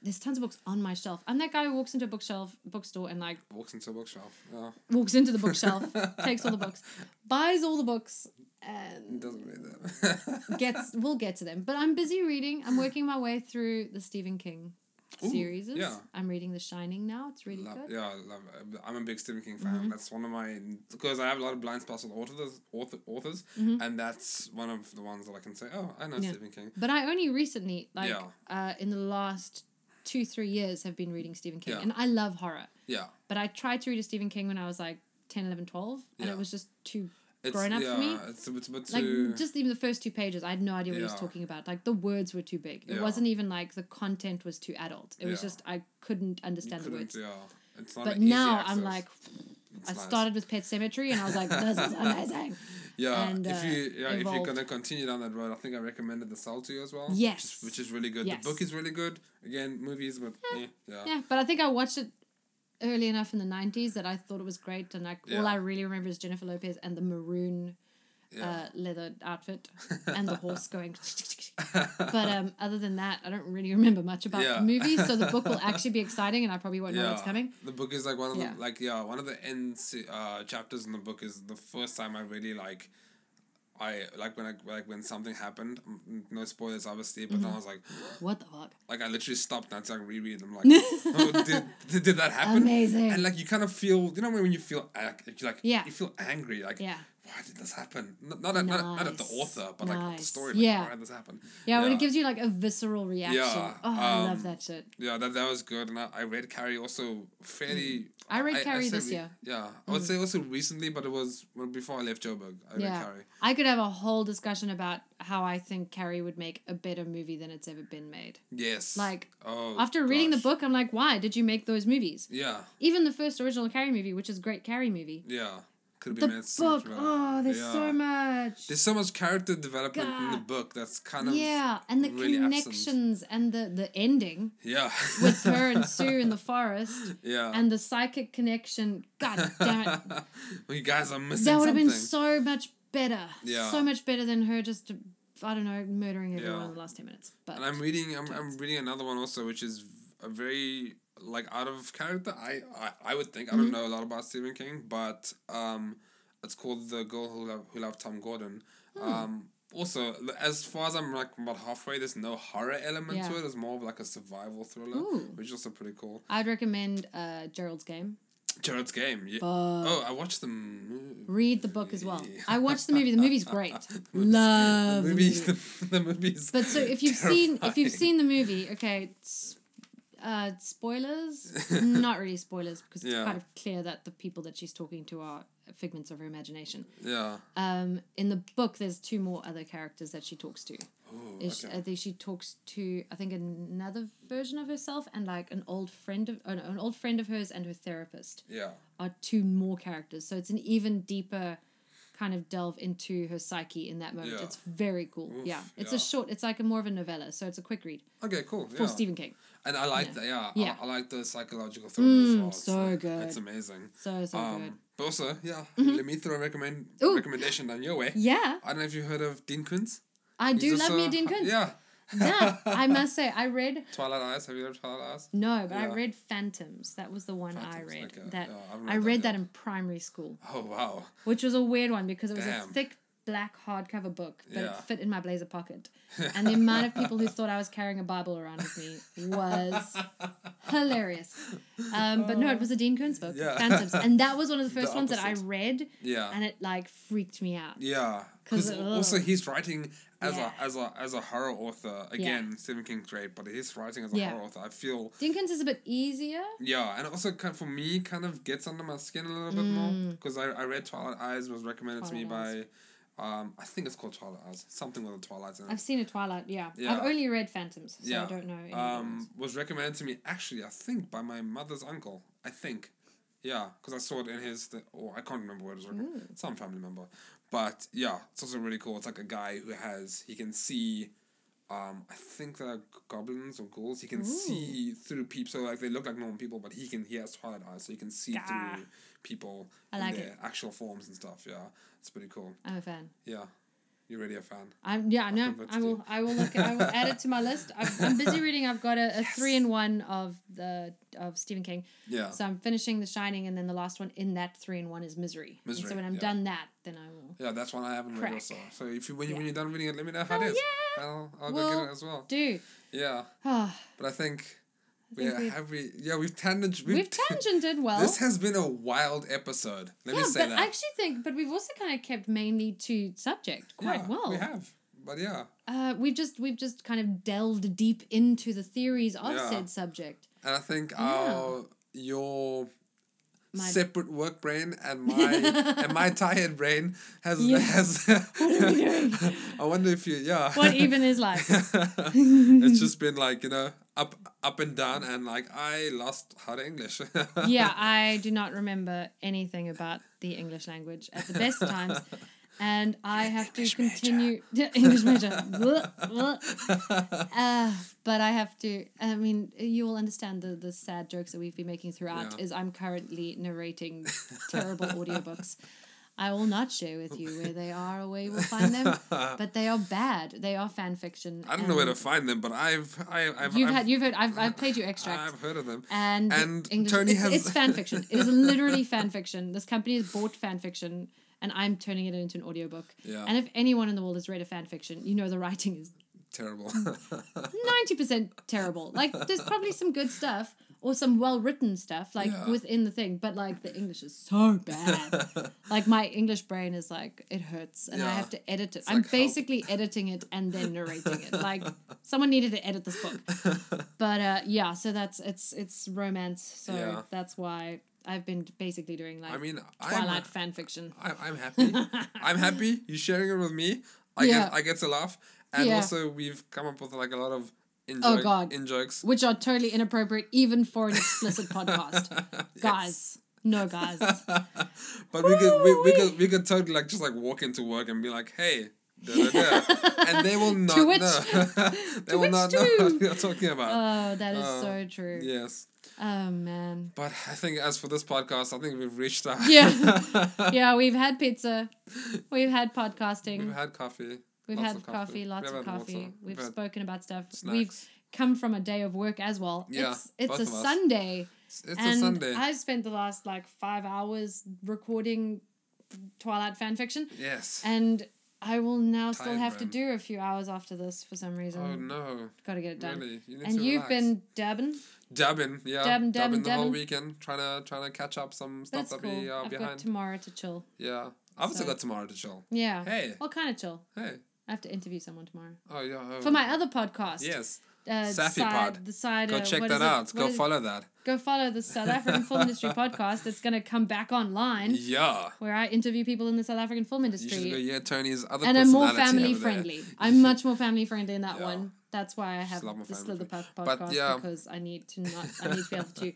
Speaker 1: there's tons of books on my shelf. I'm that guy who walks into a bookshelf, bookstore, and like
Speaker 2: Walks into a bookshelf. Oh, Yeah.
Speaker 1: walks into the bookshelf, takes all the books, buys all the books, and
Speaker 2: Doesn't read that.
Speaker 1: gets. We'll get to them. But I'm busy reading. I'm working my way through the Stephen King
Speaker 2: Ooh,
Speaker 1: series.
Speaker 2: yeah.
Speaker 1: I'm reading The Shining now. It's really
Speaker 2: Love-
Speaker 1: good. Mm-hmm.
Speaker 2: yeah, I love it. I'm a big Stephen King fan. That's one of my because I have a lot of blind spots with authors, author, authors, and that's one of the ones that I can say, oh, I know
Speaker 1: Mm-hmm. Yeah.
Speaker 2: Stephen King.
Speaker 1: But I only recently, like,
Speaker 2: Yeah.
Speaker 1: uh, in the last two three years, have been reading Stephen King,
Speaker 2: Yeah.
Speaker 1: and I love horror.
Speaker 2: Yeah,
Speaker 1: But I tried to read a Stephen King when I was like 10, 11, 12, and
Speaker 2: Yeah.
Speaker 1: it was just too
Speaker 2: it's
Speaker 1: Growing up for me,
Speaker 2: yeah, it's a bit, a bit
Speaker 1: like
Speaker 2: too
Speaker 1: just even the first two pages i had no idea what he was
Speaker 2: Yeah.
Speaker 1: talking about like the words were too big it
Speaker 2: Yeah.
Speaker 1: wasn't even like the content was too adult it was
Speaker 2: Yeah.
Speaker 1: just i couldn't understand the words
Speaker 2: couldn't, yeah. It's not
Speaker 1: but
Speaker 2: an easy
Speaker 1: now i'm
Speaker 2: access.
Speaker 1: like
Speaker 2: It's
Speaker 1: i
Speaker 2: nice.
Speaker 1: started with pet cemetery and i was like this is amazing
Speaker 2: Yeah,
Speaker 1: and,
Speaker 2: if
Speaker 1: uh,
Speaker 2: you yeah, if you're
Speaker 1: evolved.
Speaker 2: gonna continue down that road, I think I recommended the Soul to you as well. which is-
Speaker 1: Yes.
Speaker 2: which is, really good.
Speaker 1: Yes.
Speaker 2: The book is really good. Again, movies, but eh, yeah,
Speaker 1: yeah but i think i watched it early enough in the 90s that i thought it was great and like all
Speaker 2: Yeah.
Speaker 1: i really remember is jennifer lopez and the maroon
Speaker 2: yeah.
Speaker 1: uh, leather outfit and the horse going. but um, other than that, I don't really remember much about
Speaker 2: Yeah.
Speaker 1: the movie, so the book will actually be exciting, and I probably won't know
Speaker 2: yeah,
Speaker 1: what's coming.
Speaker 2: the book is like one of
Speaker 1: Yeah.
Speaker 2: the like yeah one of the end se- uh, chapters in the book is the first time I really like I like when I like when something happened. m- No spoilers, obviously, but
Speaker 1: Mm-hmm.
Speaker 2: then I was like,
Speaker 1: What the fuck?
Speaker 2: like I literally stopped and I like reread. I'm like, oh, did, did did that happen?
Speaker 1: Amazing.
Speaker 2: And like you kind of feel, you know, when you feel ac- like, you like
Speaker 1: Yeah.
Speaker 2: you feel angry, like
Speaker 1: Yeah.
Speaker 2: why did this happen? N- Not at, not, at- not at the
Speaker 1: Nice.
Speaker 2: author, but like at the
Speaker 1: Nice.
Speaker 2: story. Like,
Speaker 1: Yeah.
Speaker 2: why did this happen?
Speaker 1: Yeah, when it gives you like a visceral reaction.
Speaker 2: Yeah,
Speaker 1: Oh, I
Speaker 2: um,
Speaker 1: love that shit.
Speaker 2: Yeah, that that was good, and I, I read Carrie also fairly.
Speaker 1: I read Carrie
Speaker 2: say
Speaker 1: this
Speaker 2: re-
Speaker 1: year. Mm.
Speaker 2: Yeah, I would say also recently, but it was well, before I left Joburg. I read
Speaker 1: yeah.
Speaker 2: Carrie.
Speaker 1: I could have a whole discussion about how I think Carrie would make a better movie than it's ever been made.
Speaker 2: Yes.
Speaker 1: Like,
Speaker 2: oh,
Speaker 1: After reading the
Speaker 2: gosh.
Speaker 1: book, I'm like, why did you make those movies?
Speaker 2: Yeah,
Speaker 1: Even the first original Carrie movie, which is a great Carrie movie.
Speaker 2: yeah, could have
Speaker 1: The
Speaker 2: been made
Speaker 1: book,
Speaker 2: so much better.
Speaker 1: oh, there's
Speaker 2: Yeah.
Speaker 1: so much.
Speaker 2: There's so much character development in the
Speaker 1: God.
Speaker 2: book that's kind of
Speaker 1: Yeah, and the
Speaker 2: really absent.
Speaker 1: connections and the, the ending
Speaker 2: yeah
Speaker 1: with her and Sue in the forest
Speaker 2: yeah
Speaker 1: and the psychic connection. God damn it.
Speaker 2: well, you guys are missing
Speaker 1: That would have
Speaker 2: something.
Speaker 1: been so much better.
Speaker 2: Yeah.
Speaker 1: So much better than her just, I don't know, murdering everyone
Speaker 2: Yeah.
Speaker 1: in the last 10 minutes. But
Speaker 2: and I'm reading I'm, I'm reading another one also which is a very like out of character I I, I would think
Speaker 1: Mm-hmm.
Speaker 2: I don't know a lot about Stephen King but um it's called The Girl Who Loved, Who Loved Tom Gordon
Speaker 1: Hmm.
Speaker 2: um also l- as far as I'm like about halfway there's no horror element to
Speaker 1: Yeah.
Speaker 2: it it's more of like a survival thriller
Speaker 1: Ooh.
Speaker 2: which is also pretty cool
Speaker 1: I'd recommend uh, Gerald's Game.
Speaker 2: Jared's Game yeah
Speaker 1: But
Speaker 2: oh I watched the movie
Speaker 1: read the book as well.
Speaker 2: Yeah.
Speaker 1: I watched the movie. The movie's great.
Speaker 2: movie's-
Speaker 1: Love
Speaker 2: the
Speaker 1: the
Speaker 2: movies.
Speaker 1: movie.
Speaker 2: The, the movies.
Speaker 1: But so if you've seen if you've
Speaker 2: terrifying.
Speaker 1: seen the movie, okay, it's, uh, spoilers. Not really spoilers because
Speaker 2: Yeah.
Speaker 1: it's kind of clear that the people that she's talking to are figments of her imagination.
Speaker 2: yeah,
Speaker 1: Um, in the book, there's two more other characters that she talks to.
Speaker 2: Ooh,
Speaker 1: Is-
Speaker 2: okay.
Speaker 1: I think she talks to I think another version of herself and like an old friend of an, an old friend of hers and her therapist
Speaker 2: yeah,
Speaker 1: are two more characters. So it's an even deeper kind of delve into her psyche in that moment.
Speaker 2: Yeah.
Speaker 1: It's very cool.
Speaker 2: Oof,
Speaker 1: yeah. It's
Speaker 2: yeah.
Speaker 1: a short, it's like a more of a novella. So it's a quick read
Speaker 2: okay, cool. Yeah.
Speaker 1: for Stephen King.
Speaker 2: and I like that. Yeah,
Speaker 1: Yeah.
Speaker 2: I, I like the psychological thriller as
Speaker 1: Mm,
Speaker 2: well.
Speaker 1: so good.
Speaker 2: It's amazing.
Speaker 1: So, so good. Mm-hmm.
Speaker 2: Um, but also, yeah, let me throw a recommend
Speaker 1: Ooh.
Speaker 2: recommendation down your way.
Speaker 1: Yeah.
Speaker 2: I don't know if you heard of Dean Koontz.
Speaker 1: I
Speaker 2: He's
Speaker 1: do love
Speaker 2: also-
Speaker 1: me a Dean Koontz.
Speaker 2: Yeah,
Speaker 1: That, I must say, I read,
Speaker 2: Twilight Eyes. Have you heard of Twilight Eyes?
Speaker 1: no, but I
Speaker 2: Yeah.
Speaker 1: read Phantoms. That was the one I
Speaker 2: Phantoms,
Speaker 1: read.
Speaker 2: okay.
Speaker 1: That
Speaker 2: Yeah, I haven't
Speaker 1: I
Speaker 2: read that
Speaker 1: read that,
Speaker 2: yet.
Speaker 1: in primary school,
Speaker 2: Oh wow.
Speaker 1: which was a weird one because it was
Speaker 2: Damn.
Speaker 1: a thick black hardcover book, but
Speaker 2: Yeah.
Speaker 1: it fit in my blazer pocket. And the amount of people who thought I was carrying a Bible around with me was hilarious. Um, but no, it was a Dean Koontz book,
Speaker 2: Yeah.
Speaker 1: Phantoms, and that was one of the
Speaker 2: The
Speaker 1: first ones that I
Speaker 2: opposite.
Speaker 1: read,
Speaker 2: Yeah.
Speaker 1: and it like freaked me out.
Speaker 2: Yeah, because
Speaker 1: 'Cause, ugh.
Speaker 2: also he's writing as
Speaker 1: Yeah.
Speaker 2: a as a as a horror author again. Stephen King's great, but he's writing as a
Speaker 1: Yeah.
Speaker 2: horror author. I feel
Speaker 1: Dean Koontz is a bit easier.
Speaker 2: yeah, and also kind of, for me, kind of gets under my skin a little bit more because I, I read Twilight Eyes was recommended to me
Speaker 1: Twilight
Speaker 2: by, um, I think it's called Twilight Eyes, something with a Twilight in it.
Speaker 1: I've seen a Twilight, yeah.
Speaker 2: Yeah.
Speaker 1: I've only read Phantoms, so
Speaker 2: yeah,
Speaker 1: I don't know. Any
Speaker 2: Um,
Speaker 1: um,
Speaker 2: was recommended to me actually, I think by my mother's uncle. I think, yeah, because I saw it in his th- or I can't remember what it was.
Speaker 1: Hmm.
Speaker 2: recommended. Some family member, but yeah, it's also really cool. It's like a guy who has he can see. Um, I think they're goblins or ghouls. He can see through people, so like they look like normal people, but he can he has twilight eyes, so he can see
Speaker 1: Gah.
Speaker 2: through people
Speaker 1: I
Speaker 2: in
Speaker 1: like
Speaker 2: their
Speaker 1: it.
Speaker 2: actual forms and stuff. Yeah, it's pretty cool.
Speaker 1: I'm a fan.
Speaker 2: Yeah, you're already a fan.
Speaker 1: I'm yeah, I know.
Speaker 2: what to
Speaker 1: I will. I will look. I will add it to my list. I've, I'm busy reading. I've got a, a three in one of the of Stephen King.
Speaker 2: Yeah,
Speaker 1: So I'm finishing The Shining, and then the last one in that three in one is Misery. And
Speaker 2: Misery,
Speaker 1: so when I'm
Speaker 2: yeah.
Speaker 1: done that, then I will
Speaker 2: yeah, that's one I haven't
Speaker 1: Crack.
Speaker 2: read also. So if you when, you when
Speaker 1: Yeah.
Speaker 2: you're done reading it, let me know how
Speaker 1: Hell
Speaker 2: it is.
Speaker 1: Oh, yeah.
Speaker 2: I'll, I'll go get
Speaker 1: Well,
Speaker 2: oh, it as well.
Speaker 1: do.
Speaker 2: Yeah,
Speaker 1: Oh,
Speaker 2: but I think,
Speaker 1: think
Speaker 2: we
Speaker 1: we've-
Speaker 2: have we yeah we've tangent
Speaker 1: we've, tangented well.
Speaker 2: This has been a wild episode. Let
Speaker 1: yeah,
Speaker 2: me say
Speaker 1: but
Speaker 2: that.
Speaker 1: I actually think, but we've also kind of kept mainly to subject quite
Speaker 2: Yeah,
Speaker 1: well.
Speaker 2: We have, but yeah,
Speaker 1: Uh, we've just we've just kind of delved deep into the theories of
Speaker 2: Yeah.
Speaker 1: said subject.
Speaker 2: and I think
Speaker 1: Yeah.
Speaker 2: our your
Speaker 1: My-
Speaker 2: separate work brain and my and my tired brain has
Speaker 1: Yeah.
Speaker 2: has.
Speaker 1: are we doing?
Speaker 2: I wonder if you yeah.
Speaker 1: What even is life?
Speaker 2: it's just been like you know up up and down and like I lost how to English.
Speaker 1: yeah, I do not remember anything about the English language at the best times. And I have to continue Yeah, English major. Blech, blech. uh, but I have to. I mean, you will understand the the sad jokes that we've been making throughout.
Speaker 2: Yeah.
Speaker 1: Is I'm currently narrating terrible audiobooks. I will not share with you where they are or where you will find them, but they are bad. They are fan fiction.
Speaker 2: I don't know where to
Speaker 1: and
Speaker 2: find them, but I've I, I've
Speaker 1: Um, You've
Speaker 2: I've,
Speaker 1: had you've heard. I've I've played you extracts
Speaker 2: I've heard of them.
Speaker 1: and, the
Speaker 2: And
Speaker 1: English,
Speaker 2: Tony
Speaker 1: it's,
Speaker 2: has-
Speaker 1: it's fan fiction. It is literally fan fiction. This company has bought fan fiction and I'm turning it into an audiobook.
Speaker 2: Yeah.
Speaker 1: And if anyone in the world has read a fan fiction, you know the writing is
Speaker 2: Terrible.
Speaker 1: 90% terrible. Like there's probably some good stuff or some well-written stuff like
Speaker 2: Yeah.
Speaker 1: within the thing, but like the English is so bad. like my English brain is like it hurts and I
Speaker 2: Yeah.
Speaker 1: have to edit it.
Speaker 2: It's
Speaker 1: I'm
Speaker 2: like, help.
Speaker 1: basically editing it and then narrating it. Like someone needed to edit this book. But uh yeah, so that's it's it's romance. So
Speaker 2: Yeah.
Speaker 1: that's why I've been basically doing like
Speaker 2: I mean,
Speaker 1: Twilight
Speaker 2: I'm,
Speaker 1: fan fiction.
Speaker 2: I'm, I'm happy. I'm happy. You're sharing it with me. I
Speaker 1: Yeah.
Speaker 2: get I get to laugh, and
Speaker 1: Yeah. Oh,
Speaker 2: also we've come up with like a lot of in joke,
Speaker 1: God.
Speaker 2: in jokes.
Speaker 1: which are totally inappropriate even for an explicit podcast. Guys, no guys.
Speaker 2: But we could we, we could we could totally like just like walk into work and be like, hey. Da, da, da. and they will not
Speaker 1: which-
Speaker 2: know. they will
Speaker 1: which
Speaker 2: not know
Speaker 1: too.
Speaker 2: what you're talking about.
Speaker 1: Oh, that is
Speaker 2: Uh,
Speaker 1: so true.
Speaker 2: yes,
Speaker 1: Oh man.
Speaker 2: but I think as for this podcast, I think we've reached our
Speaker 1: Yeah. Yeah, we've had pizza. We've had podcasting.
Speaker 2: we've had coffee.
Speaker 1: We've
Speaker 2: lots
Speaker 1: had
Speaker 2: of
Speaker 1: coffee, lots
Speaker 2: We've
Speaker 1: of
Speaker 2: had water.
Speaker 1: coffee. We've,
Speaker 2: had
Speaker 1: spoken about stuff. We've
Speaker 2: snacks.
Speaker 1: come from a day of work as well.
Speaker 2: Yeah,
Speaker 1: it's it's
Speaker 2: both
Speaker 1: a
Speaker 2: of us.
Speaker 1: Sunday.
Speaker 2: It's, it's
Speaker 1: and
Speaker 2: a Sunday.
Speaker 1: I've spent the last like five hours recording Twilight fan fiction.
Speaker 2: yes.
Speaker 1: And I will now still
Speaker 2: Time
Speaker 1: have to
Speaker 2: ran.
Speaker 1: do a few hours after this for some reason.
Speaker 2: oh no.
Speaker 1: Gotta get it done.
Speaker 2: Really, you need
Speaker 1: And
Speaker 2: to
Speaker 1: you've
Speaker 2: relax.
Speaker 1: been dabbing.
Speaker 2: dabbing, yeah,
Speaker 1: Dabbing,
Speaker 2: dabbing,
Speaker 1: dabbing,
Speaker 2: the whole
Speaker 1: dabbing.
Speaker 2: weekend, trying to trying to catch up some stuff
Speaker 1: That's
Speaker 2: that
Speaker 1: cool.
Speaker 2: we are
Speaker 1: I've got
Speaker 2: behind.
Speaker 1: tomorrow to chill.
Speaker 2: yeah, I've also
Speaker 1: So-
Speaker 2: got tomorrow to chill.
Speaker 1: Yeah.
Speaker 2: Hey,
Speaker 1: Well, kind of chill.
Speaker 2: hey,
Speaker 1: I have to interview someone tomorrow
Speaker 2: oh yeah. Oh.
Speaker 1: for my other podcast.
Speaker 2: yes,
Speaker 1: Uh,
Speaker 2: Safi
Speaker 1: side,
Speaker 2: Pod.
Speaker 1: The side.
Speaker 2: go
Speaker 1: uh,
Speaker 2: check
Speaker 1: what is
Speaker 2: that
Speaker 1: it?
Speaker 2: out.
Speaker 1: What
Speaker 2: Go
Speaker 1: is it?
Speaker 2: follow that.
Speaker 1: Go follow the South African film industry podcast. It's going to come back online
Speaker 2: Yeah,
Speaker 1: where I interview people in the South African film
Speaker 2: you should go.
Speaker 1: industry.
Speaker 2: Yeah, Tony's other
Speaker 1: And I'm more
Speaker 2: personality
Speaker 1: family
Speaker 2: over there.
Speaker 1: friendly. I'm much more family friendly in that
Speaker 2: Yeah.
Speaker 1: one. That's why I have
Speaker 2: a lot more
Speaker 1: the
Speaker 2: family
Speaker 1: Slitherpuff
Speaker 2: But,
Speaker 1: podcast
Speaker 2: yeah.
Speaker 1: because I need to not. I need to be able to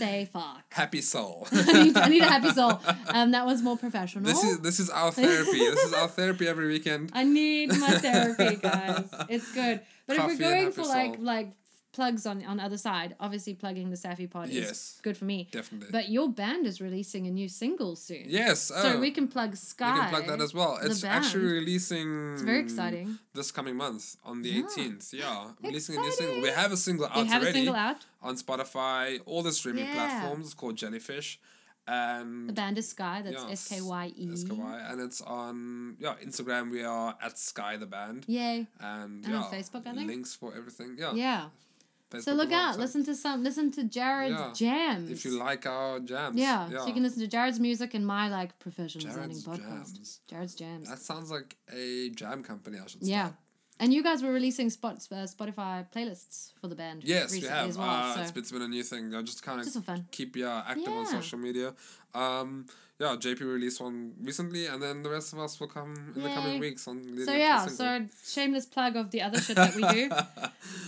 Speaker 1: say fuck.
Speaker 2: Happy soul.
Speaker 1: I need, I need a happy soul. Um, that was more professional.
Speaker 2: this is this is our therapy. this is our therapy every weekend.
Speaker 1: I need my therapy, guys. It's good. But if we're
Speaker 2: Coffee and
Speaker 1: going
Speaker 2: happy
Speaker 1: for like
Speaker 2: soul.
Speaker 1: like plugs on on the other side, obviously plugging the Safi Pod is
Speaker 2: Yes.
Speaker 1: good for me.
Speaker 2: Definitely.
Speaker 1: But your band is releasing a new single soon.
Speaker 2: yes. Oh,
Speaker 1: So we can plug Sky.
Speaker 2: we can plug that as Mm. well.
Speaker 1: the
Speaker 2: It's actually
Speaker 1: band.
Speaker 2: releasing.
Speaker 1: It's very exciting.
Speaker 2: This coming month on the
Speaker 1: Yeah.
Speaker 2: 18th. Yeah, releasing a new single. We
Speaker 1: Exciting.
Speaker 2: have a single out
Speaker 1: They have a
Speaker 2: already.
Speaker 1: single out.
Speaker 2: on Spotify, all the streaming
Speaker 1: Yeah.
Speaker 2: platforms. It's called Jellyfish,
Speaker 1: The
Speaker 2: and
Speaker 1: band is Sky. That's
Speaker 2: yeah,
Speaker 1: S K Y E.
Speaker 2: SKY, and it's on yeah Instagram. We are at Sky the band,
Speaker 1: Yay.
Speaker 2: and,
Speaker 1: And
Speaker 2: yeah,
Speaker 1: on Facebook, I think?
Speaker 2: links for everything. Yeah,
Speaker 1: Yeah.
Speaker 2: Facebook
Speaker 1: So look
Speaker 2: as well,
Speaker 1: out.
Speaker 2: so
Speaker 1: Listen to some. Listen to Jared's
Speaker 2: Yeah.
Speaker 1: jams.
Speaker 2: if you like our jams.
Speaker 1: yeah. So you can listen to Jared's music and my like professional designing
Speaker 2: Jared's
Speaker 1: podcast.
Speaker 2: jams.
Speaker 1: Jared's jams.
Speaker 2: That sounds like a jam company. I should.
Speaker 1: Yeah.
Speaker 2: start.
Speaker 1: And you guys were releasing spot, uh, Spotify playlists for the band
Speaker 2: Yes, we
Speaker 1: recently
Speaker 2: have.
Speaker 1: as well.
Speaker 2: uh,
Speaker 1: so
Speaker 2: it's, been- it's been a new thing. I just kind of
Speaker 1: just for fun.
Speaker 2: keep yeah active on
Speaker 1: Yeah.
Speaker 2: social media. Um, yeah, JP released one recently, and then the rest of us will come in the
Speaker 1: Yay.
Speaker 2: coming weeks on. leading
Speaker 1: So
Speaker 2: up to the
Speaker 1: yeah,
Speaker 2: single.
Speaker 1: so shameless plug of the other shit that we do.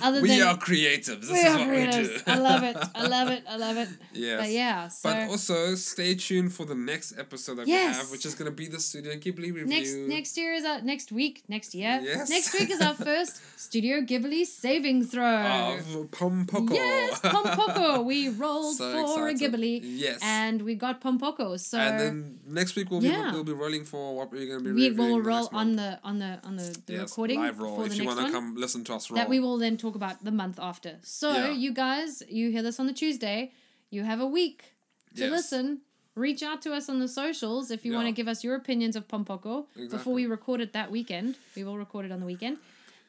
Speaker 1: Other
Speaker 2: we
Speaker 1: than
Speaker 2: are creatives. This
Speaker 1: we
Speaker 2: is
Speaker 1: are
Speaker 2: what we do.
Speaker 1: creatives. I love it. I love it. I love it.
Speaker 2: Yes.
Speaker 1: But yeah, so
Speaker 2: But also stay tuned for the next episode that we
Speaker 1: Yes.
Speaker 2: have, which is gonna be the Studio Ghibli review.
Speaker 1: next next year is our next week. Next year.
Speaker 2: Yes.
Speaker 1: Next week is our first Studio Ghibli saving throw.
Speaker 2: of Oh, Pompoko.
Speaker 1: Yes, Pompoko. We rolled for
Speaker 2: excited.
Speaker 1: a Ghibli.
Speaker 2: Yes. And,
Speaker 1: And we got Pompoko. So
Speaker 2: then next week we'll be
Speaker 1: Yeah.
Speaker 2: we'll be rolling for what we're gonna be
Speaker 1: we
Speaker 2: reviewing.
Speaker 1: will
Speaker 2: the
Speaker 1: roll
Speaker 2: next
Speaker 1: on
Speaker 2: month.
Speaker 1: the on the on the, the
Speaker 2: Yes,
Speaker 1: recording
Speaker 2: live roll
Speaker 1: for the
Speaker 2: if you
Speaker 1: next
Speaker 2: wanna
Speaker 1: one
Speaker 2: come listen to us roll.
Speaker 1: that we will then talk about the month after. So
Speaker 2: Yeah.
Speaker 1: you guys, you hear this on the Tuesday, you have a week to
Speaker 2: Yes.
Speaker 1: listen. Reach out to us on the socials if you want to
Speaker 2: Yeah.
Speaker 1: give us your opinions of Pompoko before
Speaker 2: Exactly.
Speaker 1: we record it that weekend. We will record it on the weekend,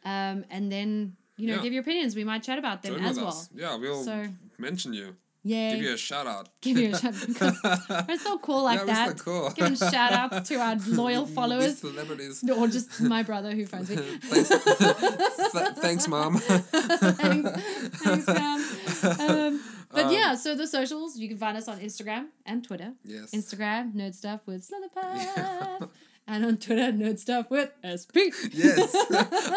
Speaker 1: um, and then you know
Speaker 2: Yeah.
Speaker 1: give your opinions. We might chat about them
Speaker 2: Join
Speaker 1: as
Speaker 2: with
Speaker 1: well.
Speaker 2: us. Yeah, we'll
Speaker 1: So-
Speaker 2: mention you.
Speaker 1: Yay!
Speaker 2: Give you a shout out.
Speaker 1: Give you a shout. because We're so cool like
Speaker 2: yeah,
Speaker 1: that.
Speaker 2: We're so cool.
Speaker 1: Giving shout outs to our loyal
Speaker 2: These
Speaker 1: followers.
Speaker 2: celebrities.
Speaker 1: Or just my brother who phones me.
Speaker 2: thanks, Th- thanks, mom.
Speaker 1: thanks, thanks, Pam. Um, but yeah, so the socials, you can find us on Instagram and Twitter.
Speaker 2: Yes.
Speaker 1: Instagram, nerd stuff with Slitherpuff. and on Twitter, nerd stuff with SP.
Speaker 2: Yes,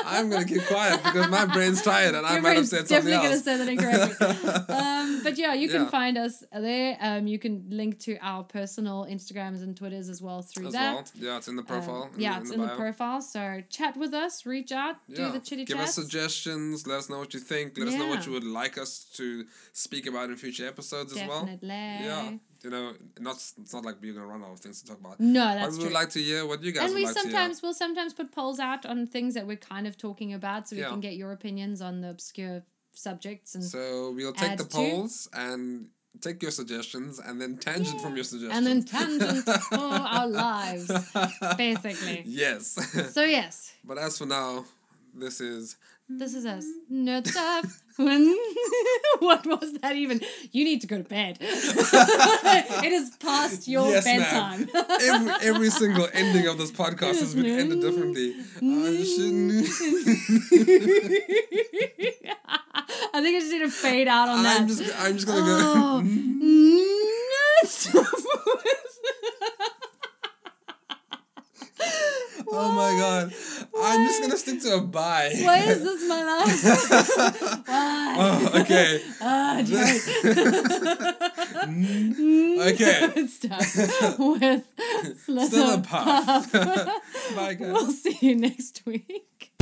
Speaker 2: I'm gonna keep quiet because my brain's tired and I
Speaker 1: Your
Speaker 2: might have
Speaker 1: brain's
Speaker 2: said something
Speaker 1: definitely
Speaker 2: else.
Speaker 1: gonna say that incorrectly. um, but yeah, you can
Speaker 2: Yeah.
Speaker 1: find us there. Um, you can link to our personal Instagrams and Twitters as well through
Speaker 2: As
Speaker 1: that.
Speaker 2: well, yeah, it's in the
Speaker 1: Um,
Speaker 2: profile. in
Speaker 1: yeah,
Speaker 2: the,
Speaker 1: it's
Speaker 2: in
Speaker 1: in the
Speaker 2: bio.
Speaker 1: profile. So chat with us, reach out,
Speaker 2: Yeah.
Speaker 1: do the chitty
Speaker 2: Give
Speaker 1: chat.
Speaker 2: us suggestions. Let us know what you think. Let us know what
Speaker 1: Yeah.
Speaker 2: you would like us to speak about in future episodes as
Speaker 1: Definitely.
Speaker 2: well. Yeah, you know, not it's not like we're gonna run out of things to talk about.
Speaker 1: No,
Speaker 2: but
Speaker 1: that's
Speaker 2: we
Speaker 1: true.
Speaker 2: would like to hear what you guys
Speaker 1: and
Speaker 2: would
Speaker 1: we
Speaker 2: like
Speaker 1: sometimes will sometimes put polls out on things that we're kind of talking about, so we
Speaker 2: Yeah.
Speaker 1: can get your opinions on the obscure subjects and
Speaker 2: to hear. So we'll take
Speaker 1: add
Speaker 2: the
Speaker 1: to.
Speaker 2: polls and take your suggestions and then tangent from your suggestions.
Speaker 1: and then tangent for our lives, basically.
Speaker 2: yes.
Speaker 1: So yes,
Speaker 2: but as for now, this is
Speaker 1: this is us. Nerd stuff. When- what was that even? You need to go to bed. it is past your
Speaker 2: Yes, ma'am.
Speaker 1: bedtime.
Speaker 2: every, every single ending of this podcast has been ended differently. I shouldn't.
Speaker 1: I think I just need to fade out on that.
Speaker 2: I'm just I'm just gonna
Speaker 1: Oh,
Speaker 2: go.
Speaker 1: nerd stuff.
Speaker 2: Oh my god! I'm just gonna stick to a bye.
Speaker 1: Why is this my life? Why?
Speaker 2: Oh, okay.
Speaker 1: Ah, Jared.
Speaker 2: okay.
Speaker 1: Good stuff. With
Speaker 2: Still
Speaker 1: Slither
Speaker 2: a puff.
Speaker 1: Puff.
Speaker 2: Bye guys.
Speaker 1: we'll see you next week.